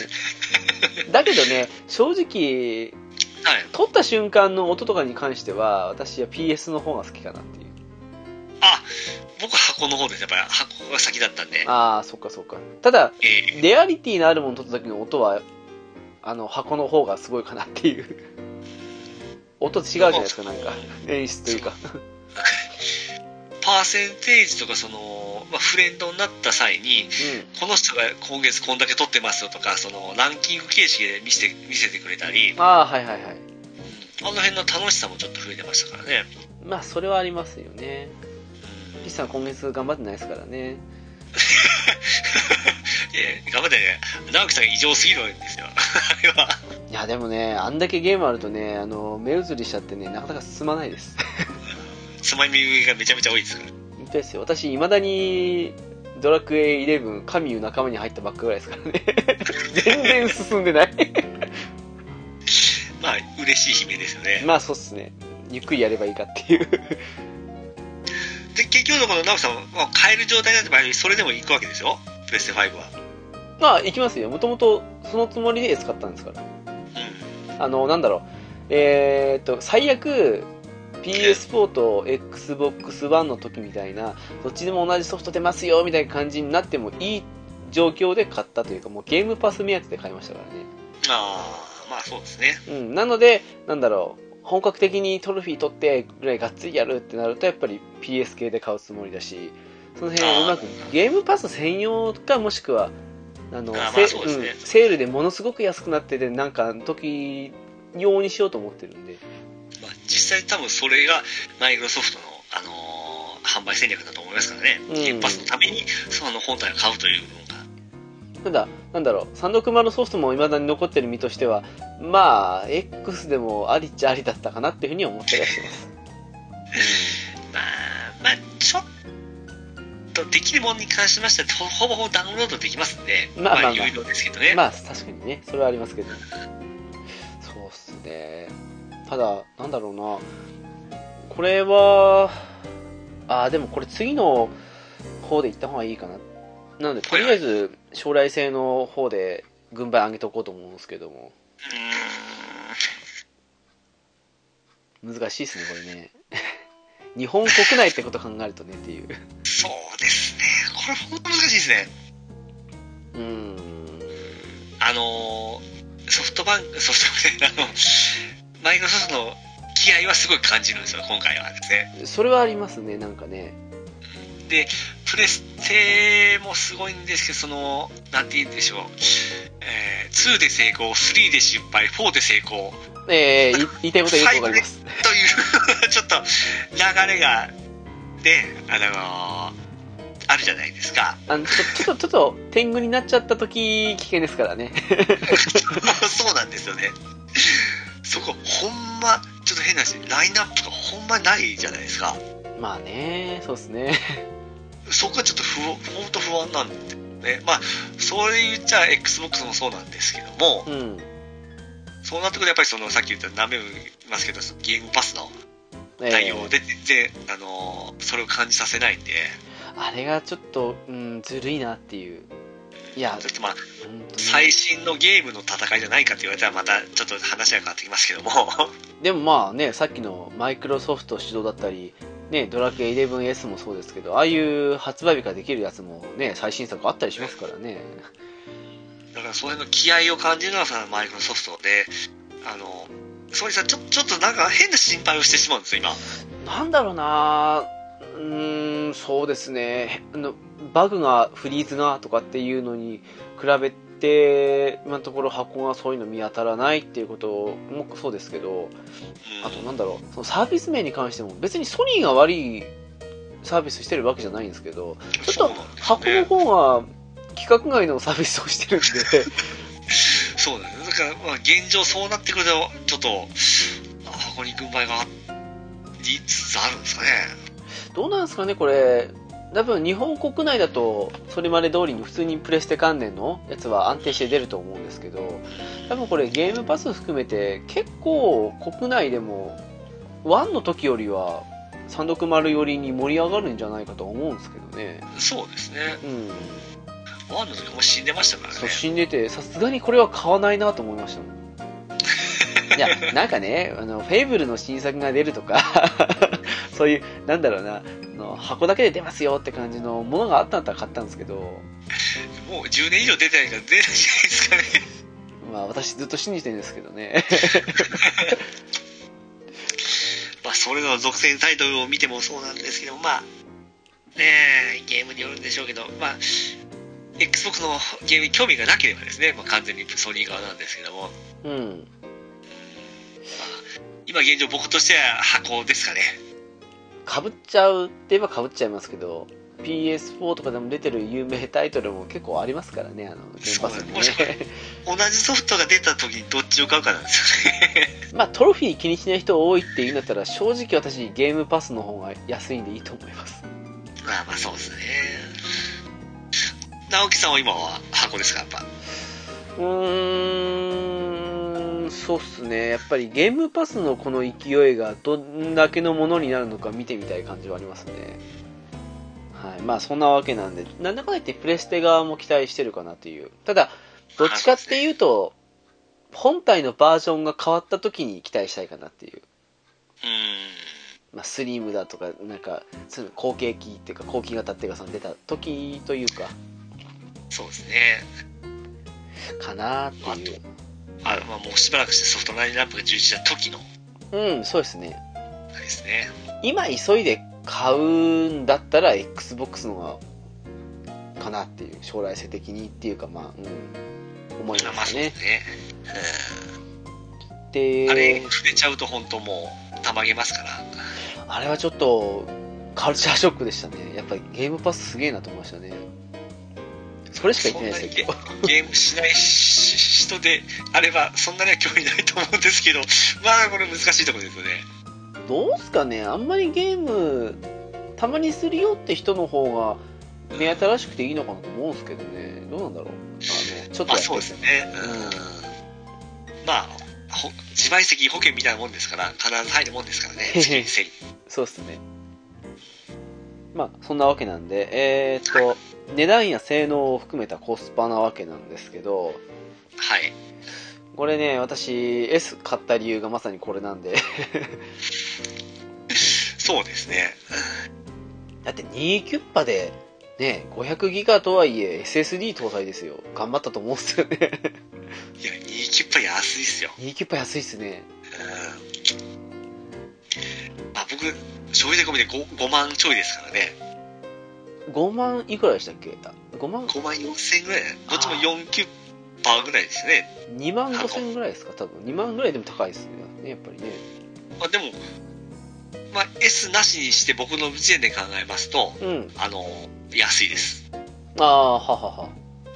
A: だけどね、正直、
B: はい
A: 撮った瞬間の音とかに関しては、私は PS の方が好きかなっていう。
B: あ僕は箱の方ですやっぱり箱が先だったんで
A: ああ、そっかそっか。ただ、
B: え
A: レアリティのあるものを撮った時の音は、あの、箱の方がすごいかなって いう。音違うじゃないですか、なんか。演出というか。
B: ーパーセンテージとかその、まあ、フレンドになった際にこの人が今月こんだけ取ってますよとかそのランキング形式で見せて見せてくれたり
A: うん。ああ、はいはいはい。
B: あの辺の楽しさもちょっと増えてましたからね
A: まあ、それはありますよね。
B: うん
A: ピッチさん今月頑張ってないですからね。
B: え頑張ってね直樹さんが異常すぎるんですよ あれはい
A: や、でもね、あんだけゲームあるとね、あの、目移りしちゃってね、なかなか進まないです。
B: つまみ食いがめちゃめちゃ多いですから
A: 本当ですよ。私、未だに、ドラクエ11、神湯仲間に入ったばっかぐらいですから ね。全然進んでない。
B: まあ嬉しい悲鳴ですよね
A: まあ、そうっすね。ゆっくりやればいいかっていう。
B: で結局のこの直樹さんはまあ買える状態になって場合それでも行くわけでしょプレステ5は
A: まあ、行きますよ。もともと、そのつもりで使ったんですから。
B: うん
A: あの、なんだろう。えーっと、最悪、PS4 と Xbox One の時みたいな、どっちでも同じソフト出ますよ、みたいな感じになってもいい状況で買ったというか、もうゲームパス目当てで買いましたからね。
B: ああまあそうですね
A: うん、なので、なんだろう、本格的にトロフィー取ってぐらいがっつりやるってなると、やっぱり PS 系で買うつもりだし、その辺
B: あー
A: うまくゲームパス専用か、もしくは、あの
B: あーまあ
A: セ
B: そうですね
A: うんセールでものすごく安くなってて、なんかの時用にしようと思ってるんで、
B: まあ、実際多分それがマイクロソフトの、あのー販売戦略だと思いますからね、
A: うん
B: 原発のためにその本体を買うという部分が
A: ただ、なんだろう、360のソフトも未だに残ってる身としては、まあ、X でもありっちゃありだったかなっていうふうには思ったりはします。
B: まあ、まあ、ちょっとできるものに関しましては、ほぼほぼダウンロードできますんで、
A: まあまあまあ
B: いろいろですけどね。
A: まあ、確かにね、それはありますけど。そうっすね。ただ、なんだろうな、これは、あーでもこれ次の方で行った方がいいかな。なので、とりあえず、将来性の方で軍配上げとこうと思うんですけども。
B: うーん
A: 難しいですねこれね 日本国内ってこと考えるとねっていう
B: そうですね。これ本当難しいですね。
A: うーん
B: あのーソフトバンク、ソフトバンクね、あの、マイクロソフトの気合はすごい感じるんですよ、今回はですね。
A: それはありますねなんかね
B: で、プレステもすごいんですけど、その、なんて言うんでしょう。えー、2で成功、3で失敗、4で成功
A: えー、い言いたいことはよくわかります
B: という、 ちょっと流れが、ね、あのーあるじゃないですか。
A: あのちょち ょっとちょっと天狗になっちゃった時危険ですからね
B: そうなんですよね。そこ、ほんま、ちょっと変な話、ラインナップがほんまないじゃないですか。
A: まあねそうですね
B: そこはちょっと不安、ほんと不安なんで、ね。まあ、それ言っちゃ XBOX もそうなんですけども
A: う、ん
B: そうなってくるとやっぱりその、さっき言った何べも言いますけど、そのゲームパスの
A: えー
B: 内容で全然、あのーそれを感じさせないんで、
A: あれがちょっと、うん、ずるいなっていういや
B: ちょっとまあ、
A: 本当に
B: 最新のゲームの戦いじゃないかって言われたらまたちょっと話が変わってきますけども
A: でもまあねさっきのマイクロソフト主導だったりね、ドラクエ 11S もそうですけどああいう発売日からできるやつもね最新作あったりしますからね
B: だからその辺の気合を感じるのはさマイクロソフトであのそういうさちょちょっとなんか変な心配をしてしまうんですよ今
A: なんだろうなうーんそうですねあのバグがフリーズがとかっていうのに比べて今のところ箱がそういうの見当たらないっていうこともそうですけど
B: うん
A: あとなんだろうそのサービス面に関しても別にソニーが悪いサービスしてるわけじゃないんですけどちょっと
B: そうなんですよ
A: 箱の
B: ね
A: 方が規格外のサービスをしてるんで
B: そうなんですだから、まあ、現状そうなってくるとちょっとあ箱に軍配がいつつあるんですかね
A: どうなんですかねこれ多分日本国内だとそれまで通りに普通にプレステ関連のやつは安定して出ると思うんですけど多分これゲームパス含めて結構国内でも1の時よりは360寄りに盛り上がるんじゃないかと思うんですけどね
B: そうですね
A: うん
B: ワンの時もう死んでましたからね
A: そう死んでてさすがにこれは買わないなと思いましたもんい やなんかねあのフェイブルの新作が出るとか そういうなんだろうなあの箱だけで出ますよって感じのものがあったんだったら買ったんですけど
B: もう10年以上出てないから出てないじゃないですかね
A: まあ私ずっと信じてるんですけどね
B: まあ、それの続編タイトルを見てもそうなんですけど、まあ、ねえ、ゲームによるんでしょうけど、まあ、Xbox のゲームに興味がなければですね、まあ、完全にソニー側なんですけども、
A: うん
B: 今現状僕としては箱ですかね。
A: かぶっちゃうって言えばかぶっちゃいますけど PS4 とかでも出てる有名タイトルも結構ありますからねあのゲームパスに
B: そうなん
A: ね
B: 同じソフトが出た時にどっちを買うかなんですよね。
A: まあトロフィー気にしない人多いって言うんだったら正直私ゲームパスの方が安いんでいいと思います
B: まあまあそうですね。 直樹さんは今は箱ですか、やっぱ。
A: うーんそうっすねやっぱりゲームパスのこの勢いがどんだけのものになるのか見てみたい感じはありますねはいまあそんなわけなんでなんだかんだ言ってプレステ側も期待してるかなというただどっちかっていうと本体のバージョンが変わった時に期待したいかなっていう
B: うーん。
A: まあ、スリムだとか、なんか、そういうの後継機っていうか、後期型っていうか、その出た時というか、
B: そうですね。
A: かなーっていう。
B: あまあ、もうしばらくしてソフトラインナップが充実した時の、
A: うん、そうですね。
B: あれですね。
A: 今急いで買うんだったら、Xbox のが、かなっていう、将来性的にっていうか、まあ、うん、思い
B: まあ
A: ま
B: まあ
A: す
B: そうで
A: ね
B: す。ね。
A: で、
B: あ
A: あ
B: れ
A: れ
B: 触れちゃうと本当もうたまげますから
A: はちょっと、カルチャーショックでしたね。やっぱりゲームパスすげえなと思いましたね。
B: そう
A: それしか言ってないです
B: そん
A: よ
B: なにゲゲームしないし人であればそんなには興味ないと思うんですけどまあこれ難しいところですよね
A: 今日どうすかねあんまりゲームたまにするよって人の方が目新しくていいのかなと思うんですけどねどうなんだろうあのちょっと
B: まあ
A: やって
B: そうですねうんまあほ自賠責保険みたいなもんですから必ず入るもんですからね試験整理
A: そうですね。まあ、そんなわけなんで、えーっと、値段や性能を含めたコスパなわけなんですけど、
B: はい
A: これね、私、S 買った理由がまさにこれなんで、
B: そうですね
A: だって2キュッパで、ね、500ギガとはいえ SSD 搭載ですよ。頑張ったと思うんですよね。
B: いや2キュッパ安いっすよ
A: 2キュッパ安いっすね。
B: うんまあ僕消費税込みで 5, 5万ちょいですからね
A: 5万いくらでしたっけあ ?5 万
B: 5万4千円ぐらいどっちも
A: あー
B: 4キュッパぐらいですね
A: ?2 万5千ぐらいですか多分。2万ぐらいでも高いですね。ね、やっぱりね。
B: まあ、でも、まあ、S なしにして僕の時点で考えますと、
A: うん。
B: あの、安いです。
A: ああ、ははは。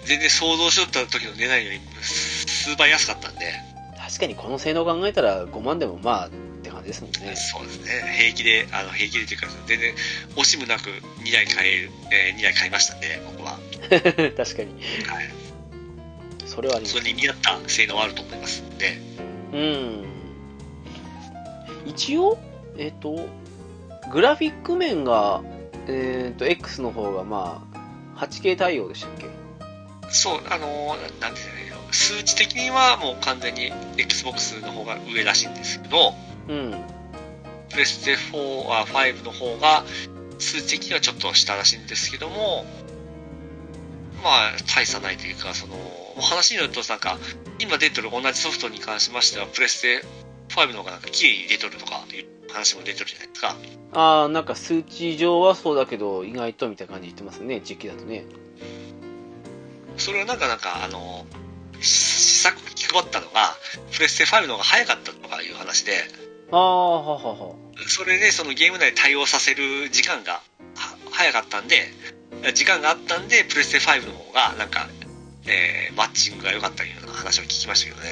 B: 全然想像しとった時の値段より数倍安かったんで、
A: 確かにこの性能考えたら5万でもまあって感じですもんね
B: そうですね、平気で、あの平気でというか、全然惜しむなく2台買える、え2台買いましたんで、僕は。は
A: 確かに
B: い。
A: それはありま
B: そ
A: す
B: れに見合った性能はあると思いますんで、
A: うん一応えっ、とグラフィック面がえっ、と X の方がまあ 8K 対応でしたっけ
B: そう、あの、なんていうんですかね、数値的にはもう完全に Xbox の方が上らしいんですけど、
A: うん
B: プレステ4あ5の方が数値的にはちょっと下らしいんですけどもまあ大差ないというかその話によるとなんか今出てる同じソフトに関しましてはプレステ5の方がなんか綺麗に出とるとかいう話も出てるじゃないですか
A: ああなんか数値上はそうだけど意外とみたいな感じ言ってますね実機だとね
B: それはなんかなんかあの試作を気配ったのがプレステ5の方が早かったとかいう話で
A: ああははは
B: それでそのゲーム内で対応させる時間がは早かったんで時間があったんでプレステ5の方がなんか、えーマッチングが良かったというような話を聞きましたけどね、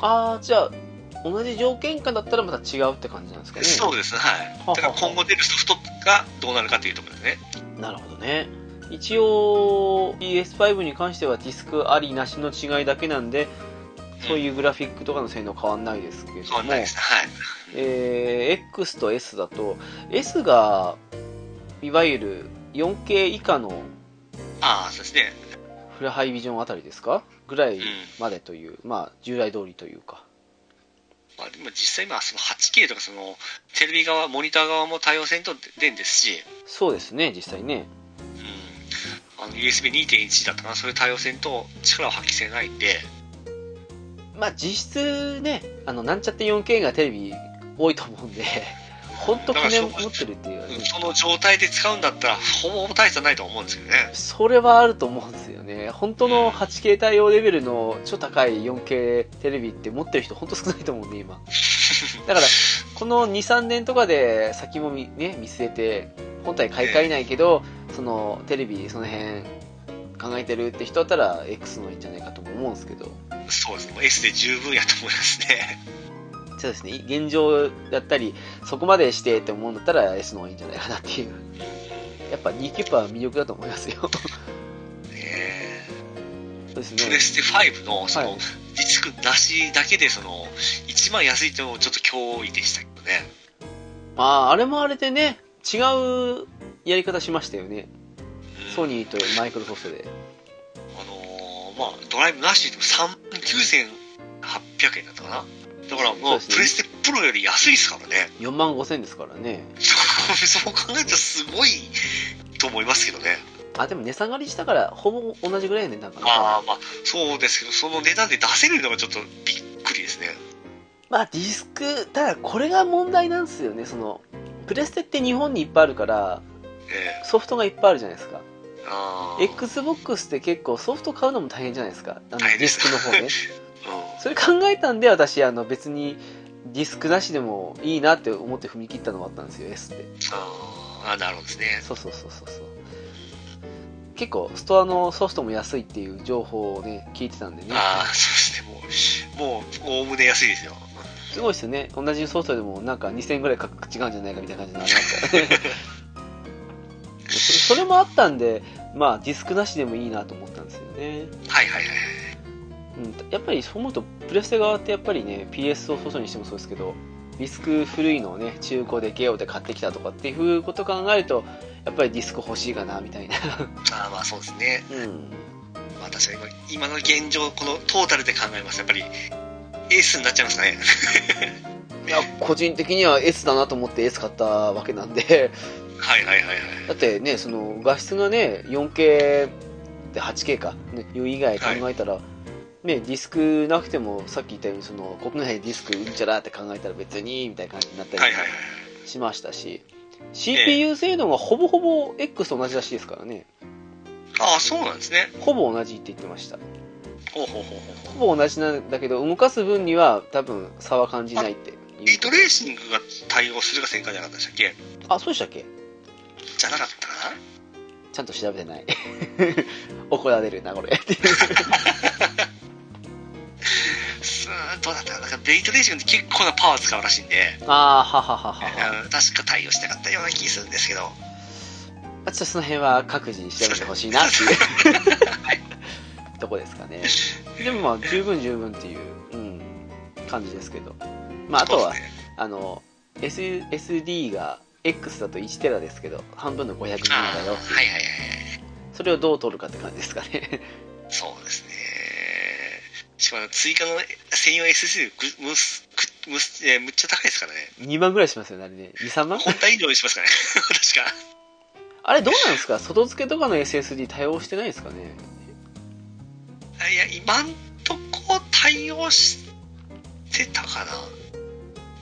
A: ああじゃあ同じ条件下だったらまた違うって感じなんですかね
B: そうですねはい
A: はは
B: だから今後出るソフトがどうなるかというところですね
A: なるほどね。一応 PS5 に関してはディスクありなしの違いだけなんで、そういうグラフィックとかの性能変わんないですけども、
B: 変わんないですねはい
A: えー X と S だと、S がいわゆる 4K 以下の
B: ああそうですね
A: フルハイビジョンあたりですかぐらい
B: うん
A: までという、まあ従来通りというか。
B: まあ、でも実際今その 8K とかそのテレビ側モニター側も対応せんと出んですし、
A: そうですね、実際ね。
B: うん、あの USB2.1 だったかなそれ対応せんと力を発揮せないんで
A: まあ実質ね、あのなんちゃって 4K がテレビ多いと思うんで、ほんと金を持ってるっていうかね、
B: その状態で使うんだったらほぼほぼ大差ないと思うんですけ どね
A: それはあると思うんですよね。本当の 8K 対応レベルの超高い 4K テレビって持ってる人本当少ないと思うんで、今。だから、この2、3年とかで先もみね、見据えて、本体買い替えないけど、そのテレビその辺考えてるって人だったら X のいいんじゃないかとも思うんですけど。
B: そうですねもう S で十分やと思いますね
A: そうですね、現状だったり、そこまでしてって思うんだったら S の方がいいんじゃないかなっていう。やっぱ2キュッパは魅力だと思いますよ。 そ
B: え
A: うですね。
B: ープレステ5のその、
A: はい
B: ディスクなしだけでその1万安いってのもちょっと脅威でしたけどね
A: まあ、あれもあれでね、違うやり方しましたよね。
B: うん
A: ソニーとマイクロソフトで。
B: あのーまあドライブなしでも3 9800円だったかなだからも
A: そう
B: う
A: ですね
B: プレステプロより安いですからね
A: 4万5千ですからね。
B: そう考えたらすごいと思いますけどね
A: あ、でも値下がりしたから、ほぼ同じぐらいの値段かな。
B: まあまあ、そうですけど、その値段で出せるのがちょっとびっくりですね。
A: まあ、ディスク、ただこれが問題なんですよね。その、プレステって日本にいっぱいあるから、
B: え
A: ソフトがいっぱいあるじゃないですか。
B: えあー
A: Xbox って結構ソフト買うのも大変じゃないですか。あの
B: 大
A: デ
B: 変で
A: ィ
B: す
A: スクの方ね。
B: う
A: それ考えたんで、私、あの、別に、ディスクなしでもいいなって思って踏み切ったのもあったんですよ、S って。
B: ん、あーあ、なるほどですね。
A: そうそうそうそうそう結構ストアのソフトも安いっていう情報をね聞いてたんでね
B: ああ、そうですね、もう、もう、おおむね安いですよ。
A: すごいですよね同じソフトでもなんか2000円ぐらい価格違うんじゃないかみたいな感じになりますからね そそれもあったんでまあディスクなしでもいいなと思ったんですよね、
B: はいはいはい。
A: うん、やっぱりそう思うとプレステ側ってやっぱりね PS をソフトにしてもそうですけどディスク古いのをね中古でゲオで買ってきたとかっていうことを考えるとやっぱりディスク欲しいかなみたいな
B: ああ、まあそうですね。
A: うん
B: まあ確かに今、今の現状、このトータルで考えますとやっぱり、エースになっちゃいますね。
A: いや個人的には S だなと思って S 買ったわけなんで
B: はいはいはいはい。
A: だってねその画質がね 4K で 8K か、ね、いう以外考えたら、ね、ディスクなくてもさっき言ったようにその国内ディスクうんちゃらって考えたら別にみたいな感じになった
B: はい
A: り
B: はいはい。
A: しましたし、CPU 性能がほぼほぼ X と同じらしいですからね
B: ああ、そうなんですね。
A: ほぼ同じって言ってました
B: ほうほうほうほう。
A: ほぼ同じなんだけど動かす分には多分差は感じないっていう
B: ビートレーシングが対応するが正解じゃなかったでしたっけ
A: あそうでしたっけ
B: じゃなかったかな
A: ちゃんと調べてない 怒られるなこれ
B: すーどうだったかななんかビートレーシングって結構なパワー使うらしいんで、
A: ああはは ははは
B: うん確か対応しなかったような気するんですけど。
A: まあちょっとその辺は各自調べてほしいなっていうとこですかねでもまあ十分十分っていう、うん、感じですけどまああと
B: そう
A: は
B: ですね
A: あの S SD が X だと1テラですけど半分の500ギガ
B: あ
A: だ
B: あ、
A: よっていう
B: はいはいはい。
A: それをどう取るかって感じですかね
B: そうですね。しかも追加の専用 SSD ぐむすくむす、えーむっちゃ高いですからね。
A: 2万ぐらいしますよねあれね23万
B: 本体以上にしますからね。 確か。
A: あれどうなんですか外付けとかの SSD 対応してないですかね
B: あいや、今んとこ対応してたかな。い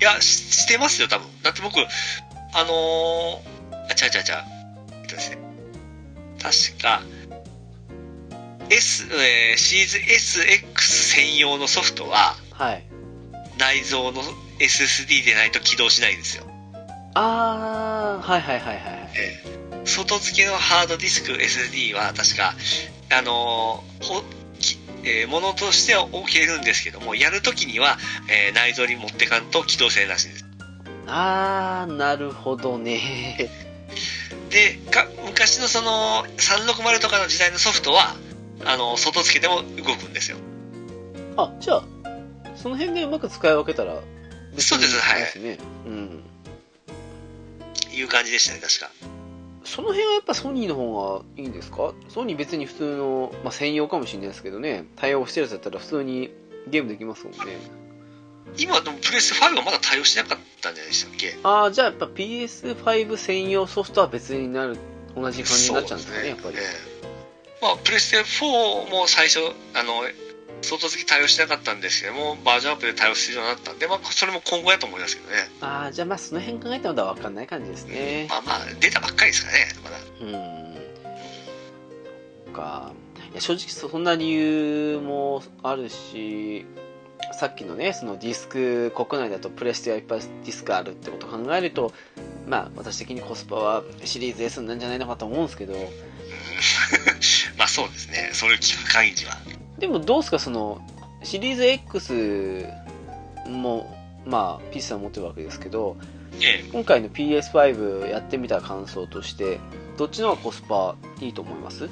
B: や、ししてますよ、多分。だって僕、あのー、あ、ちゃうちゃうちゃう。えっとですね。確か、S、えーシリーズ SX 専用のソフトは、
A: はい
B: 内蔵の SSD でないと起動しないんですよ。
A: ああはいはいはいはい
B: 外付けのハードディスク SSD は確か、あのーほきえーものとしては置けるんですけどもやるときには、えー内蔵に持ってかんと起動せんらしいんです
A: あーなるほどね
B: でか昔のその360とかの時代のソフトはあのー外付けでも動くんですよ
A: あじゃあその辺でうまく使い分けたら
B: そうですはい
A: ですね、うん、
B: いう感じでしたね確か
A: その辺はやっぱソニーの方がいいんですかソニー別に普通の、まあ、専用かもしれないですけどね対応してるやつだったら普通にゲームできますもんね
B: 今でもプレス5はまだ対応してなかったんじゃないでしたっけ
A: ああじゃあやっぱ PS5 専用ソフトは別になる同じ感じになっちゃうんですかねやっぱり、
B: そうですねまあ、プレステ4も最初あの外付き対応してなかったんですけどもバージョンアップで対応するようになったんで、まあ、それも今後やと思いますけどね、
A: ああじゃあまあその辺考えたまだ分かんない感じですね
B: まあまあ出たばっかりですからねまだ
A: うんそっかいや正直そそんな理由もあるしさっきのねそのディスク国内だとプレステはいっぱいディスクあるってことを考えるとまあ私的にコスパはシリーズ S なんじゃないのかと思うんですけど
B: うんまあそうですねそれを聞く限りは
A: でもどうですかそのシリーズ X もまあ PC さん持ってるわけですけど
B: ええ
A: 今回の PS5 やってみた感想としてどっちの方がコスパいいと思います
B: や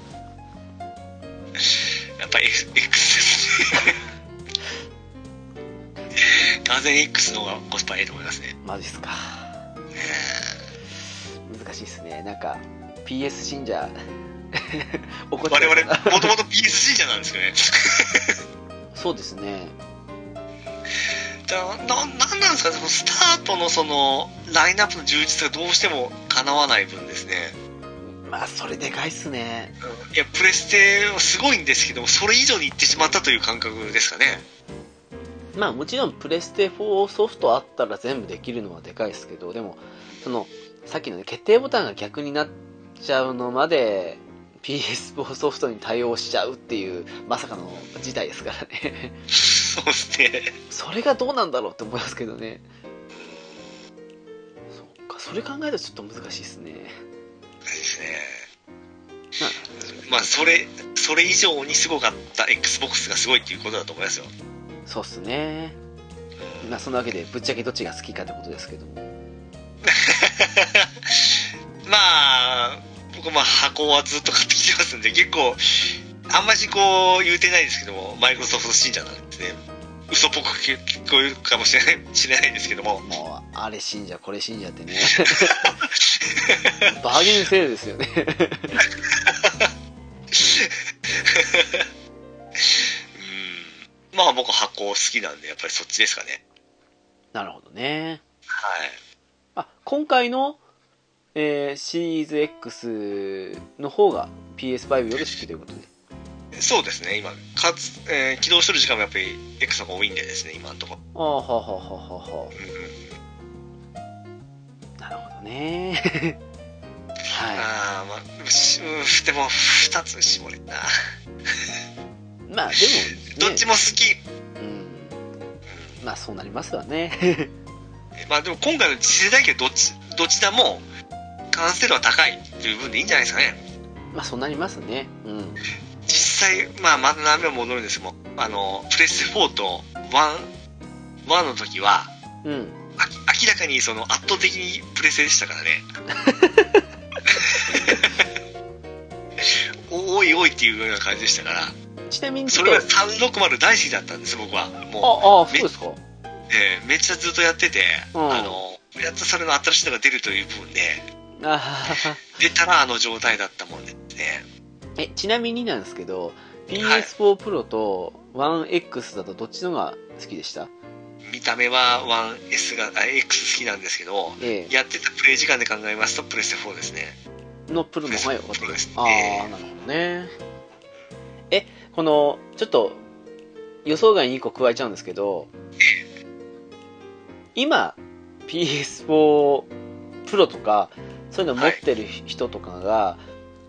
B: っぱり X です ね完全に X の方がコスパいいと思い ますね
A: マジっすか
B: ね
A: 難しいですねなんか PS 信者 怒
B: え
A: っちゃ
B: 我
A: う
B: 々もともと PSG じゃなんですけどね
A: そうですね
B: なななんなんですかねそのスタートのそのラインナップの充実がどうしてもかなわない分ですね
A: まあそれでかいっすね
B: いやプレステはすごいんですけどもそれ以上にいってしまったという感覚ですかね
A: まあもちろんプレステ4ソフトあったら全部できるのはでかいですけどでもそのさっきのね決定ボタンが逆になっちゃうのまで PS4 ソフトに対応しちゃうっていうまさかの事態ですからね
B: そうですね
A: それがどうなんだろうって思いますけどねそっかそれ考えるとちょっと難しいですね
B: ですね
A: な
B: まあそれそれ以上にすごかった XBOX がすごいっていうことだと思いますよ
A: そうっすねまあそのわけでぶっちゃけどっちが好きかってことですけども
B: まあ僕まあ箱はずっと買ってきてますんで結構あんまりこう言うてないですけどもマイクロソフト信者なんですね嘘っぽく聞こえるかもしれないしれないんですけども
A: もうあれ信者これ信者ってねバーゲンセールですよね
B: うんまあ僕箱好きなんでやっぱりそっちですかね
A: なるほどね
B: はい
A: あ今回の、えーシリーズ X の方が PS5 より好きということで
B: そうですね、今、かつ、えー起動してる時間もやっぱり X の方が多いんでですね、今のところ。
A: ああはあはあはあはあは
B: うんうん
A: あなるほどねは
B: ああ、まあ、しうんでも、2つ絞れん
A: い
B: な。
A: まあでも、ね、
B: どっちも好き。
A: うんまあそうなりますわね
B: まあでも、今回の次世代機はどっち、どちらも、完成度は高いっていう部分でいいんじゃないですかね。
A: まあそうなりますねうん
B: 実際、まあ、また何秒も戻るんですけども、あの、プレステ4と1、1の時は、
A: うん
B: あ明らかにその圧倒的にプレセでしたか らねおおいおいっていうような感じでしたから
A: ちなみにち
B: そ
A: ょっと
B: れが360大好きだったんです僕はも
A: ああそうですか
B: う、えーめっちゃずっとやってて、
A: うん
B: あのやっとそれの新しいのが出るという部分で
A: あはは
B: 出たらあの状態だったもんですね
A: えちなみになんですけど
B: はい
A: PS4 Pro と 1X だとどっちのが好きでした
B: 見た目は 1S があ X 好きなんですけど
A: え
B: やってたプレイ時間で考えますとプレステ4ですね
A: えのプロの方が良かったです
B: プ
A: ああ
B: ロですね
A: ーなるほどねえこのちょっと予想外に1個加えちゃうんですけど今 PS4 Pro とかそういうの持ってる人とかが、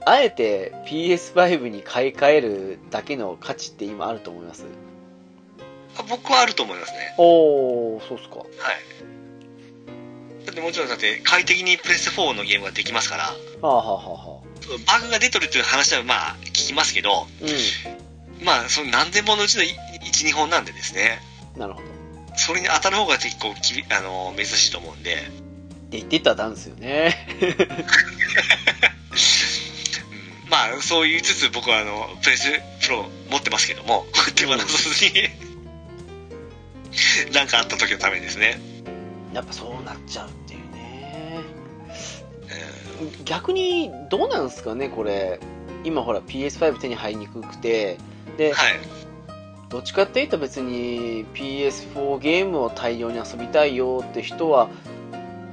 A: あえて PS5 に買い替えるだけの価値って今あると思います
B: あ僕はあると思いますね
A: おおそうっすか
B: はい。だってもちろんだって快適にプレステ4のゲームができますから、
A: はあはあはあはあ
B: バグが出とるっていう話はまあ聞きますけど、
A: う
B: まあその何千本のうちの1、2本なんでですね、
A: んなるほど
B: それに当たる方が結構きびあの珍しいと思うんで、
A: って言ってたダンスよね
B: うんまあそう言いつつ僕はあのプレステプロ持ってますけども、手放さずに、なんかあった時のためにですね。
A: やっぱそうなっちゃうっていうね
B: うん
A: 逆にどうなんですかねこれ今ほら PS5 手に入りにくくてで、
B: はい。
A: どっちかっていうと別に PS4 ゲームを大量に遊びたいよって人は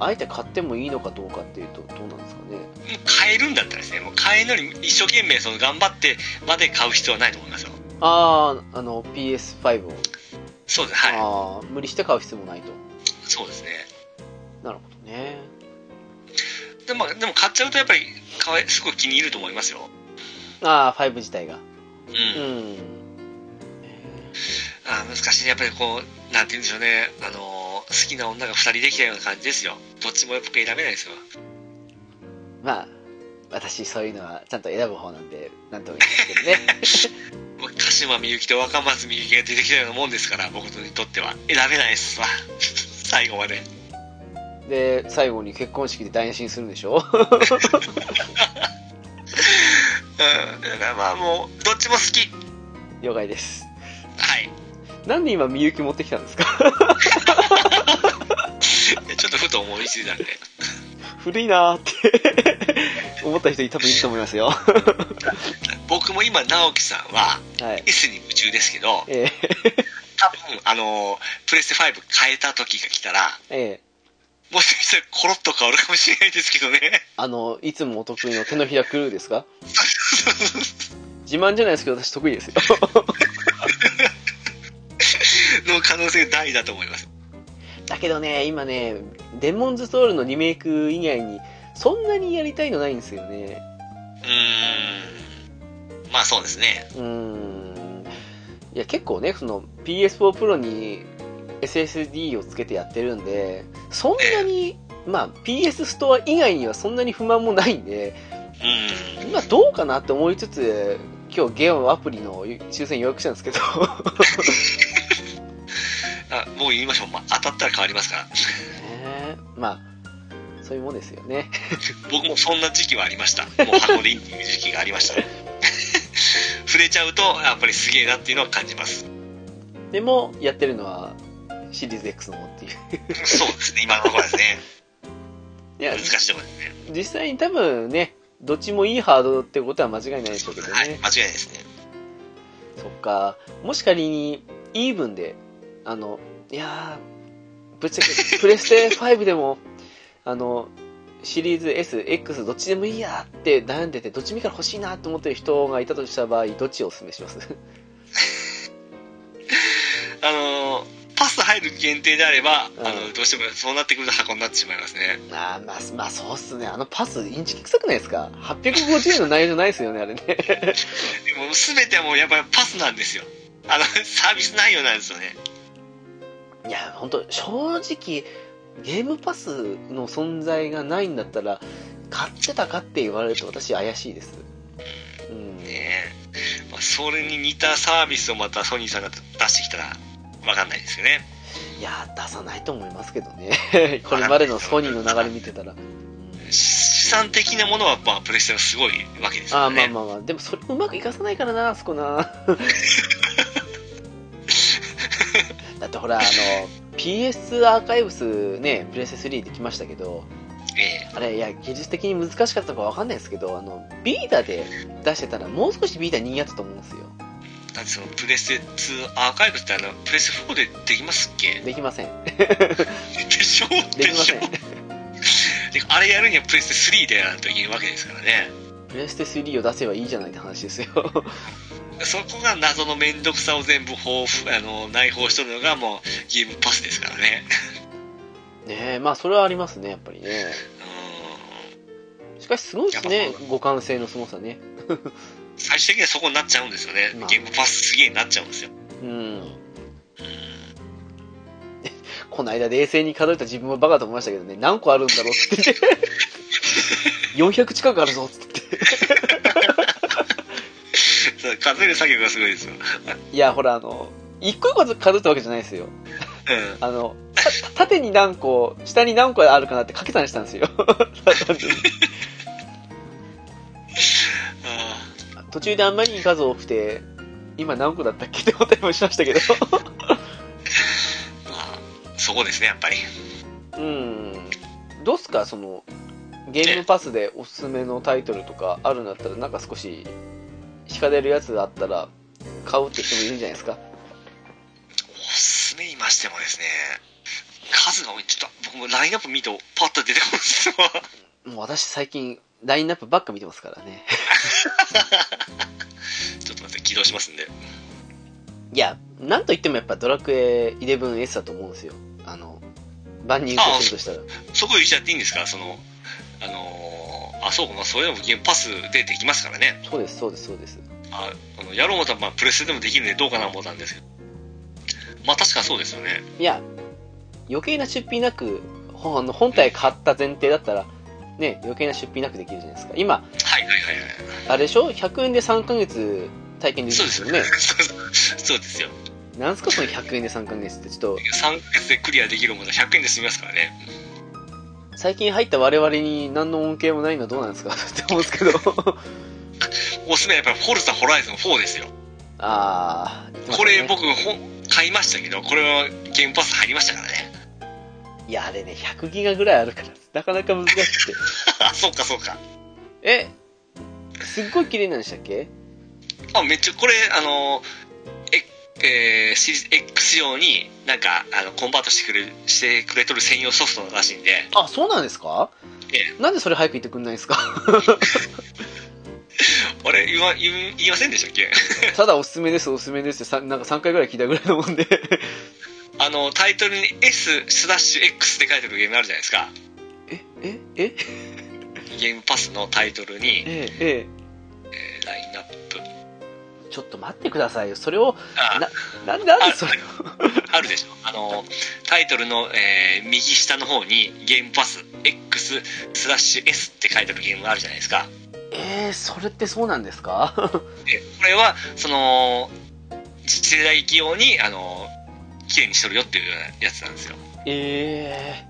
A: あえて買ってもいいのかどうかっていうとどうなんですかね
B: もう買えるんだったらですね、もう買えるのに一生懸命その頑張ってまで買う必要はないと思いますよ。
A: あああの PS5 を、
B: そうですね、はい。
A: あー無理して買う必要もないと
B: そうですね。
A: なるほどね
B: でも、まあでも買っちゃうとやっぱり、かわいすごい気に入ると思いますよ。
A: ああ5自体が
B: うん。
A: うん、
B: あー難しいね。やっぱりこう、なんて言うんでしょうね。あのー好きな女が二人できたような感じですよ。どっちも僕選べないですよ。
A: まあ、私、そういうのはちゃんと選ぶ方なんで、なんとも言えないですけどね。
B: もう鹿島みゆきと若松みゆきが出てきたようなもんですから、僕にとっては。選べないですわ。 最後まで。
A: で、最後に結婚式で台無しにするんでしょ
B: うん。だからまあもう、どっちも好き。
A: 了解です。
B: はい。
A: なんで今、みゆき持ってきたんですか
B: ちょっとふと思いついたんで。
A: 古いなーって 思った人多分いると思いますよ。は
B: 僕も今、直樹さんは、
A: い。
B: S に夢中ですけど、
A: ええ
B: 多分、あのープレステ5変えた時が来たら、
A: ええ
B: もしかしたらコロッと変わるかもしれないですけどね。
A: あの、いつもお得意の手のひらクルーですか 自慢じゃないですけど、私得意ですよ。
B: の可能性大だと思います。
A: だけどね、今ね、デモンズソウルのリメイク以外に、そんなにやりたいのないんですよね。
B: うーん。まあそうですね。
A: うーんいや結構ねその PS4 Pro に SSD をつけてやってるんでそんなに、まあ、PS ストア以外にはそんなに不満もないんで
B: うん。
A: 今どうかなって思いつつ、今日ゲームアプリの抽選予約したんですけど、
B: あ、もう言いましょう。まあ、当たったら変わりますから。
A: ねまあ、そういうもんですよね。
B: 僕もそんな時期はありま した。もう箱でいいっていう時期がありま した。触れちゃうと、やっぱりすげえなっていうのは感じます。
A: でも、やってるのはシリーズ X の方っていう。
B: そうですね、今のところですね。
A: いや
B: 難、しいところですね。
A: 実際に多分ね、どっちもいいハードってことは間違いないでしょうけどね。
B: はい、間違いないですね。
A: そっか、もし仮に、イーブンで、あの、いやー、ぶっちゃけ、 プレステ5でも、あの、シリーズ S、X どっちでもいいやって悩んでて、どっちもいいから欲しいなと思ってる人がいたとした場合、どっちをお勧めします
B: あのーパス入る限定であれば、
A: うん
B: あのどうしてもそうなってくると箱になってしまいますね。
A: あー、まあ、まあ、そうっすね。あのパス、インチキ臭くないですか ?850 円の内容じゃないですよね、あれね。
B: でも全てはもうやっぱりパスなんですよ。あの、サービス内容なんですよね。
A: いや、本当正直、ゲームパスの存在がないんだったら、買ってたかって言われると私怪しいです。うん。
B: ねえ。まあ、それに似たサービスをまたソニーさんが出してきたら、わかんないですよね。
A: いやー出さないと思いますけど ねこれまでのソニーの流れ見てたら
B: 資産的なものは、まあ、プレステはすごいわけです
A: あーま
B: よ
A: あ
B: ね。
A: まあまあでもそれうまくいかさないからなあそこ なだってほらあの PS アーカイブスねプレステ3できましたけど
B: え
A: あれいや技術的に難しかったかわかんないですけどあのビータで出してたらもう少しビータにやったと思うんですよ
B: えだってそのプレステ2アーカイブスってあの、プレステ4でできますっけ
A: できません
B: でしょ
A: できま せん
B: でしょであれやるにはプレステ3でやらないといけないわけですからね。
A: プレステ3を出せばいいじゃないって話ですよ
B: そこが謎の面倒くさを全部包袱あの内包しとるのがもうゲームパスですからね。
A: ねえまあそれはありますねやっぱりね
B: うん
A: しかしすごいです
B: や
A: ね
B: っぱ
A: 互換性のすごさね
B: 最終的にはそこになっちゃうんですよね。
A: まあ
B: ゲームパスすげえになっちゃうんですよ。
A: うん。この間冷静に数えた自分もバカと思いましたけどね、何個あるんだろうって 言って。400近くあるぞって言って。
B: そう数える作業がすごいですよ。
A: いや、ほら、あの、一個一個数えたわけじゃないですよ。
B: う
A: あの、た縦に何個、下に何個あるかなって掛け算したんですよ。
B: ん。あ
A: 途中であんまりに数多くて、今何個だったっけって答えもしましたけど。
B: ーまあ、そこですね、やっぱり。
A: うん。どうっすか、その、ゲームパスでおすすめのタイトルとかあるんだったら、なんか少し、惹かれるやつがあったら、買うって人もいるんじゃないですか。
B: おすすめいましてもですね、数が多い。ちょっと僕もラインナップ見るとパッと出てこないですわ。
A: もう私最近、ラインナップばっか見てますからね。
B: ちょっと待って、起動しますんで。
A: いや、なんといってもやっぱドラクエ 11S だと思うんですよ。あの、万人受けするとしたら。
B: そこ言っちゃっていいんですかその、あのーあ、そうかな、そういうのもゲームパスでできますからね。
A: そうです、そうです、そうです。
B: あ、あのやろうもたらまあプレステでもできるんでどうかな思ったんですけど。まあ確かそうですよね。
A: いや、余計な出費なく、ほあの本体買った前提だったら、ね、余計な出費なくできるじゃないですか。今、
B: はいはいはいはい。
A: あれでしょ ?100 円で3ヶ月体験できる
B: そ
A: ん
B: う
A: で
B: ですす
A: よ
B: よ
A: ね
B: ね。。そうですよ。
A: なんすかその100円で3ヶ月ってちょっ
B: 3ヶ月でクリアできるものは100円で済みますからね。
A: と最近入った我々に何の恩恵もないのはどうなんですか って思うんですけど
B: おすすめはやっぱりフォルザホライゾン4ですよ。
A: ああ、行きましたね
B: これ僕ほん買いましたけど、これはゲームパス入りましたからね。
A: いやあれね100ギガぐらいあるからなかなか難しくて
B: あ、 そうかそうか。
A: えすっごい綺麗なんでしたっけ
B: あ、めっちゃ、これ、あの、え、えー、シリーズ X 用に、なんか、あの、コンバートしてくれる、してくれとる専用ソフトらしいんで、
A: あそうなんですか
B: え
A: なんでそれ早く言ってくんないんですか
B: あれ、言わ、言い言いませんでしたっけ
A: ただおすすめですおすすめですってさなんか3回ぐらい聞いたぐらいのもんで
B: あの、タイトルに S スラッシュ X って書いてあるゲームあるじゃないですか。
A: えええ
B: ゲームパスのタイトルに、え
A: ええ
B: ーラインナップ。
A: ちょっと待ってくださいよそれを
B: あ、
A: なんでなんでそれを
B: あるでしょ。あの、タイトルの、えー右下の方に、ゲームパス X スラッシュ S って書いてあるゲームあるじゃないですか。
A: ええー、それってそうなんですか
B: でこれはその次世代用にあの綺麗にしとるよっていうようなやつなんですよ
A: え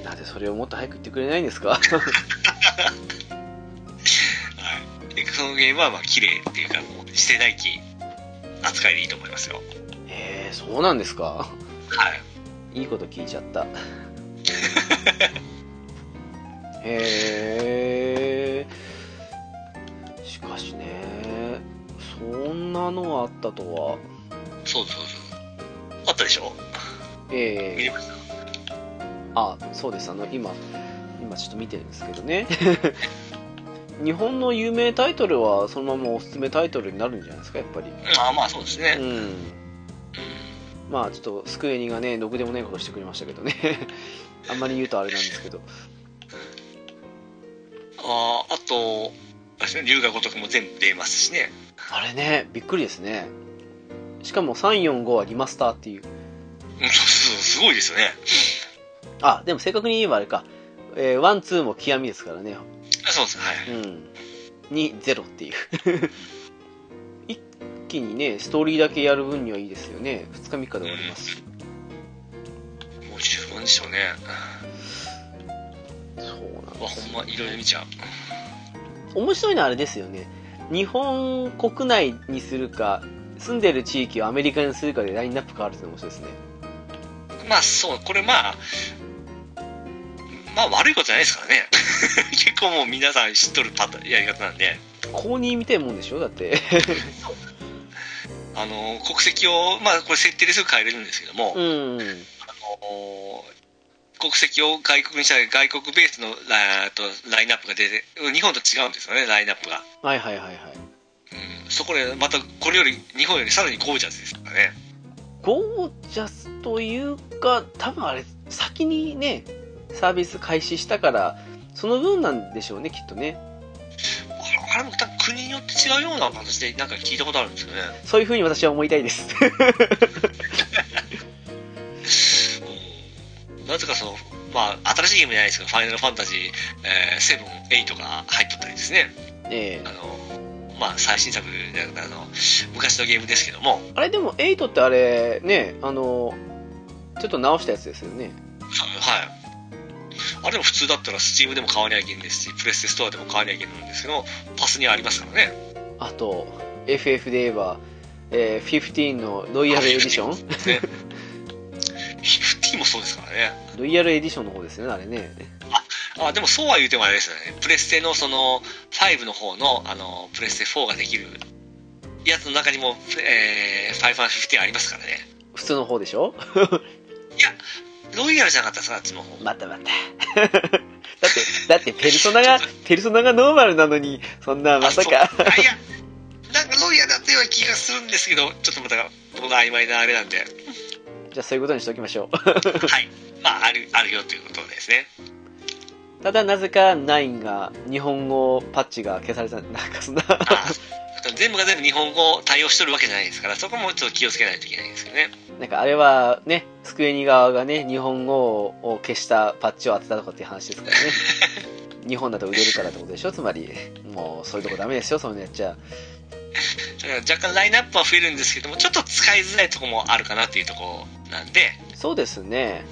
A: えー、なんでそれをもっと早く言ってくれないんですか
B: はいでそのゲームはまあ綺麗っていうかもう次世代機扱いでいいと思いますよ
A: ええー、そうなんですか
B: はい
A: いいこと聞いちゃったへえしかしねそんなのあったとは
B: そうそうそうあったでしょ見
A: ええ
B: れました
A: あそうですあの今今ちょっと見てるんですけどね 日本の有名タイトルはそのままおすすめタイトルになるんじゃないですかやっぱり
B: まあまあそうです
A: う
B: ね、
A: んまあちょっとスクエニがねろくでもないことしてくれましたけどね あんまり言うとあれなんですけど
B: あああとあれですね龍が如くも全部出ますしね
A: あれね、びっくりですね。しかも345はリマスターっていう。
B: うんそうそうすごいですよね
A: あ、でも正確に言えばあれか。えー、ワン、ツーも極みですからね。
B: あそうですはい、
A: うん。に、ゼロっていう。 一気にね、ストーリーだけやる分にはいいですよね。2日3日で終わりますし。
B: もう十分でしょうね
A: そうなん
B: うわ
A: で
B: ほ
A: す
B: ん
A: よ。
B: まいろいろ見ちゃう
A: 面白いのはあれですよね。日本国内にするか、住んでる地域をアメリカにするかでラインナップ変わるっての面白いですね。
B: まあそうこれまあまあ悪いことじゃないですからね 結構もう皆さん知っとるパターンやり方なんで
A: 公認みたいなもんでしょだって。
B: あの国籍をまあこれ設定ですぐ変えれるんですけども、
A: うん。
B: お国籍を外国にしたら外国ベースのラとラインナップが出て日本と違うんですよねラインナップが、
A: はいはいはいはい。
B: うん、そこでまたこれより日本よりさらにゴージャスですからね
A: ゴージャスというか多分あれ先にねサービス開始したからその分なんでしょうねきっとね
B: あれも多分国によって違うような形でなんか聞いたことあるんですよね
A: そういうふうに私は思いたいです
B: うんなぜかその、まあ、新しいゲームじゃないですけど、ファイナルファンタジー、えー、7、8が入っとったりですね。
A: ええ
B: あの、まあ、最新作じゃなくて、あの、昔のゲームですけども、
A: あれでも8ってあれねあのちょっと直したやつですよね
B: はい。あれも普通だったら、スチームでも買わなきゃいけないですし、プレステストアでも買わなきゃいけないんですけど、パスにはありますからね。
A: あと FF で言えば、えー、15のロイヤルエディション
B: ね。50もそうですからね。
A: ロイヤルエディションの方ですよねあれね
B: あ、でもそうは言うてもあれですよね。プレステのその、5の方の、あの、プレステ4ができるやつの中にも、えー、550ありますからね。
A: 普通の方でしょ
B: ロイヤルじゃなかったですか、あっちの方。
A: またまた だってだってペルソナがペルソナがノーマルなのにそんなまさか
B: あそうあいや、なんかロイヤルだったような気がするんですけど、ちょっとまた、僕が曖昧なあれなん で、
A: じゃあそういうことにしておきましょう
B: はい。まあ、ある、あるよということですね。
A: ただなぜか9が日本語パッチが消されたなんかそんな
B: あ全部が全部日本語対応しとるわけじゃないですから、そこもちょっと気をつけないといけないですよね。
A: なんかあれはねスクエニ側がね日本語を消したパッチを当てたとかっていう話ですからね 日本だと売れるからってことでしょつまりもうそういうとこダメですよそういうのやっちゃ
B: だから若干ラインナップは増えるんですけども、ちょっと使いづらいとこもあるかなっていうとこなんで、
A: そうですね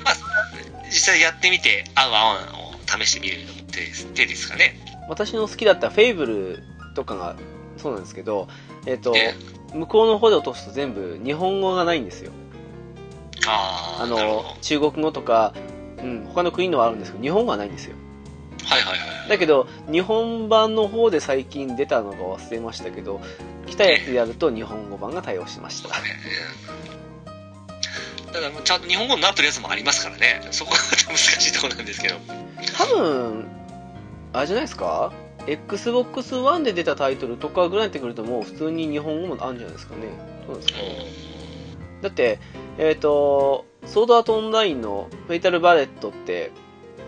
B: 実際やってみて、合う合わんを試してみるのも手です手ですかね。
A: 私の好きだったフェイブルとかがそうなんですけどえっ、と
B: え
A: 向こうの方で落とすと全部日本語がないんですよ
B: あー
A: あ
B: なるほ
A: の
B: ど
A: 中国語とか、うん、他の国のはあるんですけど日本語はないんですよ
B: はいはいはい。
A: だけど日本版の方で最近出たのが忘れましたけど来たやつやると日本語版が対応しました
B: だからちゃんと日本語になってるやつもありますからねそこが難しいところなんですけど
A: 多分あれじゃないですか XBOX1 で出たタイトルとかぐらいになってくるともう普通に日本語もあるんじゃないですかねどうなんですかだってえっ、とソードアートオンラインのフェイタルバレットって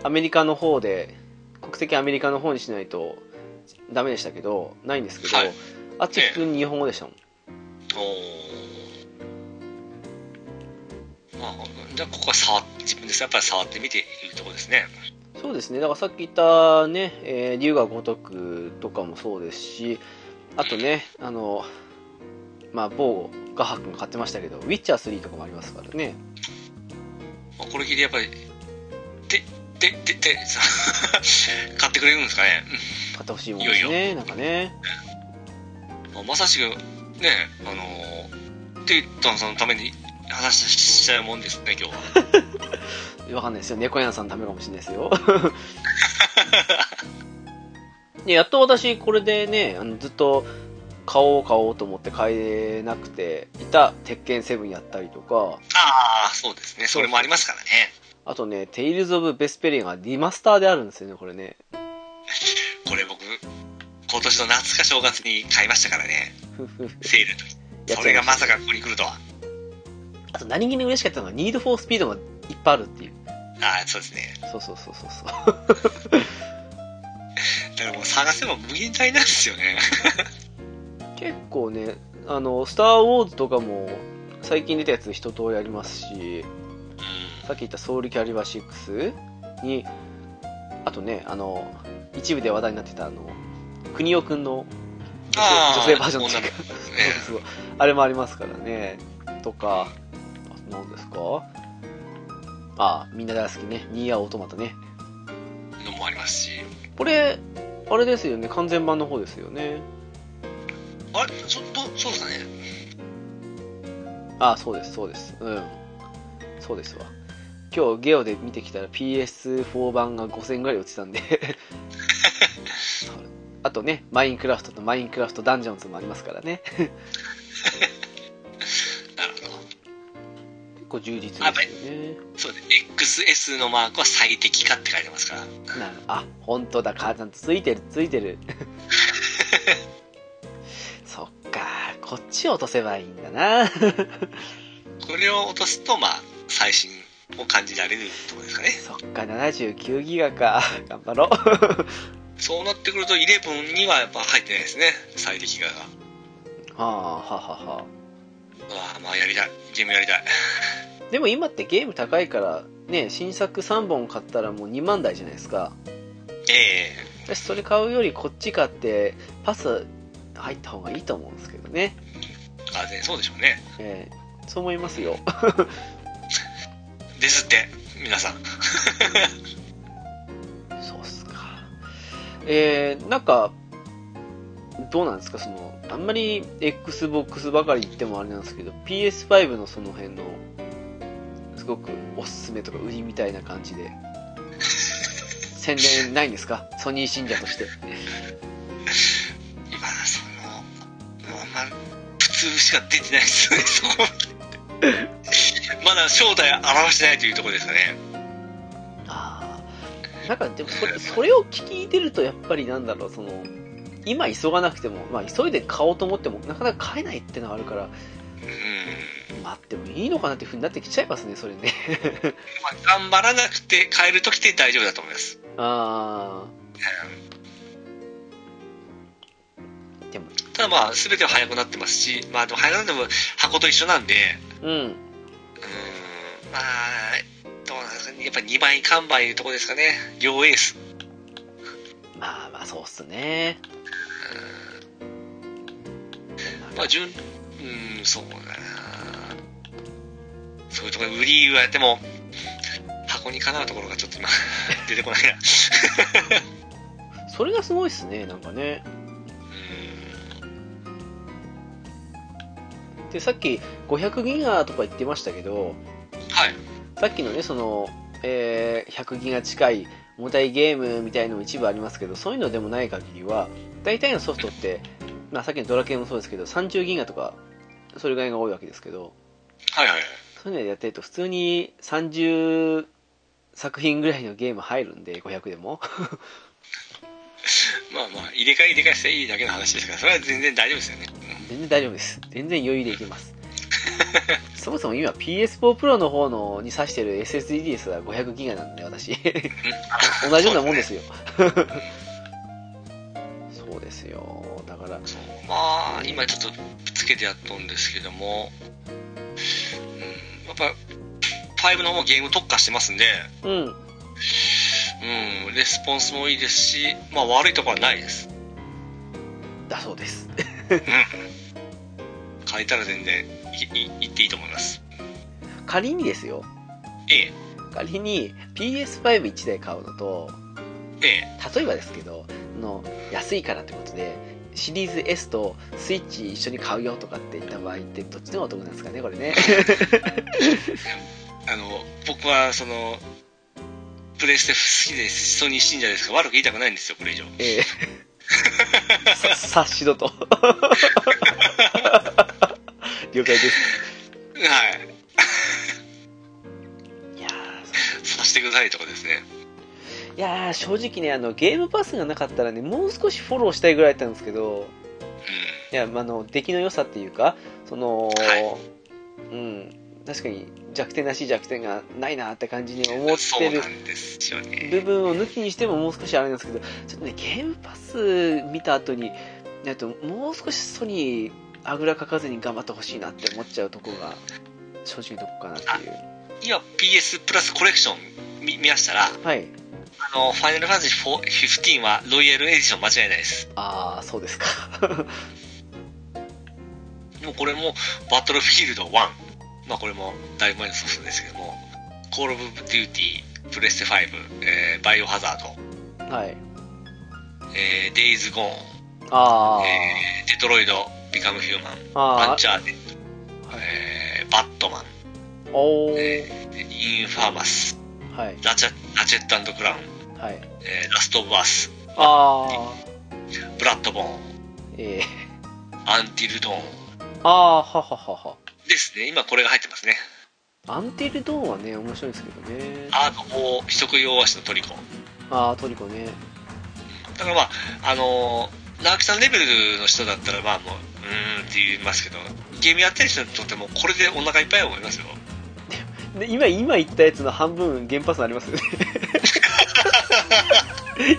A: アメリカの方で国籍アメリカの方にしないとダメでしたけどないんですけど、
B: はい
A: あっち普通に日本語でしたもん
B: まあ、じゃあここは触っ自分でやっぱり触ってみているところですね
A: そうですね、だからさっき言ったね、えー、竜が如くとかもそうですし、あとね、あの、まあ、某画伯も買ってましたけど、ウィッチャー3とかもありますからね。
B: まあこれ聞いてやっぱり「てててて」 買ってくれるんですかね
A: 買ってほしいもんですね、なんかね。
B: まあまさしくねあのーテイタンさんのために話しちゃうもんですね今日は
A: わかんないですよ、猫屋さんのためかもしれないですよ。 でやっと私、これでね、あのずっと買おう買おうと思って買えなくていた鉄拳セブンやったりとか、
B: ああそうですねそれもありますからね
A: あとね、テイルズ・オブ・ベスペリアがリマスターであるんですよね、これね。
B: これ僕今年の夏か正月に買いましたからね
A: ふふふ
B: セールの時
A: やっちゃいました
B: それがまさかここに来るとは
A: あと何気に嬉しかったのが、ニード・フォー・スピードがいっぱいあるっていう。
B: ああそうですね
A: そうそうそうそうそう。
B: だからもう探せば無限大なんですよ ね
A: 結構ねあの「スター・ウォーズ」とかも最近出たやつ一通りありますし
B: うん
A: さっき言った「ソウル・キャリバー6」にあとねあの一部で話題になってたあの国尾くんの
B: あー
A: 女性バージョンと
B: 女
A: か
B: の子ね
A: そうそうあれもありますからねとかあと何ですかあみんな大好きねニーヤ・オートマトね
B: のもありますし
A: これあれですよね完全版の方ですよね
B: あれそどそうですかね
A: あそうですそうですうんそうですわ今日ゲオで見てきたら PS4 版が5000ぐらい落ちたんで あとねマインクラフトとマインクラフトダンジョンズもありますからね
B: なるほど
A: 結構充実ですよね
B: そうですね XS のマークは最適化って書いてますから
A: なあ本当だ母ちゃんとついてるついてる そっかこっち落とせばいいんだな
B: これを落とすとまあ最新を感じられるところですかね
A: そっか79ギガか頑張ろう
B: そうなってくると11にはやっぱ入ってないですね最適化が
A: はあはあはあはあ
B: ああまあやりたいゲームやりたい
A: でも今ってゲーム高いからね新作3本買ったらもう2万台じゃないですか
B: ええ
A: 私それ買うよりこっち買ってパス入った方がいいと思うんですけどね、
B: あ全然そうでしょうね
A: えーそう思いますよ
B: ですって皆さん
A: そうっすかえー、なんかどうなんですかそのあんまり XBOX ばかり言ってもあれなんですけど PS5 のその辺のすごくおすすめとか売りみたいな感じ で宣伝ないんですかソニー信者として
B: 今そのもうあんま普通しか出てないですねそこまだ正体を表してないというところですかね
A: ああなんかでもそれそれを聞いてるとやっぱりなんだろうその今急がなくても、まあ、急いで買おうと思ってもなかなか買えないってのがあるから
B: うん
A: 待ってもいいのかなっていうふうになってきちゃいますねそれね
B: まあ頑張らなくて変えるときって大丈夫だと思います
A: ああでも
B: ただまあ全ては早くなってますしまあでも早くなっても箱と一緒なんで
A: うん
B: うーんまあどうなんですかねやっぱ2枚完売いうところですかね両エース
A: まあまあそうっすね
B: まあ順うーんそうだなそういうところ売りはやっても箱にかなうところがちょ っと今出てこないな
A: それがすごいっすねなんかね
B: う
A: でさっき500ギガとか言ってましたけど
B: ーんはい
A: さっきのね、その、えー100ギガ近い重たいゲームみたいのも一部ありますけど、そういうのでもない限りは、大体のソフトって、まあ、さっきのドラケンもそうですけど、30ギガとか、それぐらいが多いわけですけど、
B: はいはいはい
A: そういうのでやってると、普通に30作品ぐらいのゲーム入るんで、500でも。
B: まあまあ入れ替え入れ替えしていいだけの話ですからそれは全然大丈夫ですよね
A: 全然大丈夫です。全然余裕でいけます。 そもそも今 PS4 Pro の方のに挿してる SSD ですら500ギガなんで私 同じようなもんですよ そうですよだから
B: そうまあ今ちょっとつけてやっとんですけども、うん、やっぱ5の方もゲーム特化してますんで
A: うん
B: うん、レスポンスもいいですし、まあ悪いところはないです。
A: だそうです。
B: 変えたら全然いいいっていいと思います。
A: 仮にですよ。
B: ええ、
A: 仮に PS51 台買うのと、
B: ええ、
A: 例えばですけど、あの安いからってことで、シリーズ S とスイッチ一緒に買うよとかって言った場合って、どっちの方がお得なんですかね、これね。
B: あの、僕はその、プレステ好きでソニー信者ですから悪く言いたくないんですよ、これ以上。
A: ええさ察しろと。了解です。
B: はい。
A: いやー
B: させてくださいとかですね。
A: いやー正直ねあのゲームパスがなかったらねもう少しフォローしたいぐらいだったんですけど
B: う
A: いや、まあ、あの出来の良さっていうかその、
B: は
A: うん確かに弱点らしい弱点がないなって感じに
B: ん。
A: 思っ
B: そ
A: て
B: う
A: る
B: なんですよ
A: 部
B: ね。
A: 分を抜きにしてももう少しあれなんですけどちょっとねゲームパス見た後にえっともう少しソニーあぐらかかずに頑張ってほしいなって思っちゃうとこが正直どこかなっていう
B: 今 PS プラスコレクション見見ましたら、
A: はい
B: あの、ファイナルファンタジー4 15はロイヤルエディション間違いないです。
A: ああそうですか
B: もうこれも、バトルフィールド1。まあこれも、だいぶ前のソフトですけども、コールオブデューティー、プレステ5、えーバイオハザード、
A: はい
B: えーデイズ・ゴーン、
A: あー、
B: えーデトロイド、ビカム・ヒューマン、ア
A: あ
B: ンチャーテッド、えーバットマン、
A: ーおー、
B: えーインファーマス、
A: はい
B: ラチャラチェットクラウン、
A: はい
B: えーラスト・オブ・アス、
A: ああ
B: ブラッド・ボーン、
A: ええ
B: アンティル・ドーン
A: ああはははは
B: ですね。今これが入ってますね。
A: アンティルドーンはね面白いんですけどね
B: アート・オー、人食い大足のトリコ。
A: ああトリコね
B: だからまあ、あのー、直木さんレベルの人だったら、まあもう、うーんって言いますけど、ゲームやってる人にとっても、これでお腹いっぱい思いますよ。
A: で今今言ったやつの半分原発ありますよね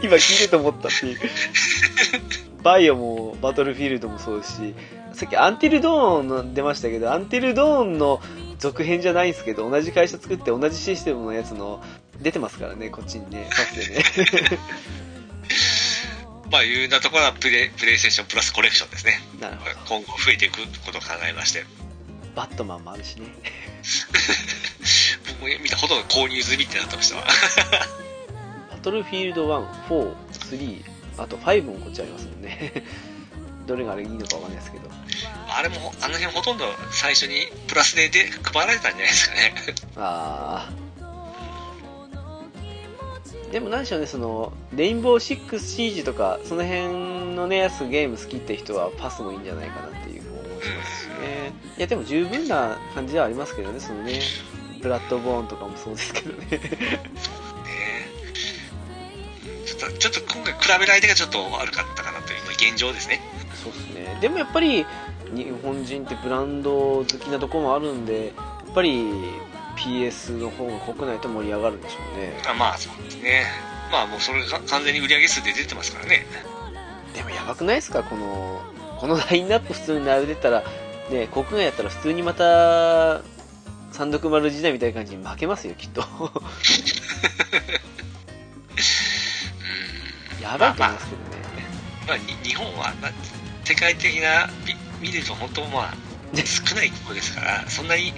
A: 今聞いてて思ったっていうバイオもバトルフィールドもそうですしさっきアンティルドーンの出ましたけどアンティルドーンの続編じゃないんですけど同じ会社作って同じシステムのやつの出てますからねこっちにねパスでね
B: まあ、いうなところはプレイ、プレイステーションプラスコレクションですね。
A: なるほど
B: 今後増えていくことを考えまして。
A: バットマンもあるしね
B: 僕も見たほとんど購入済みってなってましたわ。
A: バトルフィールド1、4、3、あと5もこっちありますもんね。 どれがあれいいのかわかんないですけど。
B: あれも、あの辺ほとんど最初にプラスでで配られたんじゃないですかね。
A: あー。でも何でしょうね、その、レインボーシックスシージとか、その辺のね、やつゲーム好きって人はパスもいいんじゃないかなっていうふうに思いますしね。いや、でも十分な感じではありますけどね、そのね、ブラッドボーンとかもそうですけどね。
B: ねちょっと、ちょっと今回比べる相手がちょっと悪かったかなという、まあ現状ですね。
A: そうですねでもやっぱり日本人ってブランド好きなとこもあるんでやっぱり PS の方が国内と盛り上がるんでしょうね
B: あまあそうですねまあもうそれが完全に売り上げ数で出てますからね
A: でもやばくないですかこのこのラインナップ普通に並べてたらね国外やったら普通にまた360時代みたいな感じに負けますよきっと やばいと思いますけどね、
B: まあに日本は、まあ、世界的な見見ると本当まあ少ない方ですからそんなに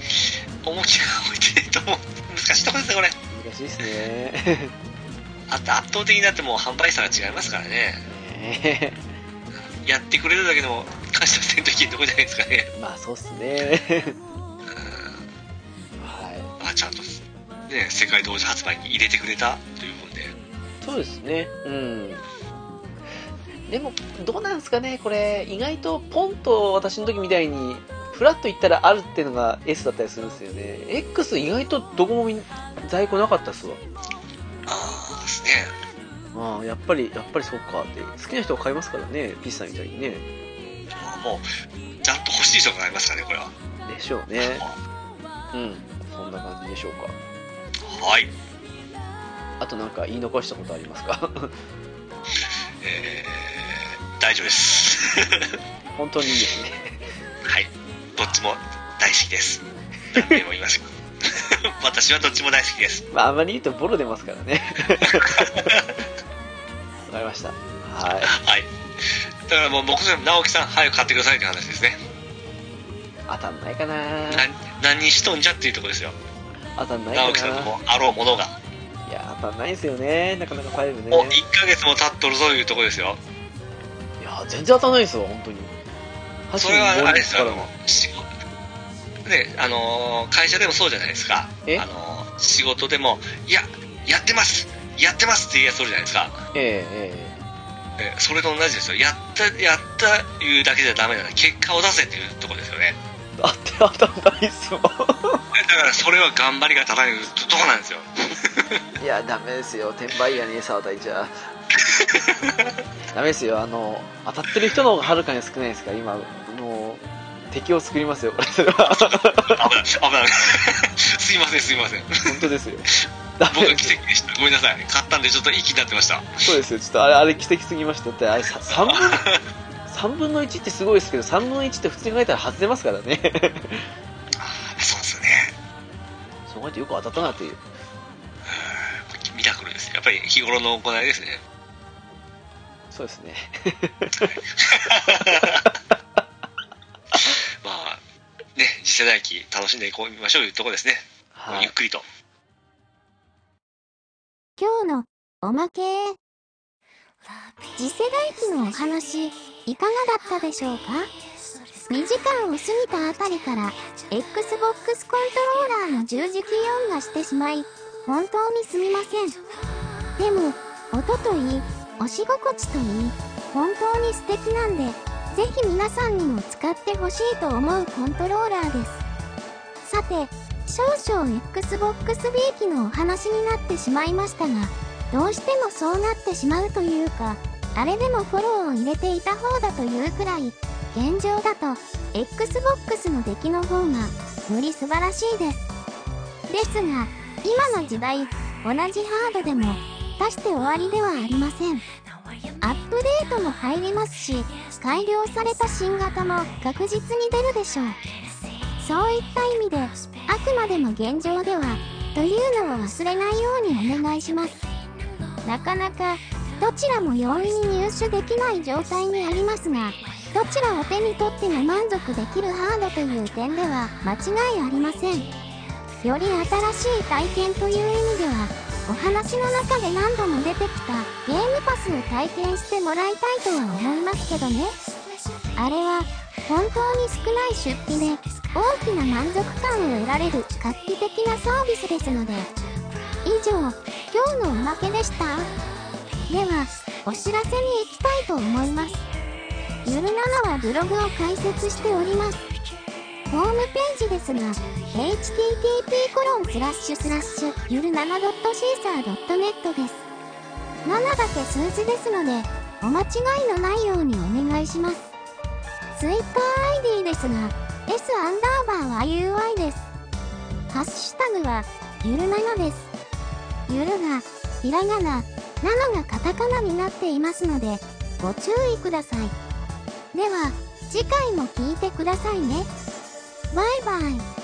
B: 重きが置いてると思う難しいところですねこれ
A: 難しいですね
B: あと圧倒的になってもう販売差が違いますからね
A: ね
B: やってくれるだけでも感謝せんといけんとこじゃないですかね
A: えまあそうっすねはい
B: まあちゃんとね世界同時発売に入れてくれたという分で
A: そうですね、うん。でも、どうなんですかね、これ、意外とポンと私の時みたいに、フラッと行ったらあるっていうのが S だったりするんですよね。X 意外とどこもみん在庫なかったっすわ。
B: ああですね
A: ああ、やっぱり、やっぱりそうかって。好きな人は買いますからね、ピッチさんみたいにね。
B: まあもうちゃんと欲しい人がありますからねこれは
A: でしょうね。うん。そんな感じでしょうか。
B: はい
A: あとなんか言い残したことありますか
B: えー大丈夫です。
A: 本当にいいですね。
B: はい。どっちも大好きです。何回も言いますけど。 私はどっちも大好きです。
A: まあ、あまり言うとボロ出ますからね。 わかりました。はい。
B: はい。だからもう僕じゃ直樹さん早く買ってくださいって話ですね。
A: 当たんないかな
B: 何何にしとんじゃっていうところですよ。
A: 当たんない
B: 直
A: か
B: 樹さん
A: な
B: のもうあろうものが。
A: いや、当たんないですよね。なかなかファイブね。
B: もう1ヶ月も経っとるぞいうところですよ。
A: いや、全然当たんないですよ、本当に。
B: それはあれですよ
A: 阪神のボーナス
B: 仕事ね、あのー会社でもそうじゃないですか。あ
A: え
B: のー仕事でも、いや、やってますやってますって言うやつおるじゃないですか。
A: からもえええ
B: ねそれと同じですよ。やった、やったいうだけじゃダメなの。結果を出せっていうところですよね。
A: えあって当たんないっすよ。
B: だからそれは頑張りが足らないとこなんですよ。
A: いや、ダメですよ。転売やねえ、沢田じ ゃ。ダメですよ。あの、当たってる人の方がはるかに少ないですから、今、もう、敵を作りますよ、 これそれは。
B: 危ない、危ない。 すいません、すいません。
A: 本当ですよ。ダ
B: 僕
A: メ
B: は
A: です
B: 奇
A: よ。
B: 跡でした。ごめんなさい。買ったんでちょっと息になってました。
A: そうですよ。ちょっとあれ、あれ奇跡すぎました。だって、あれ、さ3分、3分の1ってすごいですけど、3分の1って普通に考えたら外れますからね。
B: そうですよね。
A: そう考えてよく当たったなっていう。
B: ミラクルです。やっぱり日頃の行いですね。
A: そうですね。
B: まあ、ね、次世代機楽しんでいこう見ましょうというところですね。
A: は
B: ゆっ
A: い。
B: くりと。
C: 今日のおまけ次世代機のお話いかがだったでしょうか2時間を過ぎたあたりから Xbox コントローラーの十字キー音がしてしまい本当にすみませんでも音といい押し心地といい本当に素敵なんでぜひ皆さんにも使ってほしいと思うコントローラーですさて少々 XBOX B 機のお話になってしまいましたがどうしてもそうなってしまうというかあれでもフォローを入れていた方だというくらい現状だと XBOX の出来の方がより素晴らしいですですが今の時代同じハードでも足して終わりではありませんアップデートも入りますし改良された新型も確実に出るでしょうそういった意味であくまでも現状ではというのを忘れないようにお願いしますなかなかどちらも容易に入手できない状態にありますがどちらを手に取っても満足できるハードという点では間違いありませんより新しい体験という意味ではお話の中で何度も出てきたゲームパスを体験してもらいたいとは思いますけどねあれは本当に少ない出費で大きな満足感を得られる画期的なサービスですので以上今日のおまけでしたではお知らせに行きたいと思いますゆる7はブログを開設しておりますホームページですが http コロンスラッシュスラッシュゆる 7.caesar.net です7だけ数字ですのでお間違いのないようにお願いします TwitterID ですが S アンダーバーは UI ですハッシュタグはゆる7ですゆるがひらがななのがカタカナになっていますのでご注意くださいでは次回も聞いてくださいねバイバイ